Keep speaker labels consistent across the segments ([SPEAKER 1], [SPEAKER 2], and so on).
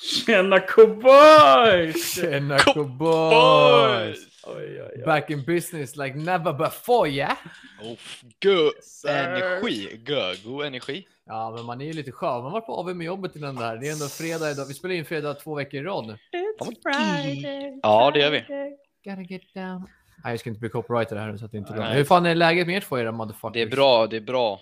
[SPEAKER 1] Tjena cowboys!
[SPEAKER 2] Tjena
[SPEAKER 3] Co-
[SPEAKER 2] cowboys!
[SPEAKER 1] Oj, oj, oj.
[SPEAKER 2] Back in business like never before yeah!
[SPEAKER 3] Oh, go
[SPEAKER 1] Sir.
[SPEAKER 3] energi. Go, god energi.
[SPEAKER 2] Ja, men man är ju lite skör. Man var på av med jobbet innan det här. Det är ändå fredag idag. Vi spelar in fredag två veckor i rad nu.
[SPEAKER 3] Fan, vad gay. Ja, det gör vi.
[SPEAKER 2] Gotta get down. Nej, jag ska inte bli copyrighted här nu så att det inte är bra.
[SPEAKER 3] Nej.
[SPEAKER 2] Hur fan är läget med er två era motherfuckers?
[SPEAKER 3] Det är bra, det är bra.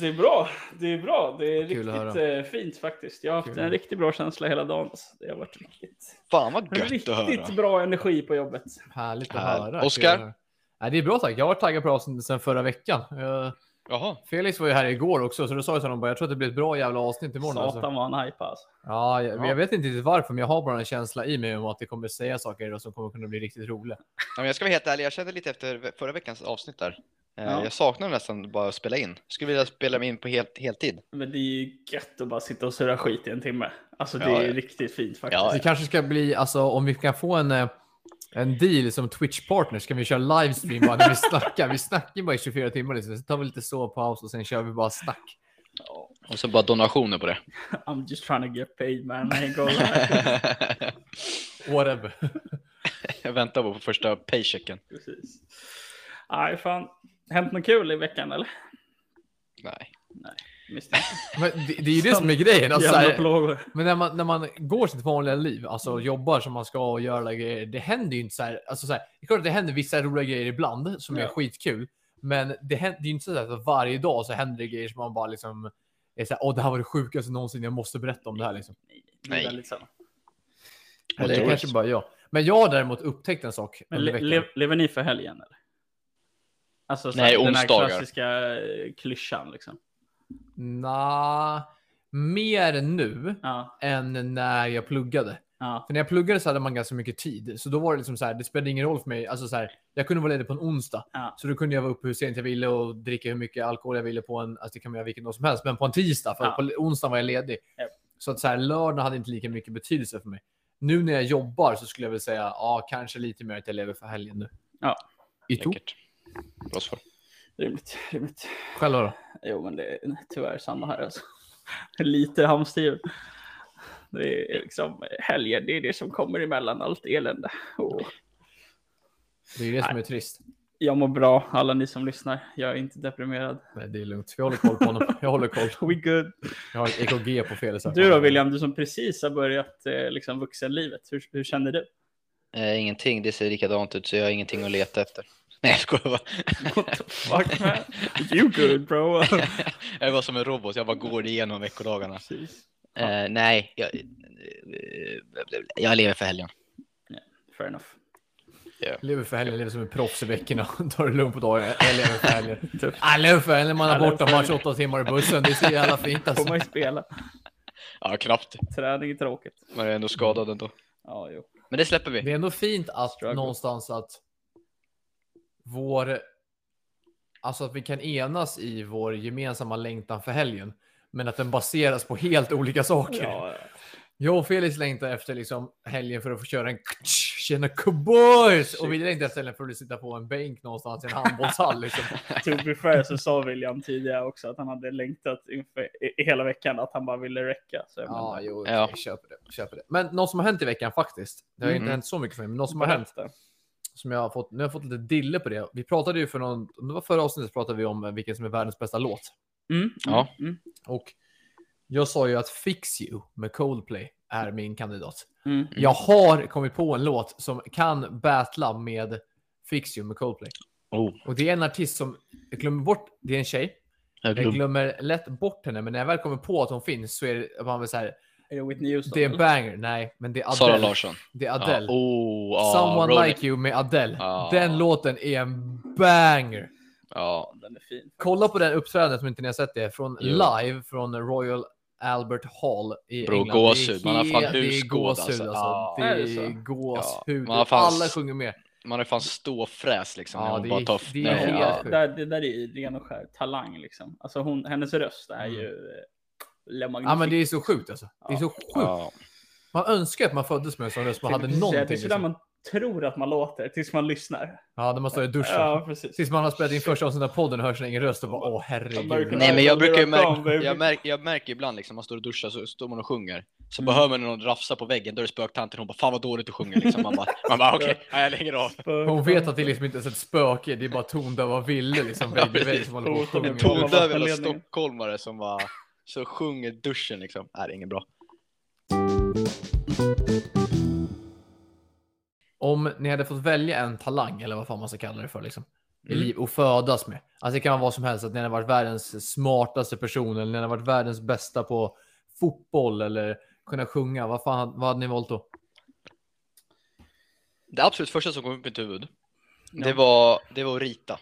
[SPEAKER 1] Det är bra. Det är bra. Det är
[SPEAKER 2] Kul att
[SPEAKER 1] riktigt eh, fint faktiskt. Jag har haft
[SPEAKER 2] Kul.
[SPEAKER 1] en riktigt bra känsla hela dagen. alltså. Det har varit riktigt,
[SPEAKER 3] Fan vad gött att
[SPEAKER 1] riktigt
[SPEAKER 3] höra.
[SPEAKER 1] bra energi på jobbet.
[SPEAKER 2] Härligt att
[SPEAKER 3] Här.
[SPEAKER 2] höra. Kul
[SPEAKER 3] Oscar?
[SPEAKER 2] att höra. Nej, det är bra tack. Jag har varit taggad på avsnittet sedan förra veckan. Eh,
[SPEAKER 3] Jaha.
[SPEAKER 2] Felix var ju här igår också, så då sa jag till honom bara jag tror att det blir ett bra jävla avsnitt imorgon. Alltså.
[SPEAKER 1] Satan vad han hypar alltså.
[SPEAKER 2] Ja, jag,
[SPEAKER 3] Ja.
[SPEAKER 2] jag vet inte riktigt varför, men jag har bara en känsla i mig om att det kommer säga saker idag som kommer kunna bli riktigt roliga.
[SPEAKER 3] Ja, men jag ska vara helt ärlig, jag kände lite efter ve- förra veckans avsnitt där. Eh,
[SPEAKER 1] Ja.
[SPEAKER 3] Jag saknar nästan bara att spela in. Skulle vilja spela mig in på helt, heltid.
[SPEAKER 1] Men det är ju gött att bara sitta och surra skit i en timme. Alltså det
[SPEAKER 3] Ja,
[SPEAKER 1] är
[SPEAKER 3] ja.
[SPEAKER 1] riktigt fint faktiskt.
[SPEAKER 3] Ja,
[SPEAKER 2] Det kanske ska bli, alltså om vi kan få en, eh, en deal som Twitch-partner, ska vi köra livestream bara när vi snackar. Vi snackar ju bara i 24 timmar, liksom. så tar vi lite sovpaus och sen kör vi bara snack.
[SPEAKER 3] Och så bara donationer på det.
[SPEAKER 1] I'm just trying to get paid man. I ain't gonna lie.
[SPEAKER 2] Whatever.
[SPEAKER 3] jag väntar bara på första paychecken.
[SPEAKER 1] Precis. Nej fan. Hänt något kul i veckan eller?
[SPEAKER 3] Nej.
[SPEAKER 1] Misstänker.
[SPEAKER 2] Men det, det är ju det som är grejen. Alltså, så
[SPEAKER 1] Jävla
[SPEAKER 2] här,
[SPEAKER 1] plågor.
[SPEAKER 2] men när man, när man går sitt vanliga liv, alltså jobbar som man ska och gör alla grejer, det händer ju inte så här. Alltså, så här det är klart att det händer vissa roliga grejer ibland som är
[SPEAKER 1] Ja.
[SPEAKER 2] skitkul, men det, händer, det är ju inte så här att varje dag så händer det grejer som man bara liksom är så här, åh, det här var det sjukaste någonsin, jag måste berätta om det här liksom.
[SPEAKER 1] Det är
[SPEAKER 3] Nej.
[SPEAKER 1] väldigt sällan.
[SPEAKER 2] Och det är
[SPEAKER 3] Otroligt.
[SPEAKER 2] kanske bara jag. Men jag har däremot upptäckt en sak.
[SPEAKER 1] Men le,
[SPEAKER 2] under veckan.
[SPEAKER 1] le, lever ni för helgen eller? Alltså så
[SPEAKER 3] Nej,
[SPEAKER 1] här, den här
[SPEAKER 3] onsdagar.
[SPEAKER 1] klassiska eh, klyschan liksom.
[SPEAKER 2] Nja, mer nu
[SPEAKER 1] Ja,
[SPEAKER 2] än när jag pluggade.
[SPEAKER 1] ja,
[SPEAKER 2] För när jag pluggade så hade man ganska mycket tid. Så då var det liksom så här, det spelade ingen roll för mig. Alltså så här, jag kunde vara ledig på en onsdag.
[SPEAKER 1] Ja.
[SPEAKER 2] Så då kunde jag vara uppe hur sent jag ville och dricka hur mycket alkohol jag ville på en, alltså det kan man göra vilken dag som helst, men på en tisdag, för
[SPEAKER 1] Ja.
[SPEAKER 2] på onsdag var jag ledig.
[SPEAKER 1] Ja.
[SPEAKER 2] Så att så här, lördagen hade inte lika mycket betydelse för mig. Nu när jag jobbar så skulle jag väl säga, ja, kanske lite mer att jag lever för helgen nu.
[SPEAKER 1] Ja.
[SPEAKER 2] I to?
[SPEAKER 3] Läckert. Bra svar.
[SPEAKER 1] rimligt, rimligt.
[SPEAKER 2] Själva då?
[SPEAKER 1] Jo, men det är tyvärr samma här alltså. Lite hamsterhjul. Det är liksom helgen, det är det som kommer emellan allt elände. Och
[SPEAKER 2] Det är ju det som är trist.
[SPEAKER 1] jag mår bra, alla ni som lyssnar. Jag är inte deprimerad.
[SPEAKER 2] Nej, det är lugnt. Jag håller koll på honom. Jag håller koll.
[SPEAKER 1] We good.
[SPEAKER 2] Jag har ett EKG på fel. så här.
[SPEAKER 1] Du då William, du som precis har börjat eh, liksom vuxenlivet. Hur, hur känner du?
[SPEAKER 3] Eh, ingenting, det ser likadant ut så jag har ingenting att leta efter. Nej jag skojar bara.
[SPEAKER 1] What the fuck man? You good bro?
[SPEAKER 3] jag var som en robot, jag bara går igenom veckodagarna.
[SPEAKER 1] Precis.
[SPEAKER 3] Eh, nej, jag, eh, jag lever för helgen.
[SPEAKER 1] Fair enough.
[SPEAKER 2] Lever för helgen, lever som en proffs i veckorna. Tar det lugnt på dagen. Jag lever för helgen.
[SPEAKER 1] Tufft.
[SPEAKER 2] Jag lever för helgen. Man
[SPEAKER 1] Jag
[SPEAKER 2] har
[SPEAKER 1] lever
[SPEAKER 2] borta
[SPEAKER 1] för
[SPEAKER 2] match
[SPEAKER 1] helgen.
[SPEAKER 2] åtta timmar i bussen. Det är så jävla fint
[SPEAKER 1] Får man
[SPEAKER 2] alltså.
[SPEAKER 1] ju spela.
[SPEAKER 3] Ja, knappt.
[SPEAKER 1] Träning är tråkigt.
[SPEAKER 3] Man är ändå skadad ändå.
[SPEAKER 1] Ja, jo.
[SPEAKER 3] Men det släpper vi.
[SPEAKER 2] Det är ändå fint att
[SPEAKER 1] Struggle.
[SPEAKER 2] någonstans att vår... Alltså att vi kan enas i vår gemensamma längtan för helgen. Men att den baseras på helt olika saker.
[SPEAKER 1] Ja,
[SPEAKER 2] Jag och Felix längtar efter liksom helgen för att få köra en tjena cowboys och vi längtar efter helgen för att bli sitta på en bänk någonstans i en handbollshall. Liksom.
[SPEAKER 1] to be fair så sa William tidigare också att han hade längtat inför, i, i hela veckan att han bara ville räcka. Så jag
[SPEAKER 2] Ja,
[SPEAKER 1] menar,
[SPEAKER 2] jo,
[SPEAKER 3] Ja.
[SPEAKER 2] jag köper det, köper det. Men något som har hänt i veckan faktiskt. Det har ju inte
[SPEAKER 3] Mm.
[SPEAKER 2] hänt så mycket för mig, men något som har
[SPEAKER 1] berätta.
[SPEAKER 2] hänt som jag har fått. Nu har jag fått lite dille på det. Vi pratade ju för någon. om Det var förra avsnittet pratade vi om eh, vilken som är världens bästa låt
[SPEAKER 1] Mm, mm,
[SPEAKER 3] Ja.
[SPEAKER 1] Mm,
[SPEAKER 2] och jag sa ju att Fix You med Coldplay är min kandidat.
[SPEAKER 1] mm.
[SPEAKER 2] Jag har kommit på en låt som kan battla med Fix You med Coldplay.
[SPEAKER 3] Oh,
[SPEAKER 2] Och det är en artist som jag glömmer bort. Det är en tjej.
[SPEAKER 3] jag
[SPEAKER 2] Jag
[SPEAKER 3] glömde.
[SPEAKER 2] glömmer lätt bort henne, men när jag väl kommer på att hon finns så är det man vill så här.
[SPEAKER 1] Är det Whitney Houston?
[SPEAKER 2] Det är en banger. Nej, men det är
[SPEAKER 3] Sara
[SPEAKER 2] Adele.
[SPEAKER 3] Larsson.
[SPEAKER 2] Det är
[SPEAKER 3] Ja.
[SPEAKER 2] Adele.
[SPEAKER 3] Oh, ja,
[SPEAKER 2] Someone
[SPEAKER 3] Rolling- Ah.
[SPEAKER 2] Like You med Adele.
[SPEAKER 3] Ja.
[SPEAKER 2] Den låten är en banger.
[SPEAKER 3] Ja,
[SPEAKER 1] Den är fin.
[SPEAKER 2] Kolla på den uppträdandet om inte ni har sett det. Från
[SPEAKER 3] Jo.
[SPEAKER 2] live från Royal Albert Hall i
[SPEAKER 3] Bro,
[SPEAKER 2] England. Det är
[SPEAKER 3] gåshud. Man har fan
[SPEAKER 2] helt- det är
[SPEAKER 3] husgåd,
[SPEAKER 2] gåshud,
[SPEAKER 3] alltså.
[SPEAKER 2] alltså.
[SPEAKER 3] Ja.
[SPEAKER 2] Det
[SPEAKER 1] Är det
[SPEAKER 2] är
[SPEAKER 1] så?
[SPEAKER 2] gåshud.
[SPEAKER 3] Ja. Man har fan-
[SPEAKER 2] Alla sjunger med.
[SPEAKER 3] man är fan ståfräs liksom.
[SPEAKER 2] Ja,
[SPEAKER 3] när hon
[SPEAKER 2] det är-
[SPEAKER 3] bara tar...
[SPEAKER 2] det är
[SPEAKER 3] Nej,
[SPEAKER 2] helt
[SPEAKER 3] ja.
[SPEAKER 2] sjukt.
[SPEAKER 1] där, det där är ju ren och skär talang liksom. Alltså hon, hennes röst är ju... eh, Le Magnifique.
[SPEAKER 2] Mm. Ja, men det är så sjukt alltså. Det är så sjukt.
[SPEAKER 3] Ja.
[SPEAKER 2] Man önskar att man föddes med en sån röst. Man hade
[SPEAKER 1] Typ Precis,
[SPEAKER 2] någonting.
[SPEAKER 1] Det är sådär
[SPEAKER 2] liksom.
[SPEAKER 1] man tror att man låter tills man lyssnar.
[SPEAKER 2] Ja, när man står i duschen.
[SPEAKER 1] Ja, precis.
[SPEAKER 2] Tills man har spelat in första avsnittet av podden och hör sin egen röst och bara åh herregud.
[SPEAKER 1] American
[SPEAKER 3] Nej, men jag brukar ju
[SPEAKER 1] Down,
[SPEAKER 3] märka,
[SPEAKER 1] baby.
[SPEAKER 3] jag märker, jag märker ibland liksom, man står och duschar så står man och sjunger. Så
[SPEAKER 1] Mm.
[SPEAKER 3] behöver man någon rafsa på väggen, då är det spöktanten. Hon bara fan vad dåligt du sjunger liksom. Man bara, man bara okej, ja, jag lägger av.
[SPEAKER 2] Hon vet att det liksom inte är ett spöke, det är bara tondöva Ville liksom vägg i vägg som håller på och
[SPEAKER 1] Hotar med
[SPEAKER 2] sjunger.
[SPEAKER 1] tondöv.
[SPEAKER 3] Tondöv
[SPEAKER 1] vattenledning.
[SPEAKER 3] jävla stockholmare som bara så sjunger duschen liksom. Nej, det är inget bra.
[SPEAKER 2] Om ni hade fått välja en talang, eller vad fan man ska kalla det för, liksom, i
[SPEAKER 3] Mm.
[SPEAKER 2] liv och födas med. Alltså det kan vara vad som helst, att ni hade varit världens smartaste person, eller ni hade varit världens bästa på fotboll, eller kunna sjunga. Vad fan vad hade ni valt då?
[SPEAKER 3] Det absolut första som kom upp i mitt huvud, det
[SPEAKER 1] Ja.
[SPEAKER 3] var, det var att rita.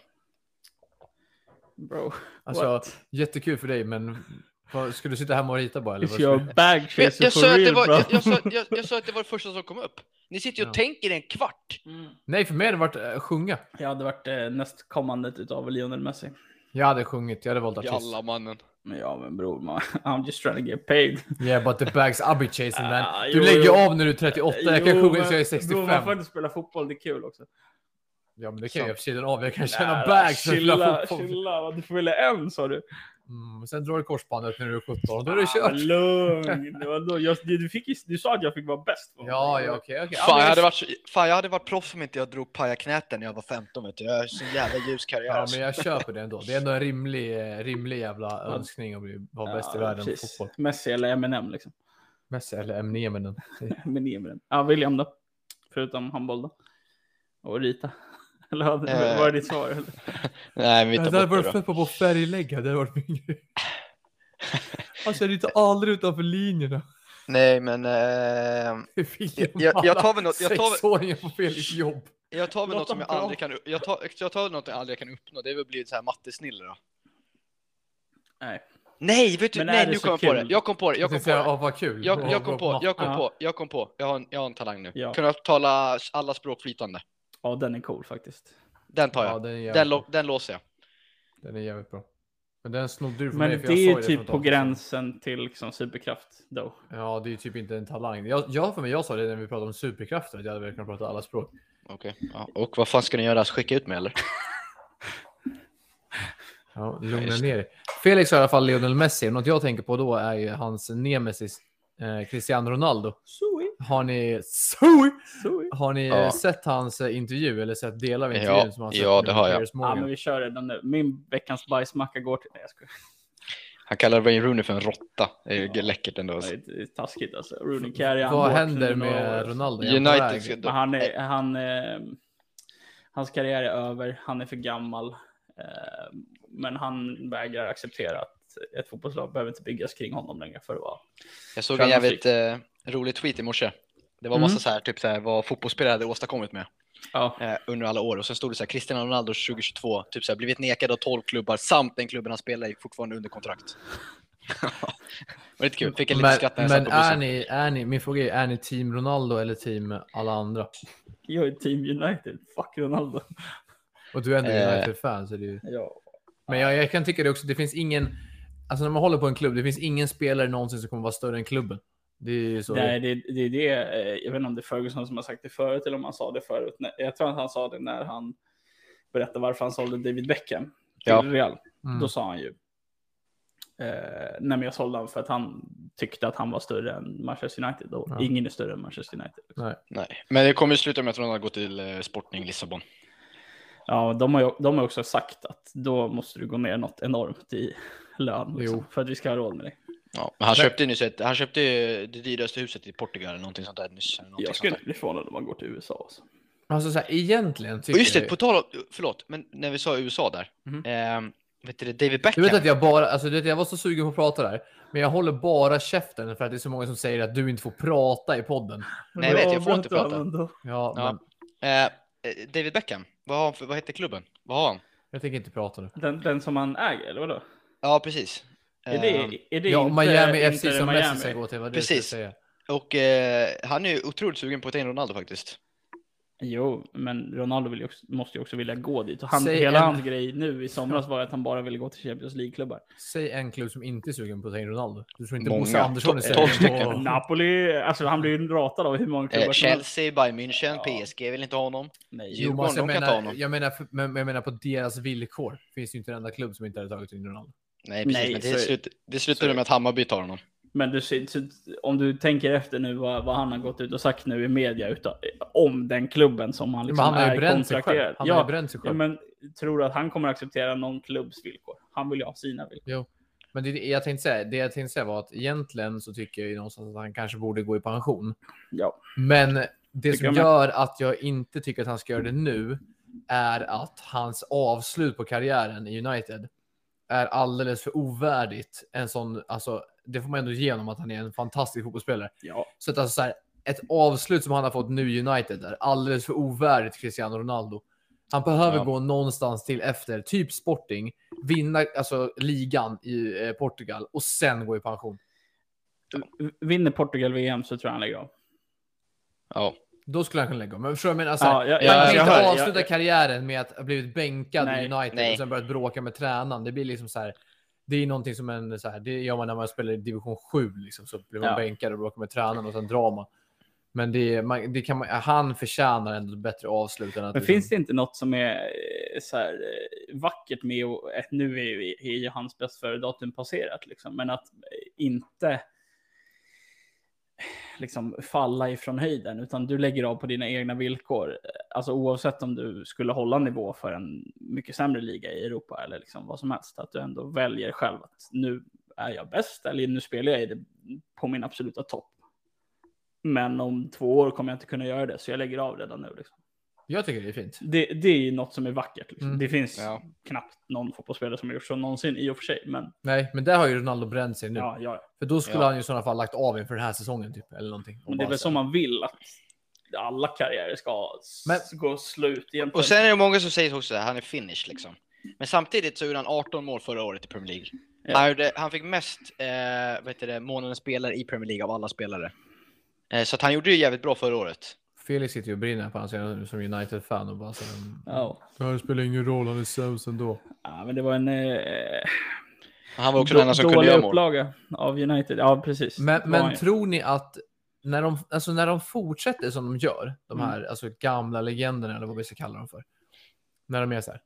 [SPEAKER 1] Bro,
[SPEAKER 2] Alltså,
[SPEAKER 1] What?
[SPEAKER 2] jättekul för dig, men vad, ska du sitta hemma och rita bara? Eller
[SPEAKER 1] if
[SPEAKER 2] vad ska...
[SPEAKER 1] your bag
[SPEAKER 3] Jag,
[SPEAKER 1] chase you
[SPEAKER 3] jag,
[SPEAKER 1] for
[SPEAKER 3] sa att det
[SPEAKER 1] real
[SPEAKER 3] var,
[SPEAKER 1] bro.
[SPEAKER 3] jag, jag, sa, jag, jag sa att det var det första som kom upp. Ni sitter ju och
[SPEAKER 2] Ja.
[SPEAKER 3] tänker i en kvart.
[SPEAKER 1] Mm.
[SPEAKER 2] Nej, för mig hade det varit eh, sjunga.
[SPEAKER 1] Jag hade varit eh, nästkommandet utav Lionel Messi.
[SPEAKER 2] Jag hade sjungit, jag hade valt artist.
[SPEAKER 3] Jalla mannen.
[SPEAKER 1] Men ja men bror, man, I'm just trying to get paid.
[SPEAKER 2] Yeah, but the bags I'll be chasing
[SPEAKER 1] Ah,
[SPEAKER 2] man. Du
[SPEAKER 1] jo,
[SPEAKER 2] lägger
[SPEAKER 1] jo.
[SPEAKER 2] av när du är 38, jag kan sjunga tills jag är
[SPEAKER 1] Bror, man får
[SPEAKER 2] 65.
[SPEAKER 1] inte spela fotboll, det är kul också.
[SPEAKER 2] Ja, men det kan jag
[SPEAKER 3] Sant.
[SPEAKER 2] göra på sidan av. Jag kan
[SPEAKER 1] Nej,
[SPEAKER 2] tjäna
[SPEAKER 1] nej,
[SPEAKER 2] bags och spela
[SPEAKER 1] chilla,
[SPEAKER 2] fotboll.
[SPEAKER 1] chilla. vad Du får välja en sa du.
[SPEAKER 2] Mm, och sen drar du korsbandet när du är 17, då är det
[SPEAKER 1] Ah,
[SPEAKER 2] kört.
[SPEAKER 1] lugn. Det var då, jag, du, du fick, ju- du sa att jag fick vara bäst. va?
[SPEAKER 2] Ja, ja, okej, okej.
[SPEAKER 3] Fan, jag hade varit, så- fan, jag hade varit proffs om inte jag drog pajeknäten när jag var 15 vet du. Jag har så jävla ljus karriär.
[SPEAKER 2] Ja,
[SPEAKER 3] alltså.
[SPEAKER 2] men jag köper det ändå. Det är ändå en rimlig, eh, rimlig jävla
[SPEAKER 1] Ja.
[SPEAKER 2] önskning att bli, vara
[SPEAKER 1] Ja,
[SPEAKER 2] bäst i världen på
[SPEAKER 1] precis.
[SPEAKER 2] fotboll.
[SPEAKER 1] Messi eller Eminem liksom.
[SPEAKER 2] Messi eller Eminem. men den-
[SPEAKER 1] Men Eminem. Ja, William då. Förutom handboll då. Och rita. Eller vad-
[SPEAKER 3] Eh.
[SPEAKER 1] var det ditt svar? eller?
[SPEAKER 3] Nej, men vi
[SPEAKER 2] Det
[SPEAKER 3] tar
[SPEAKER 2] hade
[SPEAKER 3] bort det
[SPEAKER 2] varit
[SPEAKER 3] då.
[SPEAKER 2] fett på färglägga, det hade varit min grej. Alltså jag ritar aldrig utanför linjerna.
[SPEAKER 3] Nej, men eh,
[SPEAKER 2] William
[SPEAKER 3] jag- jag tar
[SPEAKER 2] Allan,
[SPEAKER 3] väl något- jag tar väl-
[SPEAKER 2] Sexåringen på Felix jobb.
[SPEAKER 3] jag tar väl något
[SPEAKER 1] Låter
[SPEAKER 3] som jag
[SPEAKER 1] bra.
[SPEAKER 3] aldrig kan, jag tar, jag tar väl något jag aldrig kan uppnå. Det är väl blivit så här mattesnille då.
[SPEAKER 1] Nej.
[SPEAKER 3] Nej, vet du,
[SPEAKER 1] Men är
[SPEAKER 3] nej
[SPEAKER 1] det
[SPEAKER 3] nu
[SPEAKER 1] så
[SPEAKER 3] kom jag på det.
[SPEAKER 1] kul?
[SPEAKER 3] Jag kom på det. Jag
[SPEAKER 2] Jag
[SPEAKER 3] kom
[SPEAKER 2] tänkte
[SPEAKER 3] på det.
[SPEAKER 2] säga, ah, vad kul.
[SPEAKER 3] Jag, jag
[SPEAKER 2] Och-
[SPEAKER 3] kom
[SPEAKER 2] och
[SPEAKER 3] på,
[SPEAKER 2] matte.
[SPEAKER 3] jag kom
[SPEAKER 1] Ja.
[SPEAKER 3] på, jag kom på. Jag har en, jag har en talang nu.
[SPEAKER 1] Ja.
[SPEAKER 3] Kunna tala alla språk flytande.
[SPEAKER 1] Ja, den är cool faktiskt.
[SPEAKER 3] Den tar
[SPEAKER 2] Ja,
[SPEAKER 3] jag.
[SPEAKER 2] den är
[SPEAKER 3] den,
[SPEAKER 2] jävligt,
[SPEAKER 3] lo- den låser jag.
[SPEAKER 2] den är jävligt bra. Men den snodde du från
[SPEAKER 1] Men
[SPEAKER 2] mig.
[SPEAKER 1] det
[SPEAKER 2] för jag sa
[SPEAKER 1] är ju
[SPEAKER 2] det
[SPEAKER 1] typ
[SPEAKER 2] från
[SPEAKER 1] på
[SPEAKER 2] datorn.
[SPEAKER 1] gränsen till liksom superkraft då.
[SPEAKER 2] Ja, det är ju typ inte en talang. Jag, jag, för mig, jag sa det när vi pratade om superkrafter, att jag hade velat kunna prata alla språk.
[SPEAKER 3] Okej. Ja, och vad fan ska ni göra? Skicka ut mig eller?
[SPEAKER 2] Ja,
[SPEAKER 3] Ja,
[SPEAKER 2] lugna
[SPEAKER 3] just det.
[SPEAKER 2] ner dig. Felix har i alla fall Lionel Messi. Något jag tänker på då är ju hans nemesis eh, Cristiano Ronaldo.
[SPEAKER 1] Sui,
[SPEAKER 2] Har ni, Sorry!
[SPEAKER 1] sui.
[SPEAKER 2] har ni
[SPEAKER 3] Ja.
[SPEAKER 2] eh, sett hans eh, intervju eller sett delar av
[SPEAKER 3] Ja,
[SPEAKER 2] intervjun? som han
[SPEAKER 3] ja,
[SPEAKER 2] sett
[SPEAKER 3] det
[SPEAKER 2] med
[SPEAKER 3] har jag.
[SPEAKER 2] Piers
[SPEAKER 1] Ja,
[SPEAKER 2] Morgan?
[SPEAKER 1] men vi kör redan nu. Min veckans bajsmacka går till... Nej, jag skojar.
[SPEAKER 3] Han kallar Wayne Rooney för en råtta. Det är ju
[SPEAKER 1] Ja.
[SPEAKER 3] läckert ändå. Alltså.
[SPEAKER 1] Nej, Det är taskigt alltså. Rooney Carey, han
[SPEAKER 2] Vad
[SPEAKER 1] bort
[SPEAKER 2] händer
[SPEAKER 1] nu några
[SPEAKER 2] med
[SPEAKER 1] år.
[SPEAKER 2] Ronaldo? Är han på
[SPEAKER 3] United ska
[SPEAKER 2] väg?
[SPEAKER 1] Men
[SPEAKER 3] då...
[SPEAKER 1] han är, han, eh, hans karriär är över, han är för gammal. Eh, men han vägrar acceptera att ett fotbollslag behöver inte byggas kring honom längre för att vara...
[SPEAKER 3] Jag såg en jävligt eh, rolig tweet i morse. Det var massa
[SPEAKER 1] Mm.
[SPEAKER 3] så här, typ så här, vad fotbollsspelare hade åstadkommit med
[SPEAKER 1] Ja,
[SPEAKER 3] eh, under alla år. Och sen stod det så här, Cristiano Ronaldo 2022, typ så här, blivit nekad av 12 klubbar samt den klubben han spelar i fortfarande under kontrakt. var lite kul. Fick en liten skratt när
[SPEAKER 2] Men, men
[SPEAKER 3] jag satt på
[SPEAKER 2] är,
[SPEAKER 3] bussen.
[SPEAKER 2] ni, är ni, min fråga är, är ni team Ronaldo eller team alla andra?
[SPEAKER 1] jag är team United, fuck Ronaldo.
[SPEAKER 2] Och du är ändå
[SPEAKER 3] Eh.
[SPEAKER 2] United-fan. Så det är ju...
[SPEAKER 1] Ja.
[SPEAKER 2] Men jag, jag kan tycka det också, det finns ingen, alltså när man håller på en klubb, det finns ingen spelare någonsin som kommer vara större än klubben. Det är ju så.
[SPEAKER 1] Nej, det, det är det, eh, jag vet inte om det är Ferguson som har sagt det förut eller om han sa det förut. Nej, Jag tror att han sa det när han berättade varför han sålde David Beckham till
[SPEAKER 3] Ja.
[SPEAKER 1] Real.
[SPEAKER 2] Mm.
[SPEAKER 1] Då sa han ju. Eh, nej men jag sålde honom för att han tyckte att han var större än Manchester United. Och
[SPEAKER 2] Ja.
[SPEAKER 1] ingen är större än Manchester United.
[SPEAKER 3] Nej, men det kommer ju sluta med att Ronaldo går till eh, Sporting Lissabon.
[SPEAKER 1] Ja, de har ju de har också sagt att då måste du gå ner något enormt i lön. Liksom,
[SPEAKER 2] Jo.
[SPEAKER 1] för att vi ska ha råd med det.
[SPEAKER 3] Ja, men han
[SPEAKER 2] Nej.
[SPEAKER 3] köpte ju nyss ett, han köpte ju det dyraste huset i Portugal eller någonting sånt där nyss. eller någonting
[SPEAKER 1] Jag
[SPEAKER 3] sånt
[SPEAKER 1] skulle
[SPEAKER 3] där.
[SPEAKER 1] inte bli förvånad om man går till USA. Alltså.
[SPEAKER 2] Alltså så här, egentligen tycker
[SPEAKER 3] Och just det,
[SPEAKER 2] jag,
[SPEAKER 3] på tal om, förlåt, men när vi sa USA där.
[SPEAKER 1] Mhm.
[SPEAKER 3] ehm, vet du det, David
[SPEAKER 2] Du
[SPEAKER 3] Beckham.
[SPEAKER 2] vet att jag bara, alltså du vet, jag var så sugen på att prata där, men jag håller bara käften för att det är så många som säger att du inte får prata i podden.
[SPEAKER 3] Nej, jag vet, jag får inte
[SPEAKER 1] avbröt
[SPEAKER 3] prata.
[SPEAKER 1] honom då.
[SPEAKER 2] Ja,
[SPEAKER 3] Ja.
[SPEAKER 2] men
[SPEAKER 3] Eh, eh, David Beckham, vad, har han för, vad heter klubben? Vad har han?
[SPEAKER 2] jag tänker inte prata nu.
[SPEAKER 1] Den, den som han äger, eller vadå?
[SPEAKER 3] Ja, precis.
[SPEAKER 1] Är
[SPEAKER 3] Ehm,
[SPEAKER 1] det, är det
[SPEAKER 2] Ja,
[SPEAKER 1] inte,
[SPEAKER 2] Miami
[SPEAKER 1] inte
[SPEAKER 2] FC som
[SPEAKER 1] Miami?
[SPEAKER 2] Messi ska gå till, vad du skulle
[SPEAKER 3] Precis.
[SPEAKER 2] säga.
[SPEAKER 3] och eh, han är ju otroligt sugen på att ta in Ronaldo faktiskt.
[SPEAKER 1] Jo, men Ronaldo vill ju också, måste ju också vilja gå dit. Och han,
[SPEAKER 2] Säg
[SPEAKER 1] hela
[SPEAKER 2] en-
[SPEAKER 1] hans grej nu i somras var att han bara ville gå till Champions League-klubbar.
[SPEAKER 2] Säg en klubb som inte är sugen på att ta in Ronaldo. Du tror inte
[SPEAKER 3] Många.
[SPEAKER 2] Bosse Andersson är
[SPEAKER 3] To-
[SPEAKER 2] sugen
[SPEAKER 3] tolv
[SPEAKER 2] på...
[SPEAKER 3] stycken.
[SPEAKER 1] Napoli, alltså han blir ju ratad av hur många klubbar
[SPEAKER 3] Eh,
[SPEAKER 1] som helst.
[SPEAKER 3] Chelsea, Bayern München,
[SPEAKER 1] Ja.
[SPEAKER 3] PSG vill inte ha honom.
[SPEAKER 1] Nej,
[SPEAKER 2] Jo, men
[SPEAKER 3] Djurgården,
[SPEAKER 2] alltså, jag,
[SPEAKER 3] de kan ta
[SPEAKER 2] menar,
[SPEAKER 3] honom.
[SPEAKER 2] jag, menar, för- men men jag menar på deras villkor. finns ju inte en enda klubb som inte hade tagit in Ronaldo.
[SPEAKER 3] Nej, precis,
[SPEAKER 1] Nej,
[SPEAKER 3] men
[SPEAKER 1] så
[SPEAKER 3] det,
[SPEAKER 1] är-
[SPEAKER 3] slut, det
[SPEAKER 1] så är
[SPEAKER 3] slutade
[SPEAKER 1] det.
[SPEAKER 3] med att Hammarby tar honom.
[SPEAKER 1] Men du, ser- så- om du tänker efter nu vad, vad han har gått ut och sagt nu i media utan, om den klubben som han
[SPEAKER 2] Men
[SPEAKER 1] liksom
[SPEAKER 2] han har ju
[SPEAKER 1] är
[SPEAKER 2] bränt sig själv.
[SPEAKER 1] kontrakterad.
[SPEAKER 2] Han har ju
[SPEAKER 1] Ja,
[SPEAKER 2] bränt sig
[SPEAKER 1] ja,
[SPEAKER 2] själv. men...
[SPEAKER 1] men tror du att han kommer acceptera någon klubbs villkor? Han vill ju ha sina villkor.
[SPEAKER 2] det, jag tänkte säga, det jag tänkte säga var att egentligen så tycker jag ju någonstans att han kanske borde gå i pension.
[SPEAKER 1] Ja.
[SPEAKER 2] Men det som
[SPEAKER 1] jag med.
[SPEAKER 2] gör att jag inte tycker att han ska göra det nu är att hans avslut på karriären i United är alldeles för ovärdigt. En sån, alltså, det får man ändå igenom att han är en fantastisk fotbollsspelare.
[SPEAKER 1] Ja,
[SPEAKER 2] Så att alltså så här, ett avslut som han har fått nu i United är alldeles för ovärdigt Cristiano Ronaldo. Han behöver
[SPEAKER 3] Ja.
[SPEAKER 2] gå någonstans till efter, typ Sporting, vinna alltså, ligan i eh, Portugal och sen gå i pension.
[SPEAKER 1] vinner Portugal VM så tror jag han lägger av.
[SPEAKER 3] Ja.
[SPEAKER 2] Då skulle han kunna lägga om. Men förstår du vad jag menar?
[SPEAKER 1] Ja,
[SPEAKER 2] Alltså,
[SPEAKER 1] jag,
[SPEAKER 2] Man
[SPEAKER 3] Ja,
[SPEAKER 2] kan
[SPEAKER 1] jag
[SPEAKER 2] inte
[SPEAKER 1] hör-
[SPEAKER 2] avsluta
[SPEAKER 1] jag-
[SPEAKER 2] karriären med att ha blivit bänkad
[SPEAKER 1] Nej.
[SPEAKER 2] i United
[SPEAKER 3] Nej.
[SPEAKER 2] och sen börjat bråka med tränaren. Det blir liksom så här. Det är någonting som en så här. Det gör man när man spelar i division 7 liksom så blir man
[SPEAKER 1] Ja.
[SPEAKER 2] bänkad och bråkar med tränaren och sen drar man. Men det, är- man, det kan man, han förtjänar ändå ett bättre avslut än att.
[SPEAKER 1] Men
[SPEAKER 2] liksom-
[SPEAKER 1] finns det inte något som är eh, så här, eh, vackert med och eh, nu är ju, är ju hans bäst före datum passerat liksom, men att eh, inte eh, liksom falla ifrån höjden, utan du lägger av på dina egna villkor. Eh, Alltså oavsett om du skulle hålla nivå för en mycket sämre liga i Europa eller liksom vad som helst, att du ändå väljer själv att nu är jag bäst eller nu spelar jag i det på min absoluta topp. Men om två år kommer jag inte kunna göra det, så jag lägger av redan nu. Liksom.
[SPEAKER 2] Jag tycker det är fint.
[SPEAKER 1] Det, det är ju något som är vackert. Liksom.
[SPEAKER 2] Mm.
[SPEAKER 1] Det finns
[SPEAKER 3] Ja.
[SPEAKER 1] knappt någon fotbollsspelare som har gjort så någonsin i och för sig. Men
[SPEAKER 2] Nej, men där har ju Ronaldo bränt sig nu.
[SPEAKER 1] ja, ja.
[SPEAKER 2] För då skulle
[SPEAKER 3] Ja.
[SPEAKER 2] han ju i sådana fall lagt av inför den här säsongen typ eller någonting. Och
[SPEAKER 1] Men det är
[SPEAKER 2] bara
[SPEAKER 1] väl
[SPEAKER 2] så
[SPEAKER 1] så
[SPEAKER 2] här-
[SPEAKER 1] man vill att alla karriärer ska s-
[SPEAKER 2] Men-
[SPEAKER 1] gå slut egentligen.
[SPEAKER 3] Och sen är det många som säger också att han är finish liksom. Men samtidigt så gjorde han 18 mål förra året i Premier League.
[SPEAKER 1] Ja.
[SPEAKER 3] Han, gjorde, han fick mest eh, vet du det, månadens spelare i Premier League av alla spelare. Eh, så att han gjorde ju jävligt bra förra året.
[SPEAKER 2] Felix sitter ju och brinner på hans nu som United-fan och bara så här,
[SPEAKER 1] Ja.
[SPEAKER 2] "Ja, Det spelar ingen roll, han är sämst ändå.
[SPEAKER 1] ja, men det var en eh,
[SPEAKER 3] Han var också den enda som kunde
[SPEAKER 1] dålig
[SPEAKER 3] göra mål.
[SPEAKER 1] upplaga av United. Ja, precis.
[SPEAKER 2] Men,
[SPEAKER 1] Det var han
[SPEAKER 2] men
[SPEAKER 1] ju.
[SPEAKER 2] tror ni att när de, alltså när de fortsätter som de gör, de här alltså gamla legenderna eller vad vi ska kalla dem för, när de är så här,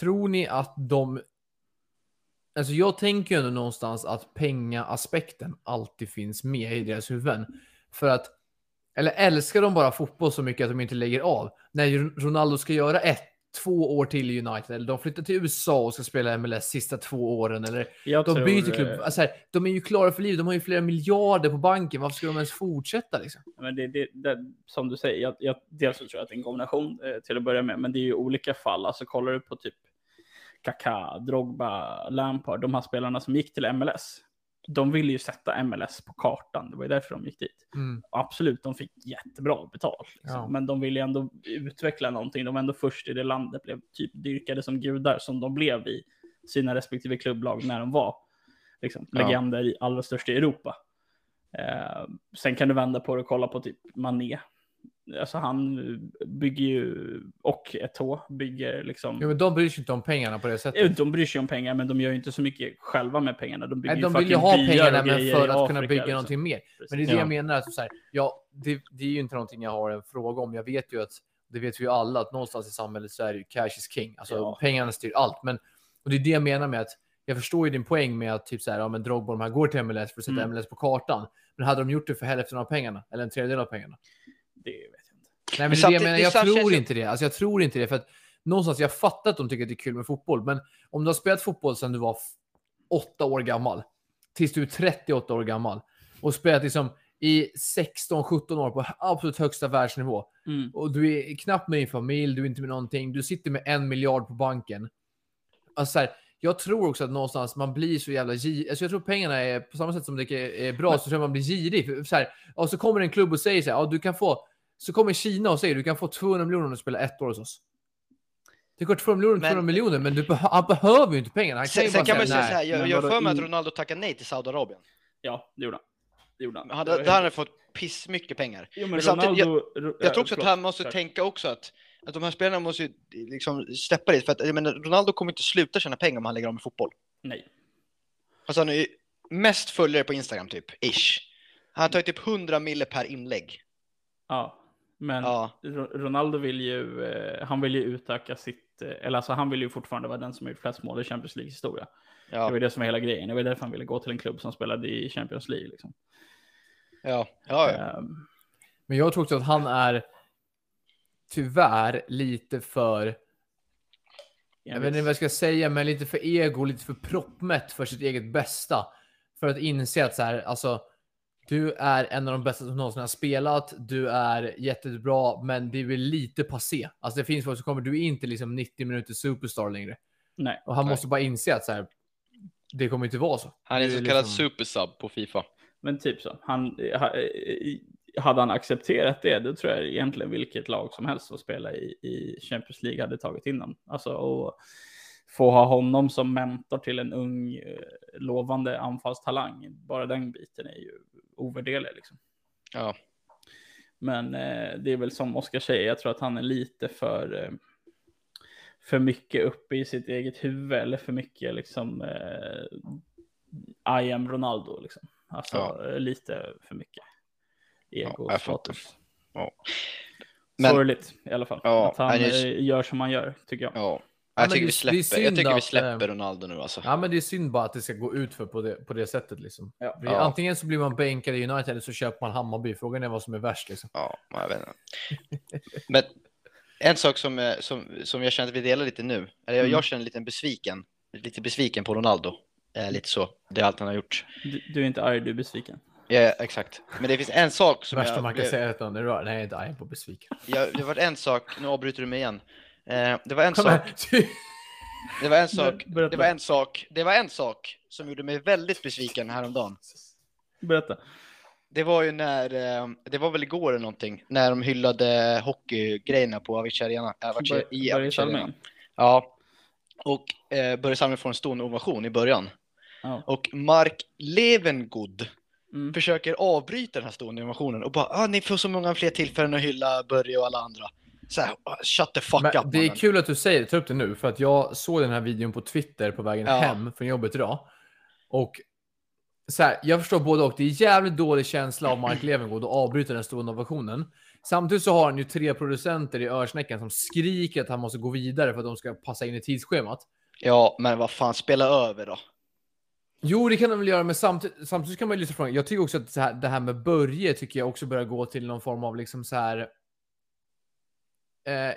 [SPEAKER 2] tror ni att de... Alltså jag tänker ju ändå någonstans att pengaaspekten alltid finns med i deras huvuden. För att, eller älskar de bara fotboll så mycket att de inte lägger av? När ju Ronaldo ska göra ett, två år till i United, eller de flyttar till USA och ska spela MLS sista två åren, eller
[SPEAKER 1] jag
[SPEAKER 2] de
[SPEAKER 1] tror,
[SPEAKER 2] byter klubb.
[SPEAKER 1] eh,
[SPEAKER 2] Alltså här, de är ju klara för liv. De har ju flera miljarder på banken. Varför ska de ens fortsätta? Liksom?
[SPEAKER 1] Men det, det, det, som du säger, jag, jag, dels så tror jag att det är en kombination eh, till att börja med, men det är ju olika fall. Alltså kollar du på typ Kaká, Drogba, Lampard, de här spelarna som gick till MLS. De ville ju sätta MLS på kartan, det var ju därför de gick dit.
[SPEAKER 2] Mm.
[SPEAKER 1] Absolut, de fick jättebra betalt, liksom.
[SPEAKER 2] Ja.
[SPEAKER 1] men de ville ju ändå utveckla någonting. De var ändå först i det landet, blev typ dyrkade som gudar som de blev i sina respektive klubblag när de var liksom,
[SPEAKER 3] Ja.
[SPEAKER 1] legender i allra största i Europa. Eh, sen kan du vända på det och kolla på typ Mané. Alltså han bygger ju, och Eto'o bygger liksom,
[SPEAKER 2] Jo, men de bryr sig inte om pengarna på det sättet.
[SPEAKER 1] Eh, de bryr sig om pengar men de gör ju inte så mycket själva med pengarna. De bygger ju
[SPEAKER 2] Nej, de vill ju
[SPEAKER 1] fucking
[SPEAKER 2] ha
[SPEAKER 1] byar
[SPEAKER 2] pengarna
[SPEAKER 1] och
[SPEAKER 2] men
[SPEAKER 1] grejer i
[SPEAKER 2] för att kunna
[SPEAKER 1] Afrika,
[SPEAKER 2] bygga
[SPEAKER 1] liksom.
[SPEAKER 2] någonting mer. Men det är det
[SPEAKER 1] Precis.
[SPEAKER 2] jag menar. Att så här, ja, det, det är ju inte någonting jag har en fråga om. Jag vet ju att, det vet vi ju alla, att någonstans i samhället så är det ju cash is king. Alltså
[SPEAKER 1] Ja.
[SPEAKER 2] pengarna styr allt. Men, och det är det jag menar med att jag förstår ju din poäng med att typ så här, ja, men Drogba och de här går till MLS för att sätta
[SPEAKER 1] Mm.
[SPEAKER 2] MLS på kartan. Men hade de gjort det för hälften av pengarna eller en tredjedel av pengarna?
[SPEAKER 1] Det vet jag inte.
[SPEAKER 2] Nej, men, det är
[SPEAKER 3] Men
[SPEAKER 2] det jag,
[SPEAKER 3] samtidigt-
[SPEAKER 2] menar,
[SPEAKER 3] det är
[SPEAKER 2] jag
[SPEAKER 3] samtidigt-
[SPEAKER 2] tror inte det. Alltså, jag tror inte det. För att någonstans, jag fattar att de tycker att det är kul med fotboll, men om du har spelat fotboll sedan du var f- åtta år gammal, tills du är 38 år gammal, och spelat liksom i 16-17 år på absolut högsta världsnivå,
[SPEAKER 1] Mm.
[SPEAKER 2] och du är knappt med din familj, du är inte med någonting, du sitter med en miljard på banken. Alltså, så här, jag tror också att någonstans man blir så jävla girig. Alltså, jag tror pengarna är på samma sätt som det är är bra så tror jag man blir girig. För, så här, och så kommer en klubb och säger så här, ja, du kan få, så kommer Kina och säger du kan få 200 miljoner om du spelar ett år hos oss. Det går 200 miljoner,
[SPEAKER 3] Men-
[SPEAKER 2] 200 miljoner, men du beh- han behöver ju inte pengarna. Han kan
[SPEAKER 3] Sen,
[SPEAKER 2] ju
[SPEAKER 3] sen
[SPEAKER 2] bara
[SPEAKER 3] kan man
[SPEAKER 2] säga,
[SPEAKER 3] ju säga
[SPEAKER 2] "Nej."
[SPEAKER 3] så här, jag,
[SPEAKER 1] men
[SPEAKER 3] jag
[SPEAKER 1] vadå,
[SPEAKER 3] för mig att
[SPEAKER 1] i-
[SPEAKER 3] Ronaldo tackade nej till Saudiarabien.
[SPEAKER 1] Ja, det gjorde han. Det gjorde han.
[SPEAKER 3] Han,
[SPEAKER 1] Det var
[SPEAKER 3] där hade han fått pissmycket pengar.
[SPEAKER 1] Jo, men
[SPEAKER 3] men samtidigt,
[SPEAKER 1] Ronaldo- Ro-
[SPEAKER 3] Jag
[SPEAKER 1] eh,
[SPEAKER 3] tror också att
[SPEAKER 1] förlåt.
[SPEAKER 3] han måste
[SPEAKER 1] Tack.
[SPEAKER 3] tänka också att, att de här spelarna måste ju liksom steppa dit. För att jag menar, Ronaldo kommer inte sluta tjäna pengar om han lägger om i fotboll.
[SPEAKER 1] Nej.
[SPEAKER 3] Alltså han är ju mest följare på Instagram typ, ish. Han tar ju typ 100 mille per inlägg.
[SPEAKER 1] Ja.
[SPEAKER 2] Mm.
[SPEAKER 1] Men
[SPEAKER 3] Ja,
[SPEAKER 1] Ro- Ronaldo vill ju, eh, han vill ju utöka sitt, eh, eller alltså han vill ju fortfarande vara den som har gjort flest mål i Champions League historia. Det var
[SPEAKER 3] ja,
[SPEAKER 1] ju det som var hela grejen. Det var därför han ville gå till en klubb som spelade i Champions League. Liksom.
[SPEAKER 3] ja, ja, ja.
[SPEAKER 1] Ehm,
[SPEAKER 2] Men jag tror också att han är tyvärr lite för, jag vet inte vad jag ska säga, men lite för ego, lite för proppmätt för sitt eget bästa. För att inse att så här, alltså, du är en av de bästa som någonsin har spelat, du är jättebra, men det är väl lite passé. Alltså det finns folk som kommer, du är inte liksom 90 minuter superstar längre.
[SPEAKER 1] Nej.
[SPEAKER 2] Och han
[SPEAKER 3] Nej.
[SPEAKER 2] måste bara inse att så här, det kommer inte vara så.
[SPEAKER 3] Han är en
[SPEAKER 2] Det
[SPEAKER 3] så
[SPEAKER 2] är
[SPEAKER 3] kallad
[SPEAKER 2] liksom-
[SPEAKER 3] supersub på Fifa.
[SPEAKER 1] Men typ så. Han, eh, ha- eh, hade han accepterat det, då tror jag egentligen vilket lag som helst som spelar i, i Champions League hade tagit in honom. Alltså och få ha honom som mentor till en ung eh, lovande anfallstalang. Bara den biten är ju ovärderlig liksom.
[SPEAKER 3] Ja.
[SPEAKER 1] Men eh, det är väl som Oskar säger, jag tror att han är lite för, eh, för mycket uppe i sitt eget huvud eller för mycket liksom eh, I am Ronaldo liksom. Alltså
[SPEAKER 3] Ja.
[SPEAKER 1] eh, lite för mycket ego
[SPEAKER 3] Ja, jag
[SPEAKER 1] och status.
[SPEAKER 3] fattar. Ja. Men-
[SPEAKER 1] Sorgligt i alla fall.
[SPEAKER 3] Ja,
[SPEAKER 1] att han
[SPEAKER 3] nej, det är-
[SPEAKER 1] eh, gör som han gör, tycker jag.
[SPEAKER 3] Ja.
[SPEAKER 2] men
[SPEAKER 3] Jag tycker
[SPEAKER 2] det-
[SPEAKER 3] vi
[SPEAKER 2] det är
[SPEAKER 3] släpper,
[SPEAKER 2] synd
[SPEAKER 3] jag tycker vi
[SPEAKER 2] att,
[SPEAKER 3] släpper
[SPEAKER 2] eh,
[SPEAKER 3] Ronaldo nu alltså.
[SPEAKER 2] Ja, men det är synd bara att det ska gå ut för på det, på det sättet liksom.
[SPEAKER 1] Ja.
[SPEAKER 2] Det är, Antingen så blir man bänkad i United eller så köper man Hammarby. Frågan är vad som är värst. Liksom.
[SPEAKER 3] Ja, jag vet inte. Men en sak som, eh, som, som jag känner att vi delar lite nu, eller jag,
[SPEAKER 1] Mm.
[SPEAKER 3] jag känner lite besviken, lite besviken på Ronaldo. Eh, lite så, det är allt han har gjort.
[SPEAKER 1] Du, du är inte arg, du är besviken.
[SPEAKER 3] Ja, exakt. Men det finns en sak som
[SPEAKER 2] Värsta
[SPEAKER 3] jag...
[SPEAKER 2] man kan
[SPEAKER 3] blev-
[SPEAKER 2] säga är att någon är rörd. Nej, inte arg på besviken.
[SPEAKER 3] jag, det var en sak, nu avbryter du mig igen. Eh, det var en
[SPEAKER 2] Kom
[SPEAKER 3] sak
[SPEAKER 2] här. Ty-
[SPEAKER 3] Det var en sak,
[SPEAKER 1] berätta.
[SPEAKER 3] det var en sak, det var en sak som gjorde mig väldigt besviken häromdagen.
[SPEAKER 1] Berätta.
[SPEAKER 3] Det var ju när, eh, det var väl igår eller någonting, när de hyllade hockeygrejerna på Avicii Arena. eh, Avicii,
[SPEAKER 1] Bör-
[SPEAKER 3] i
[SPEAKER 1] Börje
[SPEAKER 3] Avicii Arena.
[SPEAKER 1] Salming.
[SPEAKER 3] Ja. Och eh, Börje Salming får en stor ovation i början.
[SPEAKER 1] Ja.
[SPEAKER 3] Och Mark Levengood
[SPEAKER 1] Mm.
[SPEAKER 3] försöker avbryta den här stora ovationen och bara ah, ni får så många fler tillfällen att hylla Börje och alla andra. Så här, ah, shut the fuck
[SPEAKER 2] Men
[SPEAKER 3] up
[SPEAKER 2] det är
[SPEAKER 3] mannen.
[SPEAKER 2] kul att du säger det. Ta upp det nu. För att jag såg den här videon på Twitter på vägen
[SPEAKER 3] Ja.
[SPEAKER 2] hem från jobbet idag. Och så här, jag förstår både och. Det är jävligt dålig känsla av Mark Levengood att avbryta den stora innovationen. Samtidigt så har han ju tre producenter i örsnäckan som skriker att han måste gå vidare för att de ska passa in i tidsschemat.
[SPEAKER 3] Ja, men vad fan, spela över då.
[SPEAKER 2] Jo, det kan de väl göra, men samtidigt, samtidigt kan man ju lyfta frågan. Jag tycker också att så här, det här med Börje tycker jag också börjar gå till någon form av liksom så här. Eh,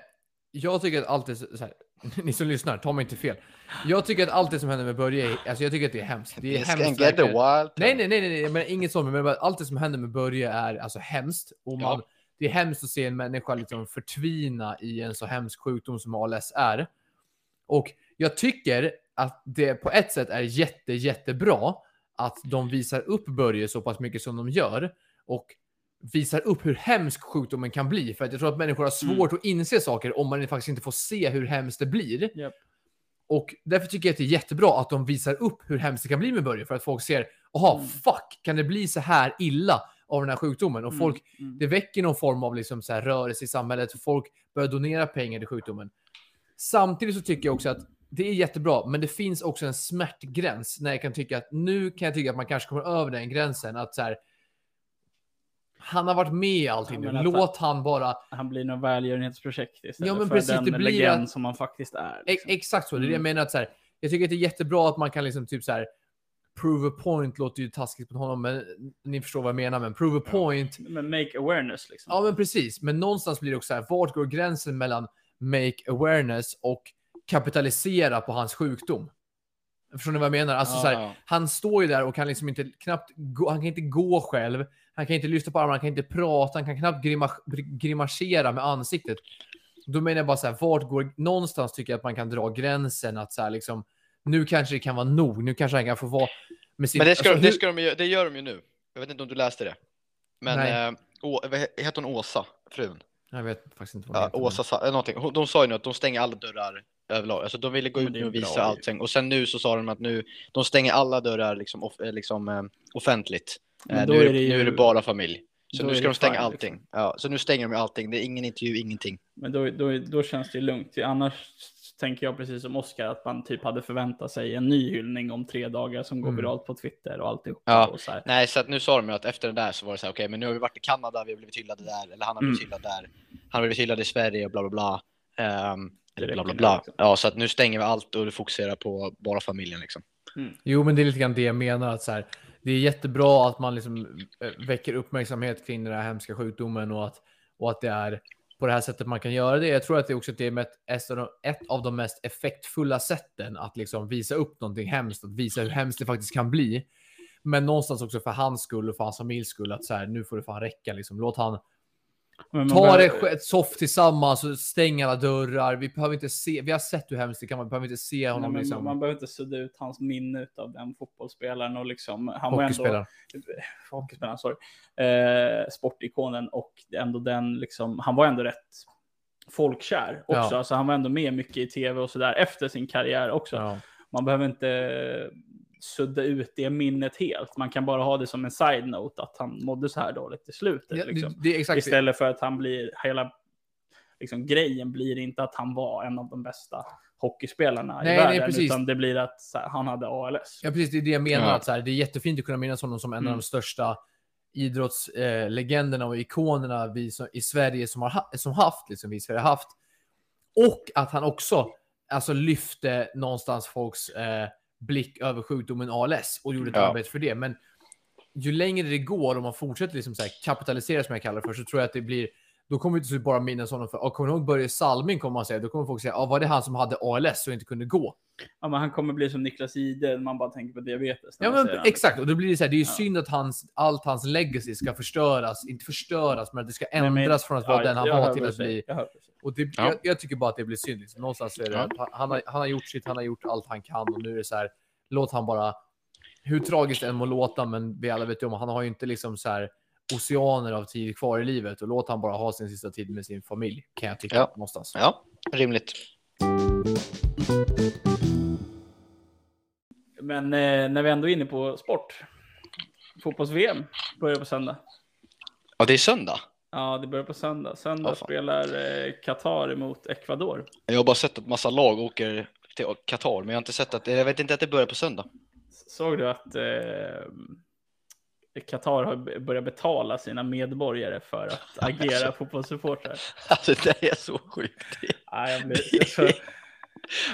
[SPEAKER 2] jag tycker att allt är så så här. Ni som lyssnar, ta mig inte fel. Jag tycker att allt det som händer med Börje, är- alltså jag tycker att det är hemskt. Det är
[SPEAKER 3] This can
[SPEAKER 2] hemskt.
[SPEAKER 3] get
[SPEAKER 2] verkligen.
[SPEAKER 3] wild.
[SPEAKER 2] Nej, nej, nej, nej, nej, men inget sånt. Men bara allt det som händer med Börje är alltså hemskt. Och man, Det är hemskt att se en människa liksom förtvina i en så hemsk sjukdom som ALS är. Och jag tycker att det på ett sätt är jätte, jättebra att de visar upp Börje så pass mycket som de gör och visar upp hur hemsk sjukdomen kan bli. För att jag tror att människor har
[SPEAKER 1] Mm.
[SPEAKER 2] svårt att inse saker om man faktiskt inte får se hur hemskt det blir.
[SPEAKER 1] Japp.
[SPEAKER 2] Och därför tycker jag att det är jättebra att de visar upp hur hemskt det kan bli med Börje för att folk ser, jaha,
[SPEAKER 1] Mm.
[SPEAKER 2] fuck, kan det bli så här illa av den här sjukdomen? Och
[SPEAKER 1] Mm,
[SPEAKER 2] folk,
[SPEAKER 1] mm.
[SPEAKER 2] det väcker någon form av liksom så här rörelse i samhället. för Folk börjar donera pengar till sjukdomen. Samtidigt så tycker jag också att det är jättebra, men det finns också en smärtgräns när jag kan tycka att nu kan jag tycka att man kanske kommer över den gränsen att så här. Han har varit med i allting
[SPEAKER 1] Ja, men
[SPEAKER 2] nu.
[SPEAKER 1] alltså- att-
[SPEAKER 2] Låt han E- bara
[SPEAKER 1] Han blir något välgörenhetsprojekt istället
[SPEAKER 2] Ja, men
[SPEAKER 1] för
[SPEAKER 2] precis,
[SPEAKER 1] den
[SPEAKER 2] det blir
[SPEAKER 1] legend
[SPEAKER 2] att-
[SPEAKER 1] som han faktiskt är.
[SPEAKER 2] E-
[SPEAKER 1] liksom.
[SPEAKER 2] Exakt så. Det är det jag
[SPEAKER 1] Mm.
[SPEAKER 2] menar. Att så här, jag tycker att det är jättebra att man kan liksom typ så här. Prove a point låter ju taskigt på honom, men ni förstår vad jag menar. Men prove a
[SPEAKER 3] Ja.
[SPEAKER 2] point.
[SPEAKER 1] Men make awareness liksom.
[SPEAKER 2] Ja, men precis. Men någonstans blir det också så här. Vart går gränsen mellan make awareness och kapitalisera på hans sjukdom? Förstår ni vad jag menar? Alltså,
[SPEAKER 3] Ja,
[SPEAKER 2] så här,
[SPEAKER 3] ja.
[SPEAKER 2] han står ju där och kan liksom inte knappt gå, han kan inte gå själv. Han kan inte lyfta på armarna, han kan inte prata, han kan knappt grima, grimasera med ansiktet. Då menar jag bara så här, vart går, någonstans tycker jag att man kan dra gränsen att så här liksom, nu kanske det kan vara nog, nu kanske han kan få vara med sin...
[SPEAKER 3] Men det, ska,
[SPEAKER 2] alltså,
[SPEAKER 3] det,
[SPEAKER 2] hur-
[SPEAKER 3] ska de, ju- det gör de ju nu. Jag vet inte om du läste det. Men
[SPEAKER 2] Nej.
[SPEAKER 3] eh, Å- vad he- heter hon Åsa, frun?
[SPEAKER 2] Jag vet faktiskt inte vad
[SPEAKER 3] Ja,
[SPEAKER 2] heter, men-
[SPEAKER 3] Åsa sa, eller någonting. Hon, de sa ju nu att de stänger alla dörrar överlag. Alltså de ville gå
[SPEAKER 1] Men
[SPEAKER 3] ut
[SPEAKER 1] det är
[SPEAKER 3] nu och
[SPEAKER 1] bra
[SPEAKER 3] visa
[SPEAKER 1] ju.
[SPEAKER 3] allting. Och sen nu så sa de att nu, de stänger alla dörrar liksom, off, eh, liksom eh, offentligt.
[SPEAKER 1] Men
[SPEAKER 3] Eh,
[SPEAKER 1] då
[SPEAKER 3] nu, är
[SPEAKER 1] är det ju-
[SPEAKER 3] nu är det bara familj. Så
[SPEAKER 1] då
[SPEAKER 3] nu
[SPEAKER 1] är
[SPEAKER 3] ska
[SPEAKER 1] det
[SPEAKER 3] de stänga
[SPEAKER 1] fine, liksom.
[SPEAKER 3] allting. Ja, så nu stänger de allting. Det är ingen intervju, ingenting.
[SPEAKER 1] Men då, då, då känns det ju lugnt. Annars tänker jag precis som Oskar, att man typ hade förväntat sig en ny hyllning om tre dagar som går
[SPEAKER 2] Mm.
[SPEAKER 1] viralt på Twitter och alltihop.
[SPEAKER 3] Ja.
[SPEAKER 1] Och så här.
[SPEAKER 3] Nej, så att nu sa de ju att efter det där så var det så här, okej, men nu har vi varit i Kanada, vi har blivit hyllade där, eller han har blivit hyllad där, han har blivit hyllad i Sverige och bla bla bla. Ehm, eller
[SPEAKER 1] Det
[SPEAKER 3] bla bla
[SPEAKER 1] räcker nu,
[SPEAKER 3] bla.
[SPEAKER 1] liksom.
[SPEAKER 3] Ja, så att nu stänger vi allt och fokuserar på bara familjen liksom.
[SPEAKER 2] Jo, men det är lite grann det jag menar. Att så här, det är jättebra att man liksom eh, väcker uppmärksamhet kring den här hemska sjukdomen och att, och att det är på det här sättet man kan göra det. Jag tror att det är också att det är med ett, av de- ett av de mest effektfulla sätten att liksom visa upp någonting hemskt, att visa hur hemskt det faktiskt kan bli. Men någonstans också för hans skull och för hans familjs skull att så här, nu får det fan räcka. Liksom. Låt han
[SPEAKER 1] Men man
[SPEAKER 2] ta det
[SPEAKER 1] behöver-
[SPEAKER 2] sk- ett soft tillsammans och stäng alla dörrar. Vi behöver inte se. Vi har sett hur hemskt det kan vara. Vi behöver inte se
[SPEAKER 1] Nej,
[SPEAKER 2] honom
[SPEAKER 1] men
[SPEAKER 2] liksom.
[SPEAKER 1] Man behöver inte sudda ut hans minne av den fotbollsspelaren och liksom, han var ändå,
[SPEAKER 2] hockeyspelare.
[SPEAKER 1] hockeyspelaren, sorry, eh, sportikonen och ändå den, liksom, han var ändå rätt folkkär också,
[SPEAKER 2] Ja.
[SPEAKER 1] alltså han var ändå med mycket i tv och sådär efter sin karriär också.
[SPEAKER 2] Ja.
[SPEAKER 1] Man behöver inte sudda ut det minnet helt, man kan bara ha det som en side-note att han mådde så här dåligt i slutet.
[SPEAKER 2] Ja,
[SPEAKER 1] liksom.
[SPEAKER 2] det, det är exakt det.
[SPEAKER 1] Istället för att han blir, hela liksom, grejen blir inte att han var en av de bästa hockeyspelarna
[SPEAKER 2] Nej,
[SPEAKER 1] i
[SPEAKER 2] nej,
[SPEAKER 1] världen,
[SPEAKER 2] precis.
[SPEAKER 1] utan det blir att så här, han hade ALS.
[SPEAKER 2] Ja, precis. Det är det jag menar.
[SPEAKER 3] Ja.
[SPEAKER 2] Att så här, det är jättefint att kunna minnas honom som en av
[SPEAKER 1] Mm.
[SPEAKER 2] de största idrottslegenderna eh, legenderna och ikonerna vi som, i Sverige som har ha, som haft, liksom, vi i Sverige har haft. Och att han också alltså, lyfte någonstans folks eh, blick över sjukdomen ALS och gjorde ett
[SPEAKER 3] Ja.
[SPEAKER 2] arbete för det. Men ju längre det går, om man fortsätter liksom så här, kapitalisera som jag kallar det för, så tror jag att det blir då kommer vi inte så bara minnas honom för, "Ah, kommer du ihåg Börje Salming kommer man säga, då kommer folk säga, ah, var det han som hade ALS och inte kunde gå?
[SPEAKER 1] Ja, men han kommer bli som Niklas Jihde, man bara tänker på diabetes. när
[SPEAKER 2] Ja,
[SPEAKER 1] man
[SPEAKER 2] men
[SPEAKER 1] säger han.
[SPEAKER 2] exakt. Och då blir det så här, det är ju
[SPEAKER 1] Ja.
[SPEAKER 2] synd att hans, allt hans legacy ska förstöras, inte förstöras, men att det ska
[SPEAKER 1] Nej,
[SPEAKER 2] ändras
[SPEAKER 1] men-
[SPEAKER 2] från att vara
[SPEAKER 1] Ja,
[SPEAKER 2] den han
[SPEAKER 1] jag hör
[SPEAKER 2] var till
[SPEAKER 1] vad
[SPEAKER 2] att
[SPEAKER 1] du säger,
[SPEAKER 2] bli.
[SPEAKER 1] jag hör vad du säger.
[SPEAKER 2] Och det,
[SPEAKER 3] Ja.
[SPEAKER 2] jag, jag tycker bara att det blir synd. Liksom. Någonstans så är det
[SPEAKER 3] Ja.
[SPEAKER 2] att han- han, har, han har gjort sitt, han har gjort allt han kan och nu är det så här, låt han bara, hur tragiskt det än må låta, men vi alla vet ju om, han har ju inte liksom så här oceaner av tid kvar i livet och låt han bara ha sin sista tid med sin familj, kan jag tycka
[SPEAKER 3] Ja.
[SPEAKER 2] någonstans.
[SPEAKER 3] Ja, rimligt.
[SPEAKER 1] Men eh, när vi ändå är inne på sport. Fotbolls-VM börjar på söndag.
[SPEAKER 3] Ja, det är söndag.
[SPEAKER 1] Ja, det börjar på söndag. Söndag
[SPEAKER 3] Åh, fan.
[SPEAKER 1] spelar eh, Qatar emot Ecuador.
[SPEAKER 3] Jag har bara sett att massa lag åker till Qatar, men jag har inte sett att, jag vet inte att det börjar på söndag.
[SPEAKER 1] Såg du att eh, Qatar har b- börjat betala sina medborgare för att agera fotbollssupportrar?
[SPEAKER 3] Alltså det där är så sjukt.
[SPEAKER 1] Ah, jag blir, jag tror,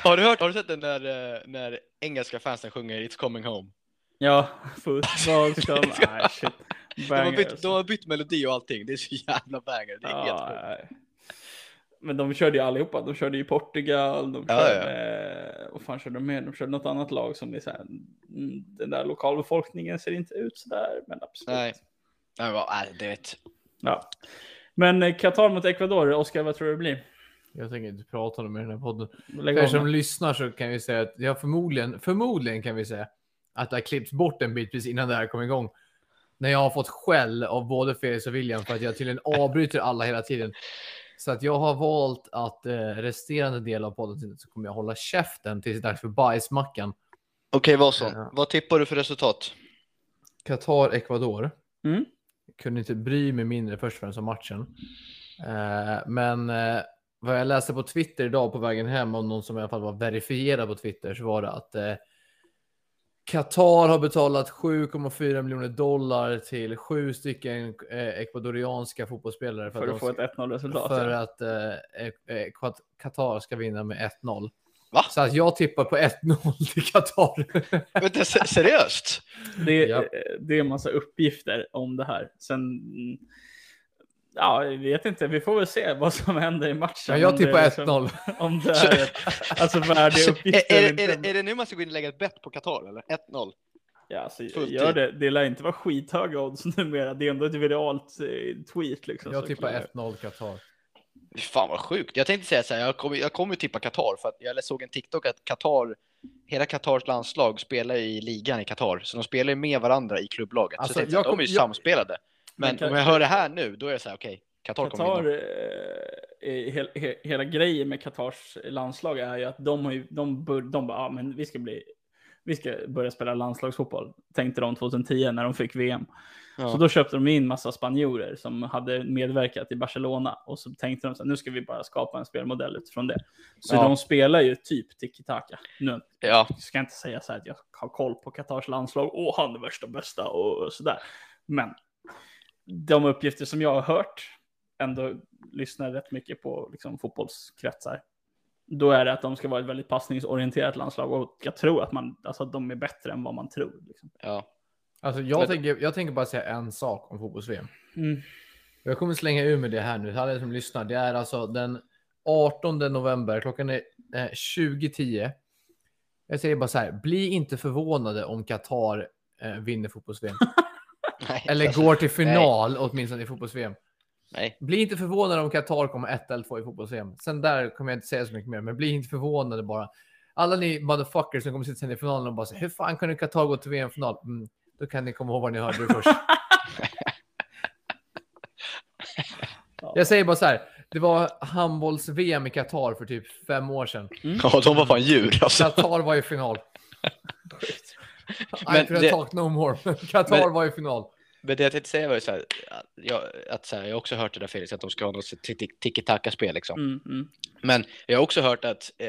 [SPEAKER 3] Har du hört, har du sett den där, eh, när engelska fansen sjunger It's coming home?
[SPEAKER 1] ja, fotboll som... Nej, shit.
[SPEAKER 3] De har,
[SPEAKER 1] Banger,
[SPEAKER 3] bytt,
[SPEAKER 1] alltså.
[SPEAKER 3] de har bytt melodi och allting, det är så jävla banger. Det är helt
[SPEAKER 1] ja,
[SPEAKER 3] sjukt.
[SPEAKER 1] nej. Men de körde ju allihopa. De körde ju Portugal, de
[SPEAKER 3] Ja,
[SPEAKER 1] körde... Vad fan körde de med? De körde något annat lag som är så här... mm, Den där lokalbefolkningen ser inte ut så där, men absolut.
[SPEAKER 3] Nej. Nej, men, vad- nej, det är ett...
[SPEAKER 1] Ja. Men eh, Qatar mot Ecuador, Oskar, vad tror du det blir?
[SPEAKER 2] Jag tänker inte prata om det i den här podden.
[SPEAKER 1] Lägg
[SPEAKER 2] För er
[SPEAKER 1] av
[SPEAKER 2] som
[SPEAKER 1] nu.
[SPEAKER 2] lyssnar så kan vi säga att jag förmodligen, förmodligen kan vi säga att det har klippts bort en bit precis innan det här kom igång. När jag har fått skäll av både Felix och William för att jag tydligen avbryter alla hela tiden. Så att jag har valt att eh, resterande del av podden så kommer jag hålla käften tills det är dags för bajsmackan.
[SPEAKER 3] Okej, Vason.
[SPEAKER 2] Ja.
[SPEAKER 3] Vad tippar du för resultat?
[SPEAKER 2] Qatar, Ecuador.
[SPEAKER 1] Mm.
[SPEAKER 2] Kunde inte bry mig mindre först och främst om matchen. Eh, men eh, vad jag läste på Twitter idag på vägen hem om någon som i alla fall var verifierad på Twitter så var det att eh, Qatar har betalat 7,4 miljoner dollar till sju stycken eh, ecuadorianska fotbollsspelare
[SPEAKER 1] För
[SPEAKER 2] de
[SPEAKER 1] att få ett
[SPEAKER 2] ska-
[SPEAKER 1] 1-0-resultat.
[SPEAKER 2] för
[SPEAKER 1] ja.
[SPEAKER 2] att eh, eh, Qat- Qatar ska vinna med 1-0.
[SPEAKER 3] Va?
[SPEAKER 2] Så att jag tippar på 1-0 till Qatar.
[SPEAKER 3] Vänta, se- seriöst?
[SPEAKER 1] Det,
[SPEAKER 2] Ja.
[SPEAKER 1] eh, det är en massa uppgifter om det här. Sen, mm, ja, jag vet inte. Vi får väl se vad som händer i matchen.
[SPEAKER 2] Men jag typ
[SPEAKER 1] Om det
[SPEAKER 2] tippar
[SPEAKER 1] är liksom-
[SPEAKER 2] 1-0.
[SPEAKER 1] Om det är ett, alltså värdiga
[SPEAKER 3] Alltså,
[SPEAKER 1] uppgifter.
[SPEAKER 3] är,
[SPEAKER 1] eller
[SPEAKER 3] är, det-
[SPEAKER 1] inte.
[SPEAKER 3] är, det- är det nu man ska gå in och lägga ett bett på Qatar eller? 1-0?
[SPEAKER 1] ja, alltså,
[SPEAKER 3] fullt
[SPEAKER 1] gör
[SPEAKER 3] ut?
[SPEAKER 1] det. Det lär inte vara skithöga odds numera. Det är ändå ett viralt eh, tweet. Liksom,
[SPEAKER 2] jag
[SPEAKER 1] så
[SPEAKER 2] tippar
[SPEAKER 1] klart.
[SPEAKER 2] 1-0 Qatar.
[SPEAKER 3] Fy Fan vad sjukt. Jag tänkte säga så här, jag kommer jag kommer ju tippa Qatar för att jag såg en TikTok att Qatar, hela Qatars landslag spelar i ligan i Qatar, så de spelar ju med varandra i klubblaget.
[SPEAKER 2] Alltså,
[SPEAKER 3] så jag tänkte,
[SPEAKER 2] jag
[SPEAKER 3] jag de är ju
[SPEAKER 2] kom- jag-
[SPEAKER 3] samspelade. Men
[SPEAKER 1] Men Ka-
[SPEAKER 3] om jag hör det här nu, då är det så här, okej, Qatar kommer
[SPEAKER 1] Qatar,
[SPEAKER 3] vinna.
[SPEAKER 1] eh, är- he, he, hela grejen med Qatars landslag är ju att de har ju, de, bör, de bara, ah, men vi ska bli, vi ska börja spela landslagsfotboll, tänkte de 2010 när de fick VM.
[SPEAKER 3] Ja.
[SPEAKER 1] Så då köpte de in massa spanjorer som hade medverkat i Barcelona och så tänkte de så här, nu ska vi bara skapa en spelmodell utifrån det. Så
[SPEAKER 3] Ja.
[SPEAKER 1] de spelar ju typ tiki-taka. Nu
[SPEAKER 3] Ja,
[SPEAKER 1] ska jag inte säga så här att jag har koll på Katars landslag och han är värsta bästa och sådär. Men de uppgifter som jag har hört, ändå lyssnar rätt mycket på liksom, fotbollskretsar, då är det att de ska vara ett väldigt passningsorienterat landslag och jag tror att man, alltså, att de är bättre än vad man tror. Liksom.
[SPEAKER 3] ja.
[SPEAKER 2] Alltså, jag,
[SPEAKER 3] Men-
[SPEAKER 2] tänker, jag tänker bara säga en sak om fotbolls-VM.
[SPEAKER 1] Mm.
[SPEAKER 2] Jag kommer slänga ur med det här nu. Alla som lyssnar, det är alltså den 18 november. Klockan är eh, 20.10. Jag säger bara så här, bli inte förvånade om Qatar eh, vinner fotbolls-VM.
[SPEAKER 3] Nej,
[SPEAKER 2] Eller
[SPEAKER 3] alltså,
[SPEAKER 2] går till final åtminstone i fotbolls-VM.
[SPEAKER 3] Nej.
[SPEAKER 2] Bli inte förvånade om Qatar kommer ett eller två i fotbolls-VM. Sen där kommer jag inte säga så mycket mer, men bli inte förvånade bara. Alla ni motherfuckers som kommer sitta sen i finalen och bara säga hur fan kunde Qatar gå till VM-final? Mm, då kan ni komma ihåg vad ni hörde först.
[SPEAKER 1] Ja.
[SPEAKER 2] jag säger bara så här, det var handbolls-VM i Qatar för typ fem år sedan.
[SPEAKER 3] Ja, de var fan djur alltså.
[SPEAKER 2] Qatar var i final. I
[SPEAKER 3] Men
[SPEAKER 2] could have
[SPEAKER 3] det-
[SPEAKER 2] talked no more. men Qatar
[SPEAKER 3] Men-
[SPEAKER 2] var i final.
[SPEAKER 3] Men det jag tänkte säga var ju så här, att jag, att så här, jag har också hört det där Felix, att de ska ha något tiki-taka-spel liksom.
[SPEAKER 1] Mm, mm.
[SPEAKER 3] Men jag har också hört att eh,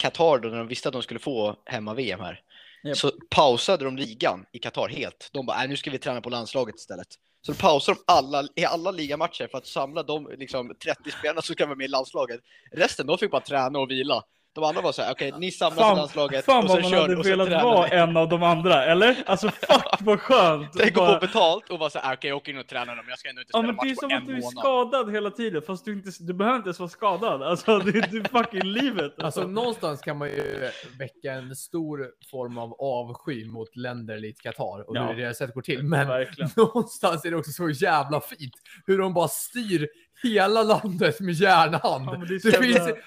[SPEAKER 3] Qatar, då när de visste att de skulle få hemma-VM här,
[SPEAKER 1] Japp.
[SPEAKER 3] så pausade de ligan i Qatar helt. De bara, "Nej, nu ska vi träna på landslaget istället. Så då pausade de alla, i alla ligamatcher för att samla de liksom, 30 spelarna som ska vara med i landslaget. Resten, de fick bara träna och vila. De andra var så här, okej, ni samlas i landslaget
[SPEAKER 1] fan
[SPEAKER 3] och
[SPEAKER 1] vad
[SPEAKER 3] sen
[SPEAKER 1] man
[SPEAKER 3] kör ni
[SPEAKER 1] hade
[SPEAKER 3] och sen
[SPEAKER 1] velat
[SPEAKER 3] tränar
[SPEAKER 1] vara
[SPEAKER 3] ni.
[SPEAKER 1] en av de andra, eller? Alltså fuck vad skönt!
[SPEAKER 3] Tänk att
[SPEAKER 1] Bara-
[SPEAKER 3] få betalt och vara så här, okej, jag åker in och tränar dem, jag ska ändå inte
[SPEAKER 1] Ja
[SPEAKER 3] spela
[SPEAKER 1] men det är
[SPEAKER 3] match på
[SPEAKER 1] som att
[SPEAKER 3] en
[SPEAKER 1] du är
[SPEAKER 3] månad.
[SPEAKER 1] skadad hela tiden fast du, inte, du behöver inte ens vara skadad. Alltså det, det är fucking livet.
[SPEAKER 2] Alltså någonstans kan man ju väcka en stor form av avsky mot länder likt Qatar och
[SPEAKER 1] Ja.
[SPEAKER 2] hur deras sätt går till. Men
[SPEAKER 1] Verkligen.
[SPEAKER 2] någonstans är det också så jävla fint hur de bara styr hela landet med järnhand.
[SPEAKER 1] Ja, men det är så
[SPEAKER 2] det,
[SPEAKER 1] jävla-
[SPEAKER 2] finns,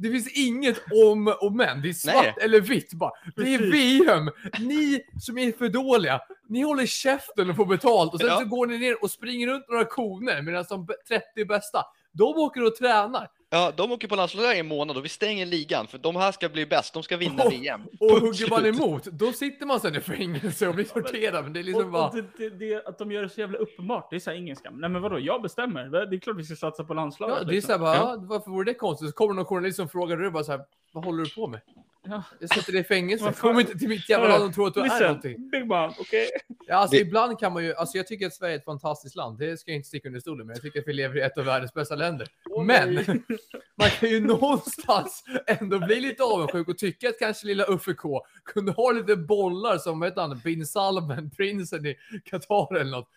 [SPEAKER 2] det finns inget om och men. Det är svart
[SPEAKER 3] Nej.
[SPEAKER 2] eller vitt bara. Det är
[SPEAKER 1] Precis.
[SPEAKER 2] VM. Ni som är för dåliga, ni håller käften och får betalt och sen
[SPEAKER 3] Ja.
[SPEAKER 2] så går ni ner och springer runt några koner medan de b- 30 bästa, de åker och tränar
[SPEAKER 3] Ja, de åker på landslaget i en månad och vi stänger ligan för de här ska bli bäst, de ska vinna
[SPEAKER 2] Oh.
[SPEAKER 3] VM.
[SPEAKER 2] och
[SPEAKER 3] Punkt
[SPEAKER 2] hugger man
[SPEAKER 3] slut.
[SPEAKER 2] emot, då sitter man sen i fängelse och blir torterad. Men det är
[SPEAKER 1] Och,
[SPEAKER 2] liksom
[SPEAKER 1] och
[SPEAKER 2] bara...
[SPEAKER 1] det, det, det, att de gör det så jävla uppenbart, det är så här ingen skam. Nej men vadå, jag bestämmer. Det är klart vi ska satsa på landslaget.
[SPEAKER 2] Ja, det är
[SPEAKER 1] liksom.
[SPEAKER 2] så här bara,
[SPEAKER 3] Ja.
[SPEAKER 2] ja. varför vore det konstigt? Så kommer någon journalist som frågar och du bara så här, vad håller du på med?
[SPEAKER 1] Ja.
[SPEAKER 2] Jag sätter dig i fängelse.
[SPEAKER 1] Vad
[SPEAKER 2] Kom
[SPEAKER 1] fan?
[SPEAKER 2] inte till mitt jävla land och tro att du är någonting.
[SPEAKER 1] Listen, big man, okej?
[SPEAKER 2] Ja, alltså,
[SPEAKER 3] Det-
[SPEAKER 2] Ibland kan man ju, alltså jag tycker att Sverige är ett fantastiskt land. Det ska jag inte sticka under stolen med. Jag tycker att vi lever i ett av världens bästa länder.
[SPEAKER 1] Åh,
[SPEAKER 2] Men
[SPEAKER 1] nej.
[SPEAKER 2] man kan ju någonstans ändå bli lite avundsjuk och tycka att kanske lilla Uffe K kunde ha lite bollar som vad heter han, bin Salman, prinsen i Qatar eller något.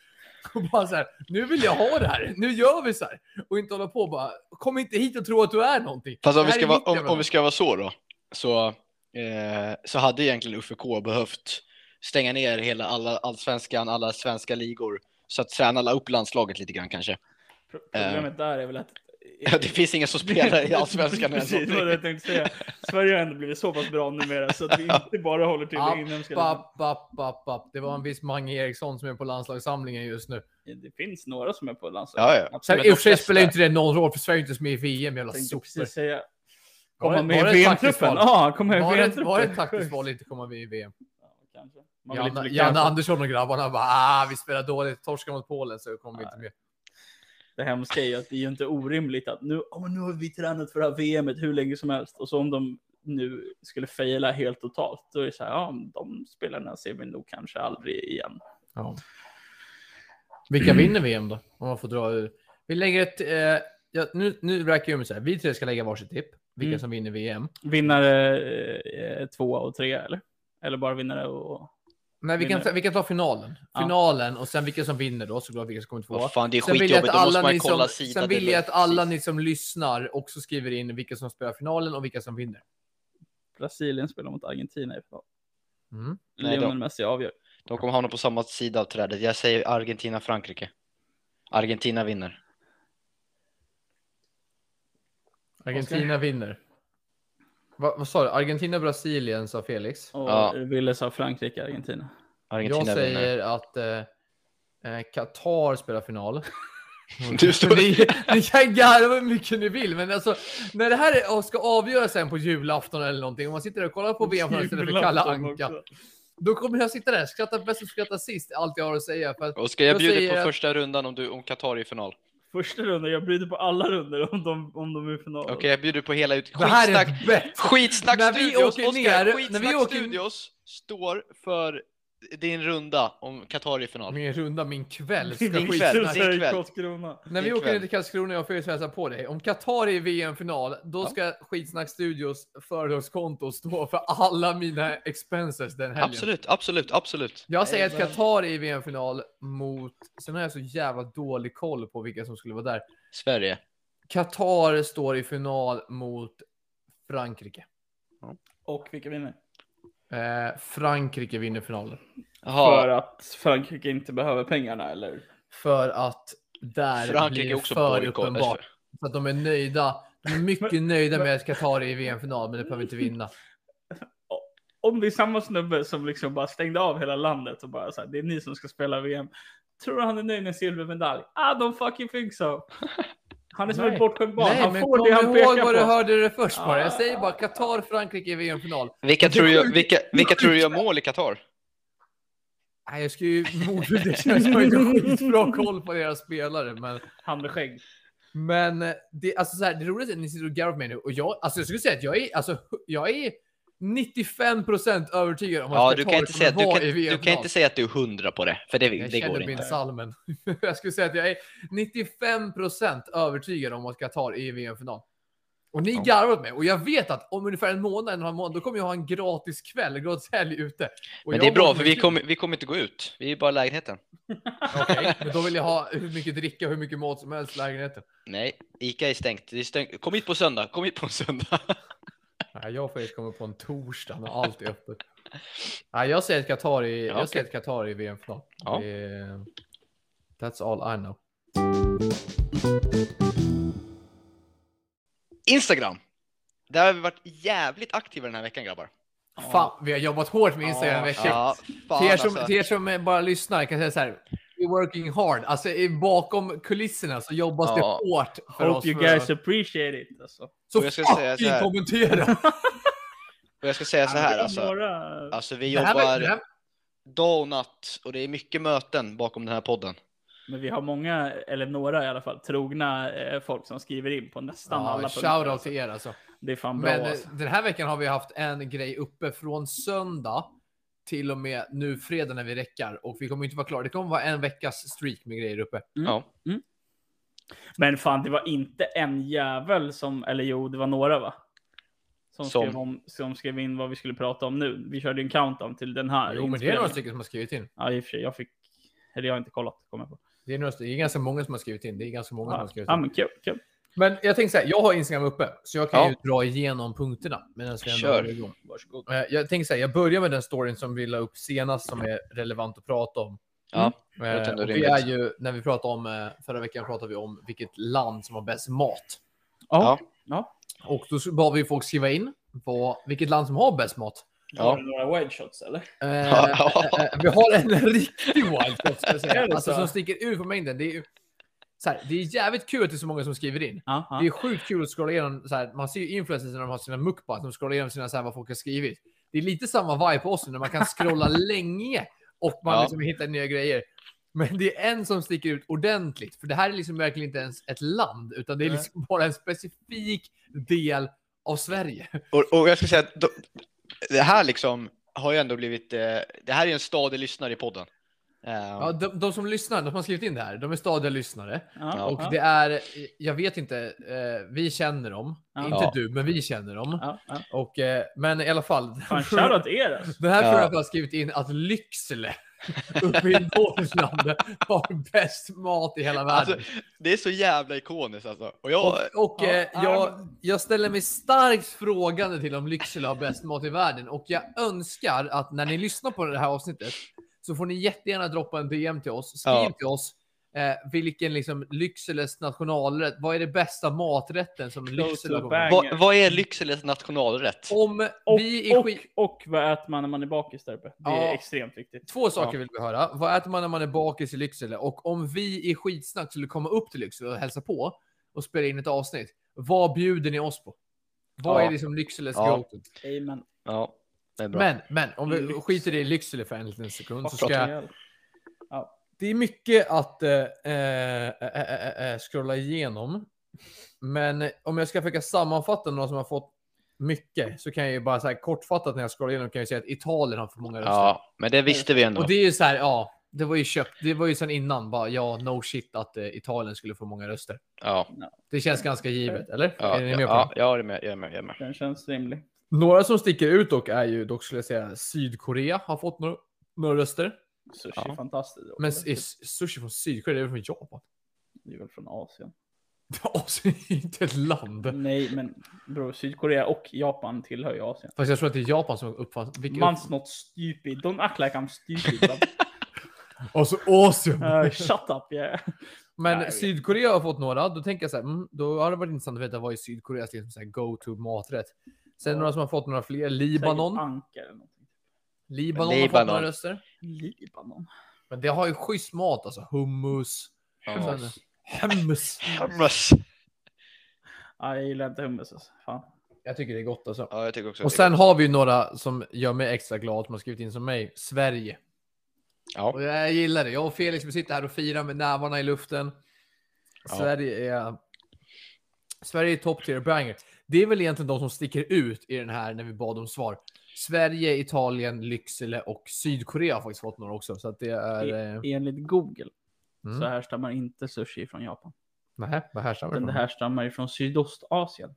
[SPEAKER 2] Och bara så här, nu vill jag ha det här. Nu gör vi så här. Och inte hålla på och bara, kom inte hit och tro att du är någonting.
[SPEAKER 3] Fast om
[SPEAKER 2] Det
[SPEAKER 3] vi,
[SPEAKER 2] här
[SPEAKER 3] ska
[SPEAKER 2] är
[SPEAKER 3] vara,
[SPEAKER 2] mitt
[SPEAKER 3] om,
[SPEAKER 2] jävla
[SPEAKER 3] om vi
[SPEAKER 2] land.
[SPEAKER 3] ska vara så då, så, eh, så hade egentligen Uffe K behövt stänga ner hela alla, allsvenskan, alla svenska ligor, så att träna alla upp landslaget lite grann kanske.
[SPEAKER 1] Pro- Problemet där är väl att...
[SPEAKER 3] Det finns ingen som spelar i allsvenskan än.
[SPEAKER 1] Precis, det var det jag tänkte säga. Sverige har ändå blivit så pass bra numera så att vi inte bara håller till det inhemska. landet.
[SPEAKER 2] App, app, app, app. Det var en viss Mange Eriksson som är på landslagssamlingen just nu.
[SPEAKER 1] Det finns några som är på landslaget.
[SPEAKER 3] Ja, ja.
[SPEAKER 2] Sen,
[SPEAKER 1] Absolut.
[SPEAKER 2] I och för sig
[SPEAKER 3] flesta-
[SPEAKER 2] spelar ju inte det någon roll, för Sverige är inte ens med i VM,
[SPEAKER 1] Jag
[SPEAKER 2] jävla
[SPEAKER 1] tänkte
[SPEAKER 2] sopor.
[SPEAKER 1] precis säga.
[SPEAKER 2] Var det-
[SPEAKER 1] Komma med
[SPEAKER 2] var det
[SPEAKER 1] i
[SPEAKER 2] ett taktiskt
[SPEAKER 1] VM-truppen?
[SPEAKER 2] val?
[SPEAKER 1] Ja, komma med i
[SPEAKER 2] Var det,
[SPEAKER 1] VM-truppen.
[SPEAKER 2] var det ett taktiskt val att inte komma med i VM?
[SPEAKER 1] Ja, kanske. Man vill inte
[SPEAKER 2] Janne,
[SPEAKER 1] bli
[SPEAKER 2] Janne
[SPEAKER 1] cancelled.
[SPEAKER 2] Andersson och grabbarna bara ah, vi spelar dåligt, torskar mot Polen så kommer vi inte med.
[SPEAKER 1] Det hemska är ju att det är ju inte orimligt att nu, oh, nu har vi tränat för det här VMet hur länge som helst och så om de nu skulle faila helt totalt då är det så här, ja, de spelarna ser vi nog kanske aldrig igen.
[SPEAKER 2] Ja. Vilka vinner VM då? Om man får dra ur. Vi lägger ett... Eh, ja, nu, nu räcker det med så här. Vi tre ska lägga varsitt tipp. Vilka
[SPEAKER 1] Mm.
[SPEAKER 2] som vinner VM.
[SPEAKER 1] Vinnare eh, tvåa och trea eller? Eller bara vinnare och...
[SPEAKER 2] Nej, vi kan,
[SPEAKER 1] Vinner.
[SPEAKER 2] ta, vi kan ta finalen.
[SPEAKER 1] Ja.
[SPEAKER 2] Finalen och sen vilka som vinner då, såklart vilka som kommer tvåa.
[SPEAKER 3] Vad fan, det är
[SPEAKER 2] Sen vill jag
[SPEAKER 3] skitjobbigt,
[SPEAKER 2] att
[SPEAKER 3] då måste
[SPEAKER 2] alla,
[SPEAKER 3] man
[SPEAKER 2] ni
[SPEAKER 3] ju kolla
[SPEAKER 2] som,
[SPEAKER 3] sida.
[SPEAKER 2] sen
[SPEAKER 3] till-
[SPEAKER 2] vill jag att alla
[SPEAKER 3] precis.
[SPEAKER 2] ni som lyssnar också skriver in vilka som spelar finalen och vilka som vinner.
[SPEAKER 1] Brasilien spelar mot Argentina i final.
[SPEAKER 2] Mm.
[SPEAKER 3] Nej,
[SPEAKER 1] Lionel Messi avgör.
[SPEAKER 3] De kommer hamna på samma sida av trädet. Jag säger Argentina-Frankrike. Argentina vinner.
[SPEAKER 2] Argentina vinner. Va, vad sa du? Argentina, Brasilien sa Felix.
[SPEAKER 1] Och
[SPEAKER 3] Ja.
[SPEAKER 1] Wille sa Frankrike, Argentina.
[SPEAKER 3] Argentina
[SPEAKER 2] Jag
[SPEAKER 3] vinner.
[SPEAKER 2] säger att eh, eh, Qatar spelar final.
[SPEAKER 3] Du står...
[SPEAKER 2] ni, ni kan garva hur mycket ni vill, men alltså när det här är- ska avgöras sen på julafton eller någonting, om man sitter där och kollar på VM-finalen istället för Kalle Anka,
[SPEAKER 1] Julafton också.
[SPEAKER 2] Då kommer jag sitta där, skratta bäst och skratta sist, allt jag har att säga. För att,
[SPEAKER 3] Och ska jag
[SPEAKER 2] Då
[SPEAKER 3] bjuda
[SPEAKER 2] säger
[SPEAKER 3] på
[SPEAKER 2] jag-
[SPEAKER 3] första rundan om, du, om Qatar är i final?
[SPEAKER 1] Första rundan, jag bryter på alla runder om de, om de är i
[SPEAKER 3] Okej,
[SPEAKER 1] finalen.
[SPEAKER 3] jag bjuder på hela ut...
[SPEAKER 2] det här
[SPEAKER 3] Skitsnack,
[SPEAKER 2] är bett!
[SPEAKER 3] skitsnack
[SPEAKER 2] När vi
[SPEAKER 3] Studios,
[SPEAKER 2] åker
[SPEAKER 3] Oscar,
[SPEAKER 2] ner-
[SPEAKER 3] Skitsnack
[SPEAKER 2] när vi åker-
[SPEAKER 3] Studios står för din runda om Qatar är i final.
[SPEAKER 2] Min runda, min kväll. Ska
[SPEAKER 3] Din
[SPEAKER 2] skit-
[SPEAKER 3] kväll.
[SPEAKER 1] Skitsnack
[SPEAKER 3] din kväll.
[SPEAKER 1] Karlskrona.
[SPEAKER 2] När vi
[SPEAKER 3] Din
[SPEAKER 2] åker
[SPEAKER 3] kväll.
[SPEAKER 2] ner till Karlskrona och jag får ju hälsa på dig. Om Qatar är i VM-final, då
[SPEAKER 3] Ja.
[SPEAKER 2] ska Skitsnack Studios företagskonto stå för alla mina expenses den helgen.
[SPEAKER 3] Absolut, absolut, absolut.
[SPEAKER 2] Jag säger att
[SPEAKER 1] Jajamän.
[SPEAKER 2] Qatar är i VM-final mot... Sen har jag så jävla dålig koll på vilka som skulle vara där.
[SPEAKER 3] Sverige.
[SPEAKER 2] Qatar står i final mot Frankrike.
[SPEAKER 1] Och vilka vinner?
[SPEAKER 2] Eh, Frankrike vinner finalen.
[SPEAKER 1] För
[SPEAKER 3] Jaha,
[SPEAKER 1] att Frankrike inte behöver pengarna eller?
[SPEAKER 2] För att där blir
[SPEAKER 3] Frankrike
[SPEAKER 2] det
[SPEAKER 3] är också
[SPEAKER 2] för
[SPEAKER 3] bojkott.
[SPEAKER 2] uppenbart. Så att de är nöjda. De är mycket nöjda med att Qatar är i VM-final, men de behöver inte vinna.
[SPEAKER 1] Om det är samma snubbe som liksom bara stängde av hela landet och bara så här, det är ni som ska spela VM. Tror du han är nöjd med en silvermedalj? Ah, don't fucking think so. Han är som
[SPEAKER 2] Nej.
[SPEAKER 1] ett bortskämt barn.
[SPEAKER 2] Nej,
[SPEAKER 1] han
[SPEAKER 2] men
[SPEAKER 1] får
[SPEAKER 2] kom
[SPEAKER 1] det han
[SPEAKER 2] ihåg
[SPEAKER 1] pekar
[SPEAKER 2] vad du
[SPEAKER 1] på. Ah.
[SPEAKER 2] hörde det först bara. Jag säger bara Qatar, Frankrike i VM-final.
[SPEAKER 3] Vilka
[SPEAKER 1] Det
[SPEAKER 3] tror, du,
[SPEAKER 1] sjuka-
[SPEAKER 3] vilka, vilka
[SPEAKER 1] sjuka-
[SPEAKER 3] tror du gör mål i Qatar?
[SPEAKER 2] Nej, jag ska ju motbevisa att jag har inte skitbra koll på deras spelare, men
[SPEAKER 1] Han med skägg.
[SPEAKER 2] Men eh, det, alltså så här, det roliga är att ni sitter och garvar på mig nu och jag, alltså jag skulle säga att jag är, alltså, jag är 95% övertygad om att
[SPEAKER 3] Ja, du kan,
[SPEAKER 2] Qatar
[SPEAKER 3] inte säga,
[SPEAKER 2] kommer
[SPEAKER 3] du,
[SPEAKER 2] vara
[SPEAKER 3] kan,
[SPEAKER 2] i
[SPEAKER 3] du kan
[SPEAKER 2] VM-final.
[SPEAKER 3] inte säga att du är hundra på det, för det,
[SPEAKER 2] Jag
[SPEAKER 3] det
[SPEAKER 2] känner
[SPEAKER 3] går
[SPEAKER 2] bin
[SPEAKER 3] inte.
[SPEAKER 2] Salmen. jag skulle säga att jag är 95% övertygad om att Qatar är i VM-final. Och ni
[SPEAKER 3] Ja.
[SPEAKER 2] garvar åt mig och jag vet att om ungefär en månad, en och en halv månad, då kommer jag ha en gratis kväll, en gratis helg ute. Och
[SPEAKER 3] Men
[SPEAKER 2] jag
[SPEAKER 3] det är bra,
[SPEAKER 2] mår
[SPEAKER 3] för vi
[SPEAKER 2] mycket-
[SPEAKER 3] kommer, vi kommer inte gå ut. Vi är bara i lägenheten.
[SPEAKER 2] Okej, men då vill jag ha hur mycket dricka, hur mycket mat som helst i lägenheten.
[SPEAKER 3] Nej, Ica är stängt. Det är stängt. Kom hit på söndag, kom hit på söndag.
[SPEAKER 2] Nej, jag får komma på en torsdag när allt är öppet. Nej, jag säger att Qatar i,
[SPEAKER 3] Ja,
[SPEAKER 2] jag säger att Qatar i VM-final.
[SPEAKER 3] Ja.
[SPEAKER 2] Det- That's all I know.
[SPEAKER 3] Instagram. Där har vi varit jävligt aktiva den här veckan grabbar.
[SPEAKER 2] Fan, vi har jobbat hårt med Instagram
[SPEAKER 1] Ja,
[SPEAKER 2] den veckan.
[SPEAKER 3] Ja, fan
[SPEAKER 2] till, er som,
[SPEAKER 3] alltså.
[SPEAKER 2] till er som eh, bara lyssnar kan jag säga så här. We're working hard. Alltså i- bakom kulisserna så jobbas det
[SPEAKER 3] Ja.
[SPEAKER 2] hårt för oss.
[SPEAKER 1] Hope you
[SPEAKER 2] för-
[SPEAKER 1] guys appreciate it. Alltså.
[SPEAKER 2] så
[SPEAKER 3] Och jag ska säga så
[SPEAKER 2] fucking
[SPEAKER 3] här.
[SPEAKER 2] kommentera!
[SPEAKER 3] Och jag ska säga så här
[SPEAKER 1] Det är
[SPEAKER 3] alltså.
[SPEAKER 1] Bara...
[SPEAKER 3] Alltså vi
[SPEAKER 2] Det här var- det
[SPEAKER 3] jobbar
[SPEAKER 2] här-
[SPEAKER 3] dag och natt och det är mycket möten bakom den här podden.
[SPEAKER 1] Men vi har många, eller några i alla fall, trogna eh, folk som skriver in på nästan alla
[SPEAKER 2] Ja, shoutout till er alltså.
[SPEAKER 1] Det är fan bra
[SPEAKER 2] Men eh,
[SPEAKER 1] alltså.
[SPEAKER 2] den här veckan har vi haft en grej uppe från söndag till och med nu fredag när vi räckar och vi kommer inte vara klara. Det kommer vara en veckas streak med grejer uppe.
[SPEAKER 1] Mm.
[SPEAKER 3] Ja.
[SPEAKER 1] Men fan, det var inte en jävel som, eller jo, det var några va? Som,
[SPEAKER 3] Som?
[SPEAKER 1] Skrev, om, som skrev in vad vi skulle prata om nu. Vi körde ju en countdown till den här.
[SPEAKER 2] Jo, men det är
[SPEAKER 1] inspelningen.
[SPEAKER 2] några stycken som har skrivit in.
[SPEAKER 1] Ja, i och för sig. Jag fick, eller jag har inte kollat. Kommer jag på.
[SPEAKER 2] Det är, några, stycken- det är ganska många som har skrivit in. Det är ganska många som har
[SPEAKER 1] Ja,
[SPEAKER 2] skrivit
[SPEAKER 1] ja,
[SPEAKER 2] in.
[SPEAKER 1] men kul, kul.
[SPEAKER 2] Men jag tänkte säga, jag har Instagram uppe så jag kan
[SPEAKER 3] Ja.
[SPEAKER 2] ju dra igenom punkterna. medan vi ändå
[SPEAKER 3] Kör.
[SPEAKER 2] håller igång.
[SPEAKER 1] Varsågod.
[SPEAKER 2] Eh, Jag tänker säga, jag börjar med den storyn som vi la upp senast som är relevant att prata om.
[SPEAKER 3] Ja,
[SPEAKER 2] Eh,
[SPEAKER 3] låter ändå
[SPEAKER 2] och det
[SPEAKER 3] rimligt.
[SPEAKER 2] är ju när vi pratade om eh, förra veckan pratade vi om vilket land som har bäst mat.
[SPEAKER 1] Ja,
[SPEAKER 3] Ja.
[SPEAKER 2] Och då bad vi folk skriva in på vilket land som har bäst mat.
[SPEAKER 1] ja. Har du några wide shots eller?
[SPEAKER 2] Eh, eh, vi har en riktig wildcard ska jag
[SPEAKER 1] Är
[SPEAKER 2] säga.
[SPEAKER 1] det
[SPEAKER 2] Alltså,
[SPEAKER 1] så?
[SPEAKER 2] som sticker ur på mängden. Det är, ju- så här, det är jävligt kul att det är så många som skriver in.
[SPEAKER 1] Ja,
[SPEAKER 2] Det är
[SPEAKER 1] ja.
[SPEAKER 2] sjukt kul att scrolla igenom. Så här, man ser ju influencers när de har sina mukbangs. De scrollar igenom sina, så här, vad folk har skrivit. Det är lite samma vibe på oss nu när man kan scrolla länge och man
[SPEAKER 3] Ja.
[SPEAKER 2] liksom hittar nya grejer. Men det är en som sticker ut ordentligt. För det här är liksom verkligen inte ens ett land, utan det är
[SPEAKER 1] Nej.
[SPEAKER 2] liksom bara en specifik del av Sverige.
[SPEAKER 3] Och, och jag ska säga att då, det här liksom har ju ändå blivit, eh, det här är ju en stadig lyssnare i podden. Eh,
[SPEAKER 2] Ja, de, de som lyssnar, de som har skrivit in det här, de är stadiga lyssnare.
[SPEAKER 1] Ja,
[SPEAKER 2] Och
[SPEAKER 1] ja.
[SPEAKER 2] det är, jag vet inte, eh, vi känner dem.
[SPEAKER 1] Ja.
[SPEAKER 2] Inte
[SPEAKER 3] Ja.
[SPEAKER 2] du, men vi känner dem.
[SPEAKER 1] Ja, ja.
[SPEAKER 2] Och, eh, men i alla fall.
[SPEAKER 1] Fan, shoutout till er alltså.
[SPEAKER 2] Det här tror
[SPEAKER 3] Ja.
[SPEAKER 2] jag att jag har skrivit in att Lycksele uppe i Norrland har bäst mat i hela världen.
[SPEAKER 3] alltså, det är så jävla ikoniskt alltså. Och jag,
[SPEAKER 2] och och
[SPEAKER 1] Ja,
[SPEAKER 2] eh,
[SPEAKER 1] ja,
[SPEAKER 2] jag, jag ställer mig starkt frågande till om Lycksele har bäst mat i världen. Och jag önskar att när ni lyssnar på det här avsnittet så får ni jättegärna droppa en DM till oss. Skriv
[SPEAKER 3] Ja.
[SPEAKER 2] till oss eh, vilken liksom Lyckseles nationalrätt, vad är det bästa maträtten som Lycksele
[SPEAKER 1] to
[SPEAKER 2] kommer med?
[SPEAKER 1] bang.
[SPEAKER 3] vad, vad är Lyckseles nationalrätt?
[SPEAKER 2] Om
[SPEAKER 1] Och,
[SPEAKER 2] vi är
[SPEAKER 1] och,
[SPEAKER 2] skit...
[SPEAKER 1] och vad äter man när man är bakis där uppe? Det är
[SPEAKER 2] Ja.
[SPEAKER 1] extremt viktigt.
[SPEAKER 2] Två saker vill vi höra. Vad äter man när man är bakis i Lycksele? Och om vi i skitsnack skulle komma upp till Lycksele och hälsa på och spela in ett avsnitt, vad bjuder ni oss på? Vad
[SPEAKER 3] Ja.
[SPEAKER 2] är liksom Lyckseles
[SPEAKER 3] Ja.
[SPEAKER 2] go-to?
[SPEAKER 1] Amen.
[SPEAKER 3] Ja. Det är bra.
[SPEAKER 2] Men, men om vi
[SPEAKER 1] Lycksele.
[SPEAKER 2] skiter i Lycksele för en liten sekund så ska jag
[SPEAKER 1] jag...
[SPEAKER 2] Det är mycket att eh, eh, eh, eh, eh, scrolla igenom. Men om jag ska försöka sammanfatta några som har fått mycket så kan jag ju bara så här kortfattat när jag scrollar igenom kan jag ju säga att Italien har för många röster.
[SPEAKER 3] Ja, men det visste vi ändå.
[SPEAKER 2] Och det är ju så här, ja, det var ju köpt. Det var ju sedan innan bara, ja, no shit att eh, Italien skulle få många röster.
[SPEAKER 3] Ja,
[SPEAKER 2] Det känns ganska givet, eller?
[SPEAKER 3] ja,
[SPEAKER 2] är ni
[SPEAKER 3] ja,
[SPEAKER 2] med på
[SPEAKER 3] ja,
[SPEAKER 2] det?
[SPEAKER 3] jag är med. Jag är med, jag är med.
[SPEAKER 1] Den känns rimlig.
[SPEAKER 2] Några som sticker ut dock är ju dock skulle jag säga Sydkorea har fått några, några röster.
[SPEAKER 1] Sushi
[SPEAKER 3] Ja.
[SPEAKER 1] är fantastiskt.
[SPEAKER 2] Men är sushi från Sydkorea, det är väl från Japan?
[SPEAKER 1] Det är väl från Asien.
[SPEAKER 2] Asien är ju inte ett land.
[SPEAKER 1] Nej, men bror, Sydkorea och Japan tillhör ju Asien.
[SPEAKER 2] Fast jag tror att det är Japan som uppfann... Vilka
[SPEAKER 1] Man's not stupid. Don't act like I'm stupid. but,
[SPEAKER 2] Alltså Asien!
[SPEAKER 1] uh, shut up. Yeah.
[SPEAKER 2] Men
[SPEAKER 1] Nej, jag vet.
[SPEAKER 2] Sydkorea har fått några. Då tänker jag så här, mm, då har det varit intressant att veta vad är Sydkoreas liksom så här go-to maträtt. Sen
[SPEAKER 1] Ja.
[SPEAKER 2] några som har fått några fler. Libanon.
[SPEAKER 1] Säkert anka eller någonting.
[SPEAKER 2] Libanon, har fått
[SPEAKER 3] Libanon.
[SPEAKER 2] några röster.
[SPEAKER 1] Libanon.
[SPEAKER 2] Men det har ju schysst mat alltså. Hummus.
[SPEAKER 3] Ja.
[SPEAKER 2] Sen, hummus.
[SPEAKER 3] Hummus.
[SPEAKER 1] Ja, Ah, jag gillar inte hummus. Alltså. Fan.
[SPEAKER 2] Jag tycker det är gott alltså.
[SPEAKER 3] Ja, jag tycker också
[SPEAKER 2] Och
[SPEAKER 3] det.
[SPEAKER 2] sen har vi ju några som gör mig extra glad som har skrivit in som mig. Sverige.
[SPEAKER 3] Ja.
[SPEAKER 2] Och jag gillar det. Jag och Felix vi sitter här och firar med nävarna i luften.
[SPEAKER 3] Ja.
[SPEAKER 2] Sverige är... Sverige är top tier banger. Det är väl egentligen de som sticker ut i den här när vi bad om svar. Sverige, Italien, Lycksele och Sydkorea har faktiskt fått några också. Så att det är... Eh...
[SPEAKER 1] Enligt Google så
[SPEAKER 2] Mm.
[SPEAKER 1] härstammar inte sushi från Japan.
[SPEAKER 2] Nähä, vad härstammar det
[SPEAKER 1] Den
[SPEAKER 2] från?
[SPEAKER 1] härstammar ifrån Sydostasien.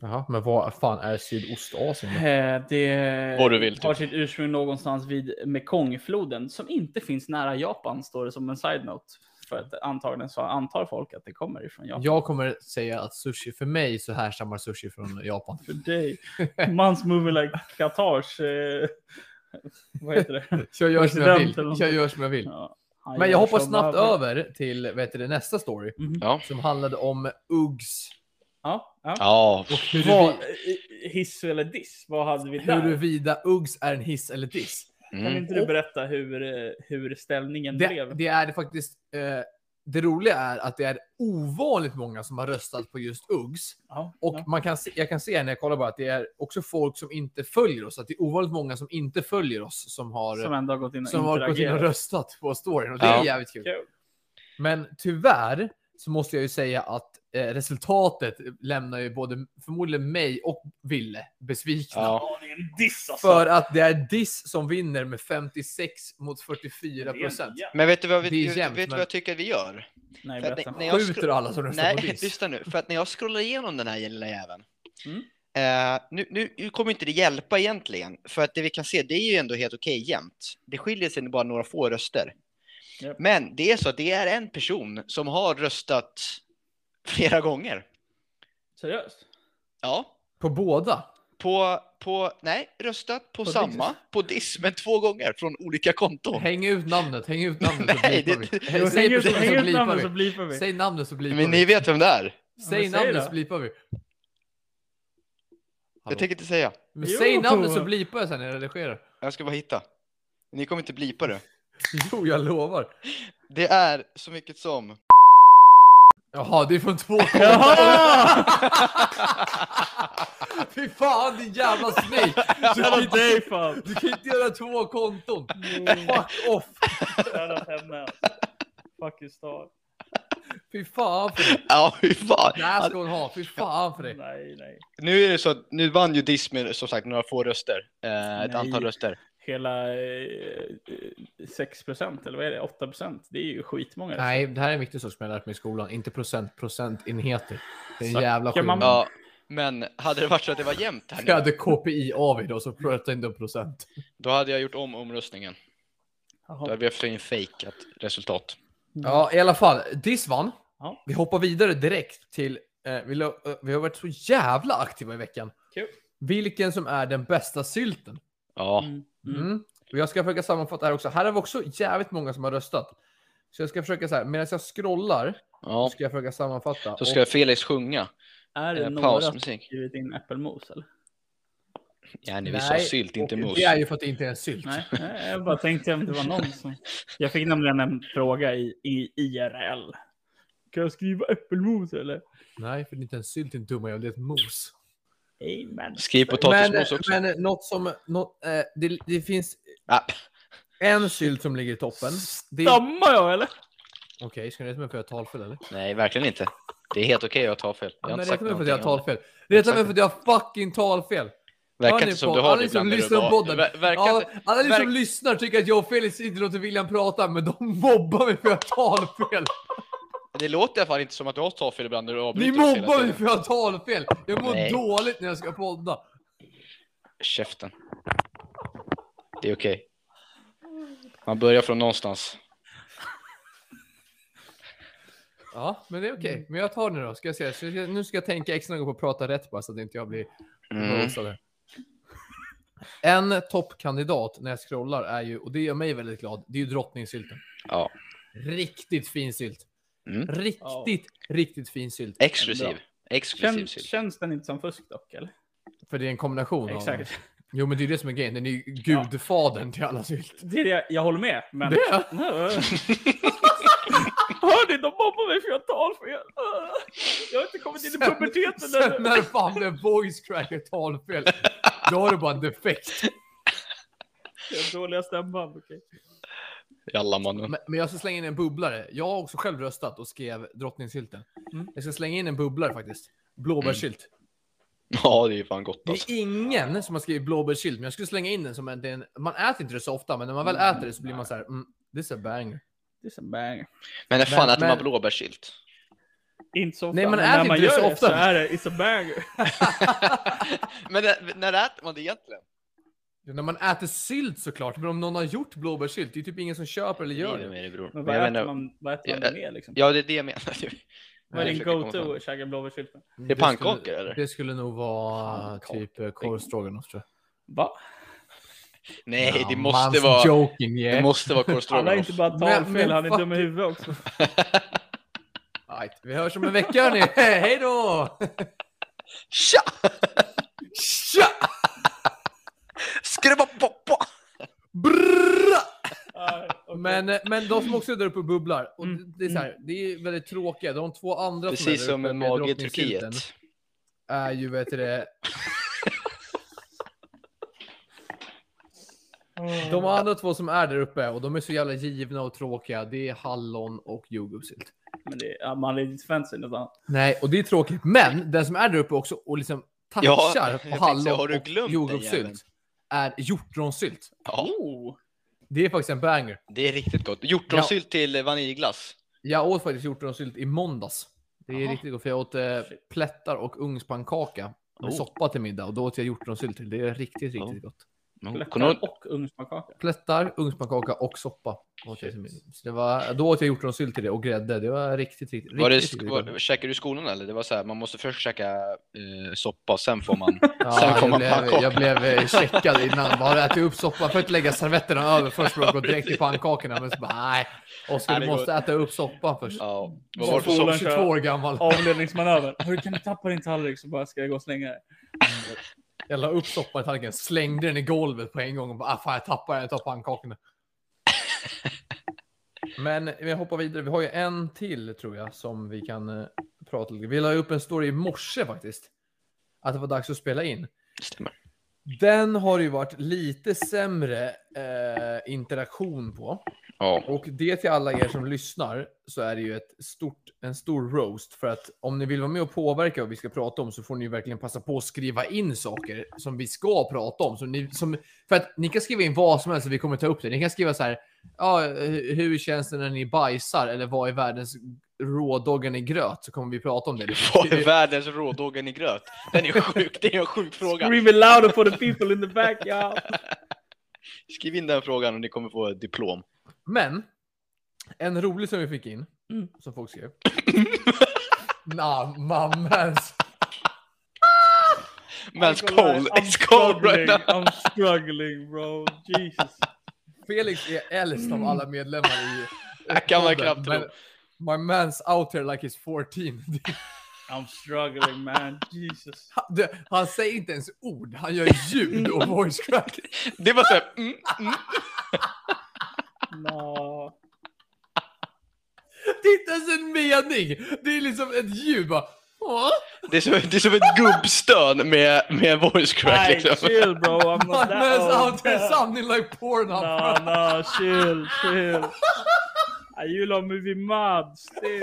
[SPEAKER 2] Jaha, men vad fan är Sydostasien? då?
[SPEAKER 1] Eh, Det
[SPEAKER 3] Vad du vill, typ.
[SPEAKER 1] har sitt ursprung någonstans vid Mekongfloden som inte finns nära Japan, står det som en side-note. För att antagligen så antar folk att det kommer ifrån Japan.
[SPEAKER 2] Jag kommer säga att sushi, för mig så härstammar sushi från Japan.
[SPEAKER 1] För dig. Mans movie like Qatars. Eh, vad heter det?
[SPEAKER 2] Jag gör som jag vill.
[SPEAKER 1] President eller något.
[SPEAKER 2] Jag gör som jag vill.
[SPEAKER 1] Ja,
[SPEAKER 2] Men jag hoppar
[SPEAKER 1] hoppar
[SPEAKER 2] snabbt över till vet du, det, nästa story.
[SPEAKER 1] Mhm.
[SPEAKER 3] Ja.
[SPEAKER 2] Som handlade om Uggs.
[SPEAKER 1] Ja, ja.
[SPEAKER 3] Ja.
[SPEAKER 2] Och
[SPEAKER 1] Vad,
[SPEAKER 2] huruvida,
[SPEAKER 1] hiss eller diss? Vad hade vi där?
[SPEAKER 2] huruvida Uggs är en hiss eller diss.
[SPEAKER 1] Kan
[SPEAKER 3] Mm.
[SPEAKER 1] inte du berätta hur, eh, hur ställningen
[SPEAKER 2] Det,
[SPEAKER 1] blev?
[SPEAKER 2] det är det faktiskt. Eh, det roliga är att det är ovanligt många som har röstat på just Uggs.
[SPEAKER 1] Ja,
[SPEAKER 2] Och
[SPEAKER 1] ja.
[SPEAKER 2] man kan se, jag kan se när jag kollar bara att det är också folk som inte följer oss. Att det är ovanligt många som inte följer oss som har, eh,
[SPEAKER 1] Som
[SPEAKER 2] som
[SPEAKER 1] ändå har gått in och
[SPEAKER 2] har gått in och
[SPEAKER 1] interagerat.
[SPEAKER 2] röstat på storyn. Och det är
[SPEAKER 3] Ja.
[SPEAKER 2] jävligt kul.
[SPEAKER 1] Kul.
[SPEAKER 2] Men tyvärr så måste jag ju säga att eh, resultatet lämnar ju både förmodligen mig och Ville besvikna.
[SPEAKER 3] Ja.
[SPEAKER 1] Ja, det är en diss alltså.
[SPEAKER 2] För att det är Diss som vinner med 56 mot 44 procent.
[SPEAKER 1] Det är en
[SPEAKER 3] Men vet du vad, vi,
[SPEAKER 2] Det är
[SPEAKER 3] vet,
[SPEAKER 2] jämnt,
[SPEAKER 3] vet
[SPEAKER 2] men-
[SPEAKER 3] du vad jag tycker vi gör?
[SPEAKER 1] jävla- Nej,
[SPEAKER 3] För att
[SPEAKER 1] berätta.
[SPEAKER 3] när jag
[SPEAKER 2] Skjuter
[SPEAKER 3] skro-
[SPEAKER 2] alla som röstar på
[SPEAKER 3] Nej,
[SPEAKER 2] Diss?
[SPEAKER 3] lyssna nu. För att när jag scrollar igenom den här lilla jäveln.
[SPEAKER 1] Mm.
[SPEAKER 3] Eh, nu, nu, nu kommer inte det hjälpa egentligen. För att det vi kan se, det är ju ändå helt okej jämnt. Det skiljer sig bara några få röster.
[SPEAKER 1] Japp.
[SPEAKER 3] Men det är så att det är en person som har röstat flera gånger.
[SPEAKER 1] Seriöst?
[SPEAKER 3] Ja.
[SPEAKER 2] På båda?
[SPEAKER 3] På, på, nej, röstat på,
[SPEAKER 1] På
[SPEAKER 3] samma, på diss, men två gånger från olika konton.
[SPEAKER 2] Häng ut namnet, häng ut namnet. så
[SPEAKER 3] Nej,
[SPEAKER 2] blipar
[SPEAKER 3] det-
[SPEAKER 2] vi.
[SPEAKER 3] det-
[SPEAKER 2] Häng- Säg
[SPEAKER 1] Häng ut-
[SPEAKER 2] personen
[SPEAKER 1] häng
[SPEAKER 2] så
[SPEAKER 1] ut namnet så
[SPEAKER 2] blipar
[SPEAKER 1] blipar vi.
[SPEAKER 2] vi. Säg namnet så blipar
[SPEAKER 3] Men ni
[SPEAKER 2] vi.
[SPEAKER 3] vet vem det är?
[SPEAKER 2] Säg
[SPEAKER 1] men säg
[SPEAKER 2] namnet
[SPEAKER 1] då.
[SPEAKER 2] så blipar vi.
[SPEAKER 3] Jag tänker inte säga.
[SPEAKER 2] Men
[SPEAKER 1] Jo.
[SPEAKER 2] säg namnet så blipar jag sen när jag redigerar.
[SPEAKER 3] Jag ska bara hitta. Ni kommer inte blipa det.
[SPEAKER 2] Jo, jag lovar.
[SPEAKER 3] Det är så mycket som...
[SPEAKER 2] Jaha, det är från två
[SPEAKER 1] Jaha!
[SPEAKER 2] Fy fan, din jävla snake! Du kan,
[SPEAKER 1] Shoutout
[SPEAKER 2] inte,
[SPEAKER 1] dig fan!
[SPEAKER 2] du kan inte göra två konton!
[SPEAKER 1] Jo,
[SPEAKER 2] Fuck off!
[SPEAKER 1] Shoutout henne. Fucking star.
[SPEAKER 2] Fy fan för dig!
[SPEAKER 3] Ja, fy fan.
[SPEAKER 2] Det här ska hon ha, fy fan för dig!
[SPEAKER 1] Nej, nej.
[SPEAKER 3] Nu är det så att nu vann ju Diss med som sagt några få röster. Eh, ett
[SPEAKER 1] Nej.
[SPEAKER 3] antal röster.
[SPEAKER 1] Hela eh, eh, 6 procent, eller vad är det? 8 procent? Det är ju skitmånga.
[SPEAKER 2] Nej, det här är en viktig sak som jag lärt mig i skolan. Inte procent, procentenheter. Det är en
[SPEAKER 1] Så-
[SPEAKER 2] jävla
[SPEAKER 1] kan man-
[SPEAKER 2] skillnad.
[SPEAKER 3] Ja, men hade det varit så att det var jämnt här
[SPEAKER 2] Jag
[SPEAKER 3] nu,
[SPEAKER 2] hade KPI av idag så pratade jag inte om procent.
[SPEAKER 3] då hade jag gjort om omröstningen. Då
[SPEAKER 1] Jaha.
[SPEAKER 3] hade vi haft en fejkat resultat.
[SPEAKER 2] Ja, i alla fall. Diss vann.
[SPEAKER 1] Ja.
[SPEAKER 2] Vi hoppar vidare direkt till... Eh, vi, la- eh, vi har varit så jävla aktiva i veckan.
[SPEAKER 1] Kul.
[SPEAKER 2] Vilken som är den bästa sylten.
[SPEAKER 3] Ja,
[SPEAKER 1] Mm.
[SPEAKER 2] Mm.
[SPEAKER 1] Mm.
[SPEAKER 2] Och jag ska försöka sammanfatta här också. Här har vi också jävligt många som har röstat. Så jag ska försöka så här, medan jag scrollar,
[SPEAKER 3] ja.
[SPEAKER 2] ska jag försöka sammanfatta.
[SPEAKER 3] Så ska Felix sjunga
[SPEAKER 1] Är det
[SPEAKER 3] eh,
[SPEAKER 1] några som
[SPEAKER 3] pausmusik.
[SPEAKER 1] skrivit in äppelmos eller?
[SPEAKER 3] Ja, ni vi sa
[SPEAKER 2] Nej,
[SPEAKER 3] sylt, inte
[SPEAKER 2] och
[SPEAKER 3] mos.
[SPEAKER 2] Det är ju för att det inte är en sylt.
[SPEAKER 1] Nej, nej, jag bara tänkte om det var någon som... Jag fick nämligen en fråga i, i IRL. Kan jag skriva äppelmos eller?
[SPEAKER 2] Nej, för det är inte en sylt, din dumma jävel. Det är ett mos.
[SPEAKER 1] Amen.
[SPEAKER 3] Skriv
[SPEAKER 2] Men,
[SPEAKER 3] potatismos också.
[SPEAKER 2] men något som, något, eh, det, det finns
[SPEAKER 3] Ah,
[SPEAKER 2] en sylt som ligger i toppen. Det är-
[SPEAKER 1] Stammar jag eller?
[SPEAKER 2] Okej, ska ni reta mig för att jag har talfel eller?
[SPEAKER 3] nej, verkligen inte. Det är helt okej att ta fel. Jag har
[SPEAKER 2] Men reta
[SPEAKER 3] inte sagt
[SPEAKER 2] mig för
[SPEAKER 3] någonting.
[SPEAKER 2] att jag har
[SPEAKER 3] om det.
[SPEAKER 2] talfel. Reta
[SPEAKER 3] sagt
[SPEAKER 2] mig för att jag har fucking talfel. Hör
[SPEAKER 3] Verkar
[SPEAKER 2] ni
[SPEAKER 3] inte som
[SPEAKER 2] på-
[SPEAKER 3] du
[SPEAKER 2] alla
[SPEAKER 3] har det
[SPEAKER 2] ni som
[SPEAKER 3] ibland. när du
[SPEAKER 2] lyssnar på
[SPEAKER 3] var-
[SPEAKER 2] podden?
[SPEAKER 3] Ver- Verkar
[SPEAKER 2] Ja,
[SPEAKER 3] inte...
[SPEAKER 2] alla ni som
[SPEAKER 3] verk-
[SPEAKER 2] lyssnar tycker att jag och Felix inte låter William prata, men de mobbar mig för att jag har talfel.
[SPEAKER 3] Det låter i alla fall inte som att du har talfel ibland när du avbryter.
[SPEAKER 2] Ni
[SPEAKER 3] oss hela
[SPEAKER 2] mobbar mig
[SPEAKER 3] tiden.
[SPEAKER 2] för att jag har talfel. Jag mår
[SPEAKER 3] Nej.
[SPEAKER 2] dåligt när jag ska podda.
[SPEAKER 3] Käften. Det är okej. Man börjar från någonstans.
[SPEAKER 2] Ja, men det är okej. Men jag tar det då. Ska jag se. Så jag ska- Nu ska jag tänka extra noga på att prata rätt bara så att inte jag blir
[SPEAKER 3] Mm.
[SPEAKER 2] roastad. här. En toppkandidat när jag scrollar är ju, och det gör mig väldigt glad, det är ju drottningsylten.
[SPEAKER 3] Ja.
[SPEAKER 2] Riktigt fin sylt.
[SPEAKER 3] Mm.
[SPEAKER 2] Riktigt, riktigt fin sylt.
[SPEAKER 3] Exklusiv.
[SPEAKER 1] Bra.
[SPEAKER 3] Exklusiv
[SPEAKER 1] Känns,
[SPEAKER 3] sylt.
[SPEAKER 1] känns den inte som fusk dock eller?
[SPEAKER 2] För det är en kombination av...
[SPEAKER 1] Exakt.
[SPEAKER 2] Jo, men det är ju det som är grejen. Den är ju gudfadern till alla sylt.
[SPEAKER 1] Det är det jag, jag håller med. Men...
[SPEAKER 2] Det är-
[SPEAKER 1] Hör ni, de mobbar mig för jag har talfel. Jag har inte kommit in i puberteten
[SPEAKER 2] Sen
[SPEAKER 1] ännu.
[SPEAKER 2] när fan blev voice cracker talfel? Då har du bara en defekt.
[SPEAKER 1] Jag har Dåliga stämband, okej.
[SPEAKER 3] Jalla mannen.
[SPEAKER 2] Men, men jag ska slänga in en bubblare. Jag har också själv röstat och skrev drottningsylten.
[SPEAKER 1] Mm.
[SPEAKER 2] Jag ska slänga in en bubblare faktiskt. Blåbärssylt.
[SPEAKER 3] Ja, det är ju fan gott
[SPEAKER 2] Det
[SPEAKER 3] alltså.
[SPEAKER 2] är ingen som har skrivit blåbärssylt, men jag skulle slänga in den som en... det är en- Man äter inte det så ofta, men när man väl äter det så blir man så här... Mm, this is a banger.
[SPEAKER 1] Det är en banger.
[SPEAKER 3] Men när fan
[SPEAKER 2] Men-
[SPEAKER 3] äter man
[SPEAKER 2] men-
[SPEAKER 3] blåbärssylt?
[SPEAKER 1] Inte så ofta,
[SPEAKER 2] Nej, man
[SPEAKER 1] men
[SPEAKER 2] äter
[SPEAKER 1] när
[SPEAKER 2] inte
[SPEAKER 1] man
[SPEAKER 2] det så
[SPEAKER 1] gör det
[SPEAKER 2] ofta.
[SPEAKER 1] så är det it's a banger.
[SPEAKER 3] Men när, när äter man det egentligen?
[SPEAKER 2] Ja, när man äter sylt såklart, men om någon har gjort blåbärssylt, det är typ ingen som köper eller gör
[SPEAKER 3] Livet
[SPEAKER 2] det.
[SPEAKER 3] med dig, bror.
[SPEAKER 1] Men
[SPEAKER 3] Men
[SPEAKER 1] vad
[SPEAKER 3] jag
[SPEAKER 1] äter
[SPEAKER 3] menar-
[SPEAKER 1] man, vad äter man
[SPEAKER 3] Ja,
[SPEAKER 1] det med liksom?
[SPEAKER 3] Ja, det är det jag menar.
[SPEAKER 1] Vad är
[SPEAKER 3] jag
[SPEAKER 1] din
[SPEAKER 3] försöker komma
[SPEAKER 1] go-to
[SPEAKER 3] fram.
[SPEAKER 1] att käka blåbärssylt med?
[SPEAKER 2] Det
[SPEAKER 3] är
[SPEAKER 2] skulle-
[SPEAKER 3] pannkakor, eller?
[SPEAKER 2] Det skulle nog vara
[SPEAKER 1] Pannkakor.
[SPEAKER 2] typ eh, korv stroganoff tror jag.
[SPEAKER 1] Va?
[SPEAKER 3] Nej, det
[SPEAKER 2] Ja,
[SPEAKER 3] måste
[SPEAKER 2] man's
[SPEAKER 3] vara...
[SPEAKER 2] joking, yeah.
[SPEAKER 3] Det måste vara
[SPEAKER 1] Han har inte
[SPEAKER 3] korvstroganoff.
[SPEAKER 1] bara talfel,
[SPEAKER 2] Men- men
[SPEAKER 1] han är
[SPEAKER 2] fuck
[SPEAKER 1] dum i huvudet också.
[SPEAKER 2] Right, vi hörs om en vecka hörni. Hej då!
[SPEAKER 3] Tja!
[SPEAKER 2] Tja!
[SPEAKER 3] Skrubba poppa!
[SPEAKER 2] Brrrra!
[SPEAKER 1] Ja, okej.
[SPEAKER 2] Men, eh, men de som också är där uppe och bubblar, och
[SPEAKER 1] Mm.
[SPEAKER 2] det, är så här, det är väldigt tråkiga. De två andra
[SPEAKER 3] Precis
[SPEAKER 2] som
[SPEAKER 3] som
[SPEAKER 2] är där uppe
[SPEAKER 3] en
[SPEAKER 2] med
[SPEAKER 3] mage i
[SPEAKER 2] drottningsylten
[SPEAKER 3] Turkiet.
[SPEAKER 2] är ju, vet du det,
[SPEAKER 3] Mm.
[SPEAKER 2] de andra två som är där uppe och de är så jävla givna och tråkiga, det är hallon och jordgubbssylt.
[SPEAKER 1] Men det, ja, man är inte svensk i något annat.
[SPEAKER 2] Nej, och det är tråkigt. Men den som är där uppe också och liksom
[SPEAKER 3] Ja,
[SPEAKER 2] touchar
[SPEAKER 3] jag
[SPEAKER 2] på
[SPEAKER 3] tänkte säga,
[SPEAKER 2] hallon
[SPEAKER 3] har du
[SPEAKER 2] och
[SPEAKER 3] glömt den jäveln?
[SPEAKER 2] jordgubbssylt är hjortronsylt.
[SPEAKER 3] Ja,
[SPEAKER 1] Oh.
[SPEAKER 2] Det är faktiskt en banger.
[SPEAKER 3] det är riktigt gott. Hjortronsylt till eh, vaniljglass.
[SPEAKER 2] Jag åt faktiskt hjortronsylt i måndags. Det är
[SPEAKER 1] Jaha.
[SPEAKER 2] riktigt gott, för jag åt eh, plättar och ugnspannkaka med
[SPEAKER 3] Oh.
[SPEAKER 2] soppa till middag och då åt jag hjortronsylt till. Det är riktigt, riktigt
[SPEAKER 3] Oh.
[SPEAKER 2] gott.
[SPEAKER 3] Kommer du
[SPEAKER 1] Lättar
[SPEAKER 3] ihåg-
[SPEAKER 1] och ugnspannkaka.
[SPEAKER 2] Plättar, ugnspannkaka och soppa. Åt jag till middag. Så det var, då åt jag hjortronsylt till det och grädde. Det var riktigt, riktigt,
[SPEAKER 3] Var det,
[SPEAKER 2] riktigt, riktigt
[SPEAKER 3] var, käkade du i skolan eller? Det var så här, man måste först käka eh, soppa, sen får man... Sen
[SPEAKER 2] Ja, jag,
[SPEAKER 3] kom man
[SPEAKER 2] blev,
[SPEAKER 3] pannkaka.
[SPEAKER 2] jag blev eh, checkad innan. Bara ätit upp soppan. För att lägga servetterna över först för att gå direkt till pannkakorna. Men så bara, nej. Oskar,
[SPEAKER 3] Nej,
[SPEAKER 2] du
[SPEAKER 3] det
[SPEAKER 2] måste äta upp soppan först.
[SPEAKER 3] Ja, vad
[SPEAKER 1] Som
[SPEAKER 3] var det för
[SPEAKER 1] skolan.
[SPEAKER 3] soppa?
[SPEAKER 2] Som 22 år gammal.
[SPEAKER 1] Avledningsmanöver. Hur kan du tappa din tallrik så bara ska jag gå och slänga det?
[SPEAKER 2] Jag la upp soppan i tallriken, slängde den i golvet på en gång och bara, ah, fan jag tappar den, jag tar pannkakorna. Men vi hoppar vidare. Vi har ju en till tror jag som vi kan eh, prata lite. Vi la ju upp en story i morse faktiskt. Att det var dags att spela in.
[SPEAKER 3] Stämmer.
[SPEAKER 2] Den har ju varit lite sämre eh, interaktion på.
[SPEAKER 3] Ja,
[SPEAKER 2] Och det till alla er som lyssnar så är det ju ett stort, en stor roast. För att om ni vill vara med och påverka vad vi ska prata om så får ni ju verkligen passa på att skriva in saker som vi ska prata om. Som ni, som, för att ni kan skriva in vad som helst och vi kommer ta upp det. Ni kan skriva så här, ja, hu- hur känns det när ni bajsar? Eller vad är världens rådoggen i gröt? Så kommer vi prata om det.
[SPEAKER 3] vad är världens rådågen i gröt? Den är sjuk, det är en sjuk fråga.
[SPEAKER 1] Scream it louder for the people in the backyard.
[SPEAKER 3] Skriv in den frågan och ni kommer få ett diplom.
[SPEAKER 2] Men en rolig som vi fick in,
[SPEAKER 1] Mm.
[SPEAKER 2] som folk skrev. nah, mammans.
[SPEAKER 3] Men's
[SPEAKER 1] I'm gonna lie,
[SPEAKER 3] cold,
[SPEAKER 1] I'm
[SPEAKER 3] it's cold right
[SPEAKER 1] struggling,
[SPEAKER 3] now.
[SPEAKER 1] I'm struggling bro. Jesus.
[SPEAKER 2] Felix är äldst av alla medlemmar i
[SPEAKER 3] Det kan man
[SPEAKER 2] podden,
[SPEAKER 3] knappt tro.
[SPEAKER 2] men My man's out here like he's 14.
[SPEAKER 1] I'm struggling man. Jesus.
[SPEAKER 2] Det- Han säger inte ens ord, han gör ljud och voice crack.
[SPEAKER 3] Det var såhär, mm, mm.
[SPEAKER 1] No.
[SPEAKER 2] Det är inte ens en mening! Det är liksom ett ljud bara. Åh!
[SPEAKER 3] Det är som, det är som ett gubbstön med, med en voice crack
[SPEAKER 1] Nej,
[SPEAKER 3] liksom.
[SPEAKER 1] chill bro, I'm not that
[SPEAKER 2] Magnus
[SPEAKER 1] old.
[SPEAKER 2] out there sounding like Pornhub.
[SPEAKER 1] No, no, chill, chill. Ah, You love movie mad, still.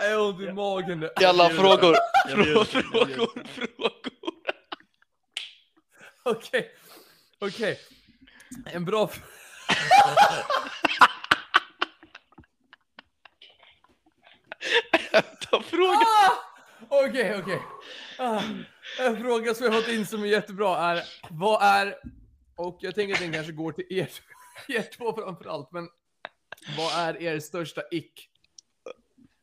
[SPEAKER 2] Jag är ont i magen nu.
[SPEAKER 3] Jävla
[SPEAKER 1] bjuder.
[SPEAKER 3] frågor,
[SPEAKER 1] Jag bjuder,
[SPEAKER 3] frågor,
[SPEAKER 1] jag bjuder.
[SPEAKER 3] frågor, frågor.
[SPEAKER 2] Okej. Okej. En bra... fr-
[SPEAKER 3] Ta frågor.
[SPEAKER 2] Ah! Okej, okej. Ah, En fråga som jag har fått in som är jättebra är, vad är, och jag tänker att den kanske går till er, er två framför allt, men vad är er största ick?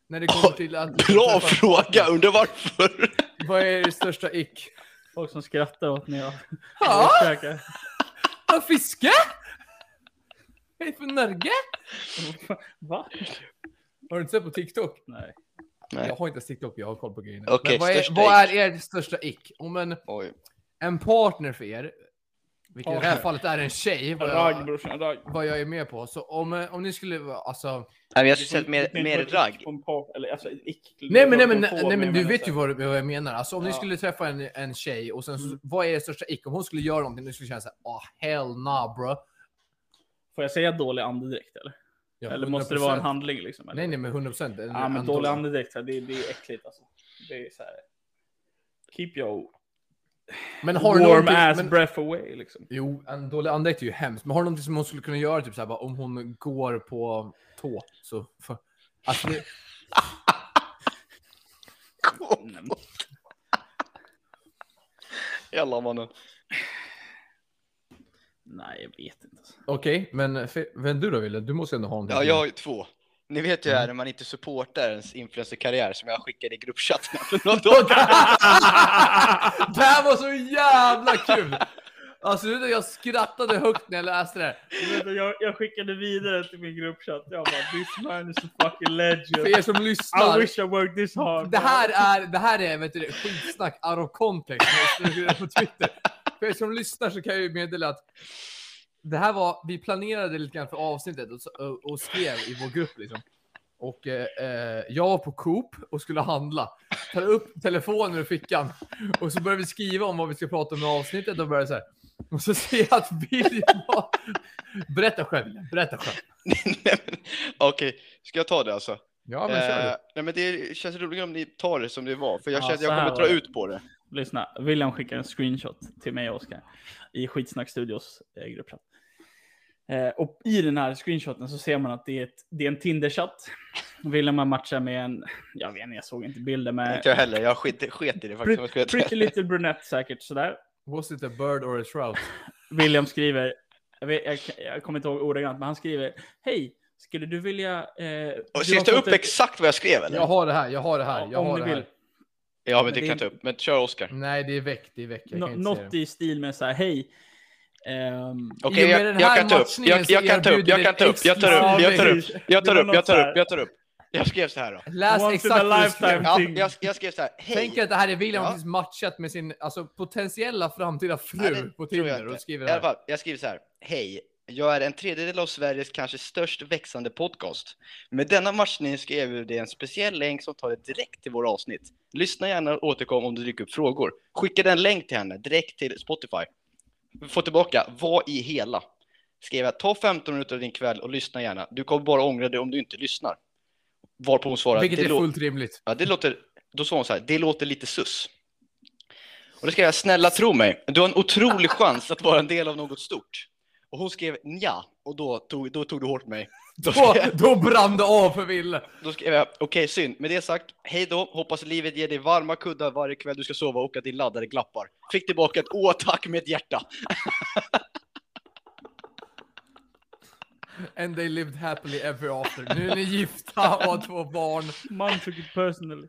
[SPEAKER 2] När det kommer till att...
[SPEAKER 3] Bra fråga, undrar varför.
[SPEAKER 2] Vad är er största ick?
[SPEAKER 1] Folk som skrattar åt när jag
[SPEAKER 2] Ja,
[SPEAKER 1] käkar.
[SPEAKER 2] ah, fiske? Vad är det för nörge?
[SPEAKER 1] Va?
[SPEAKER 2] Har du inte sett på TikTok?
[SPEAKER 1] Nej.
[SPEAKER 3] Nej.
[SPEAKER 2] Jag har inte ens TikTok, jag har koll på grejerna.
[SPEAKER 3] Okej,
[SPEAKER 2] Men vad är,
[SPEAKER 3] största
[SPEAKER 2] vad är er största ick? Om en,
[SPEAKER 3] Oj.
[SPEAKER 2] en partner för er, vilket i det här
[SPEAKER 1] Partner.
[SPEAKER 2] fallet är en tjej, vad
[SPEAKER 1] Ragg
[SPEAKER 2] jag,
[SPEAKER 1] brorsan, ragg.
[SPEAKER 2] vad jag är med på. Så om, eh, om ni skulle, vara- alltså...
[SPEAKER 3] Nej, men jag skulle säga mer, mer ragg.
[SPEAKER 1] På en par- eller, alltså, ick-
[SPEAKER 2] Nej men, nej, men,
[SPEAKER 1] på,
[SPEAKER 2] nej, nej, men du
[SPEAKER 1] menar
[SPEAKER 2] vet
[SPEAKER 1] så
[SPEAKER 2] ju
[SPEAKER 1] här.
[SPEAKER 2] vad, vad jag menar. Alltså om ni
[SPEAKER 1] Ja.
[SPEAKER 2] skulle träffa en, en tjej och sen så,
[SPEAKER 1] Mm.
[SPEAKER 2] vad är er största ick? Om hon skulle göra någonting, du skulle känna såhär, ah hell nah bro.
[SPEAKER 1] Får jag säga dålig andedräkt eller?
[SPEAKER 2] Ja,
[SPEAKER 1] eller måste det vara en
[SPEAKER 2] 100%.
[SPEAKER 1] handling liksom? Eller?
[SPEAKER 2] Nej, nej, men 100 procent.
[SPEAKER 1] Ja, men dålig andedräkt, så här, det, det är äckligt alltså. Det är så här. Keep your
[SPEAKER 2] Men har du
[SPEAKER 1] warm
[SPEAKER 2] någonting,
[SPEAKER 1] ass
[SPEAKER 2] men,
[SPEAKER 1] breath away liksom.
[SPEAKER 2] Jo, en dålig andedräkt är ju hemskt. Men har du någonting som hon skulle kunna göra, typ såhär, bara, om hon går på tå så... För, alltså, det,
[SPEAKER 1] Nej,
[SPEAKER 3] Jävlar mannen.
[SPEAKER 1] Nej, jag vet inte. Alltså.
[SPEAKER 2] Okej, men fe- vem du då Wille? Du måste ändå ha någonting.
[SPEAKER 3] Ja, jag har ju två. Ni vet ju här när man inte supportar ens influencerkarriär som jag skickade i gruppchatten för några dagar
[SPEAKER 2] Det här var så jävla kul! Alltså vet du, jag skrattade högt när jag läste det här.
[SPEAKER 1] Jag vet att Jag, jag skickade vidare till min gruppchatt. Jag bara, this man is a fucking
[SPEAKER 2] För
[SPEAKER 1] legend.
[SPEAKER 2] er som
[SPEAKER 1] I
[SPEAKER 2] lyssnar.
[SPEAKER 1] wish I worked this hard.
[SPEAKER 2] Det här är, det här är vet du, det, skitsnack out of context. som jag skrev På Twitter. För er som lyssnar så kan jag ju meddela att det här var, vi planerade lite grann för avsnittet och, så- och- och skrev i vår grupp liksom. Och eh, eh, jag var på Coop och skulle handla. Tar upp telefonen ur fickan och så börjar vi skriva om vad vi ska prata om i avsnittet och börjar så här. Och så ser jag att William var... Berätta själv, William, berätta själv.
[SPEAKER 3] Nej, men, Okej, ska jag ta det alltså?
[SPEAKER 2] Ja, men kör du.
[SPEAKER 3] Eh, nej, men det känns roligare om ni tar det som det var, för jag
[SPEAKER 1] Ja,
[SPEAKER 3] känner att
[SPEAKER 1] så
[SPEAKER 3] jag
[SPEAKER 1] här
[SPEAKER 3] kommer
[SPEAKER 1] var det.
[SPEAKER 3] dra ut på det.
[SPEAKER 1] Lyssna, William skickar en screenshot till mig och Oskar i Skitsnack Studios eh, gruppchatt. Eh, och i den här screenshoten så ser man att det är, ett, det är en Tinder-chatt. William har matchat med en, jag vet inte, jag såg inte bilden, men
[SPEAKER 3] Inte jag heller, jag sket, sket i det faktiskt. om jag ska vara helt
[SPEAKER 1] pretty
[SPEAKER 3] ärlig.
[SPEAKER 1] little brunette säkert sådär.
[SPEAKER 2] Was it a bird or a trout?
[SPEAKER 1] William skriver, jag, vet, jag, jag kommer inte ihåg ordagrant, men han skriver, hej, skulle du vilja... Eh,
[SPEAKER 3] Och
[SPEAKER 1] du
[SPEAKER 3] Ska
[SPEAKER 1] har
[SPEAKER 3] jag ta
[SPEAKER 1] fått
[SPEAKER 3] upp
[SPEAKER 1] ett-
[SPEAKER 3] exakt vad jag skrev eller?
[SPEAKER 2] Jag har det här, jag har det här,
[SPEAKER 1] Ja,
[SPEAKER 2] jag
[SPEAKER 1] om
[SPEAKER 2] har
[SPEAKER 1] ni
[SPEAKER 2] det här.
[SPEAKER 1] vill.
[SPEAKER 3] Ja, men
[SPEAKER 1] det
[SPEAKER 3] det
[SPEAKER 1] är
[SPEAKER 3] kan jag ta upp. Men kör Oscar.
[SPEAKER 2] Nej, det är väck, det är väck. Jag
[SPEAKER 1] Nå-
[SPEAKER 2] kan inte se
[SPEAKER 1] något
[SPEAKER 2] det.
[SPEAKER 1] i stil med så här, hej. ehm,
[SPEAKER 2] I och
[SPEAKER 3] Okej,
[SPEAKER 2] med
[SPEAKER 3] jag,
[SPEAKER 2] den
[SPEAKER 3] jag
[SPEAKER 2] här
[SPEAKER 3] kan ta upp.
[SPEAKER 2] matchningen
[SPEAKER 3] Jag,
[SPEAKER 2] så
[SPEAKER 3] jag kan ta upp, jag kan ta upp, jag tar upp, jag tar upp, jag tar
[SPEAKER 1] Det var
[SPEAKER 3] upp, jag tar
[SPEAKER 1] något
[SPEAKER 3] upp, jag tar upp. Jag skrev så här då.
[SPEAKER 2] Läs
[SPEAKER 1] Once in
[SPEAKER 2] exakt
[SPEAKER 1] a
[SPEAKER 2] vad du
[SPEAKER 1] lifetime.
[SPEAKER 2] skrev.
[SPEAKER 3] Ja,
[SPEAKER 1] Ting.
[SPEAKER 3] jag, jag skrev så här. Hej!
[SPEAKER 2] Tänk att det här är William
[SPEAKER 3] Ja.
[SPEAKER 2] som ja. matchat med sin alltså, potentiella framtida
[SPEAKER 3] Nej,
[SPEAKER 2] fru
[SPEAKER 3] det
[SPEAKER 2] på
[SPEAKER 3] tror jag
[SPEAKER 2] Tinder
[SPEAKER 3] inte.
[SPEAKER 2] och skriver
[SPEAKER 3] I
[SPEAKER 2] det
[SPEAKER 3] alla
[SPEAKER 2] här.
[SPEAKER 3] fall, jag skriver så här. Hej, jag är en tredjedel av Sveriges kanske störst växande podcast. Med denna matchning ska jag erbjuda dig en speciell länk som tar dig direkt till våra avsnitt. Lyssna gärna och återkom om det dyker upp frågor. Skicka en länk till henne direkt till Spotify. Få tillbaka, vad i hela? Skrev jag, ta 15 minuter av din kväll och lyssna gärna. Du kommer bara ångra dig om du inte lyssnar. Varpå hon svarar,
[SPEAKER 2] Vilket
[SPEAKER 3] "Det
[SPEAKER 2] är
[SPEAKER 3] lå-
[SPEAKER 2] fullt rimligt.
[SPEAKER 3] Ja, det låter, då sa hon så här, det låter lite sus. Och då skrev jag, snälla tro mig, du har en otrolig chans att vara en del av något stort. Och hon skrev nja, och då tog, då tog du hårt på mig. Då
[SPEAKER 2] Då,
[SPEAKER 3] skrev,
[SPEAKER 2] då brann det av för Wille.
[SPEAKER 3] då skrev jag, okej synd, med det sagt, hej då, hoppas livet ger dig varma kuddar varje kväll du ska sova och att din laddare glappar. Fick tillbaka ett åh tack med ett hjärta.
[SPEAKER 2] And they lived happily ever after. Nu är ni gifta och har två barn.
[SPEAKER 1] Mom took it personally.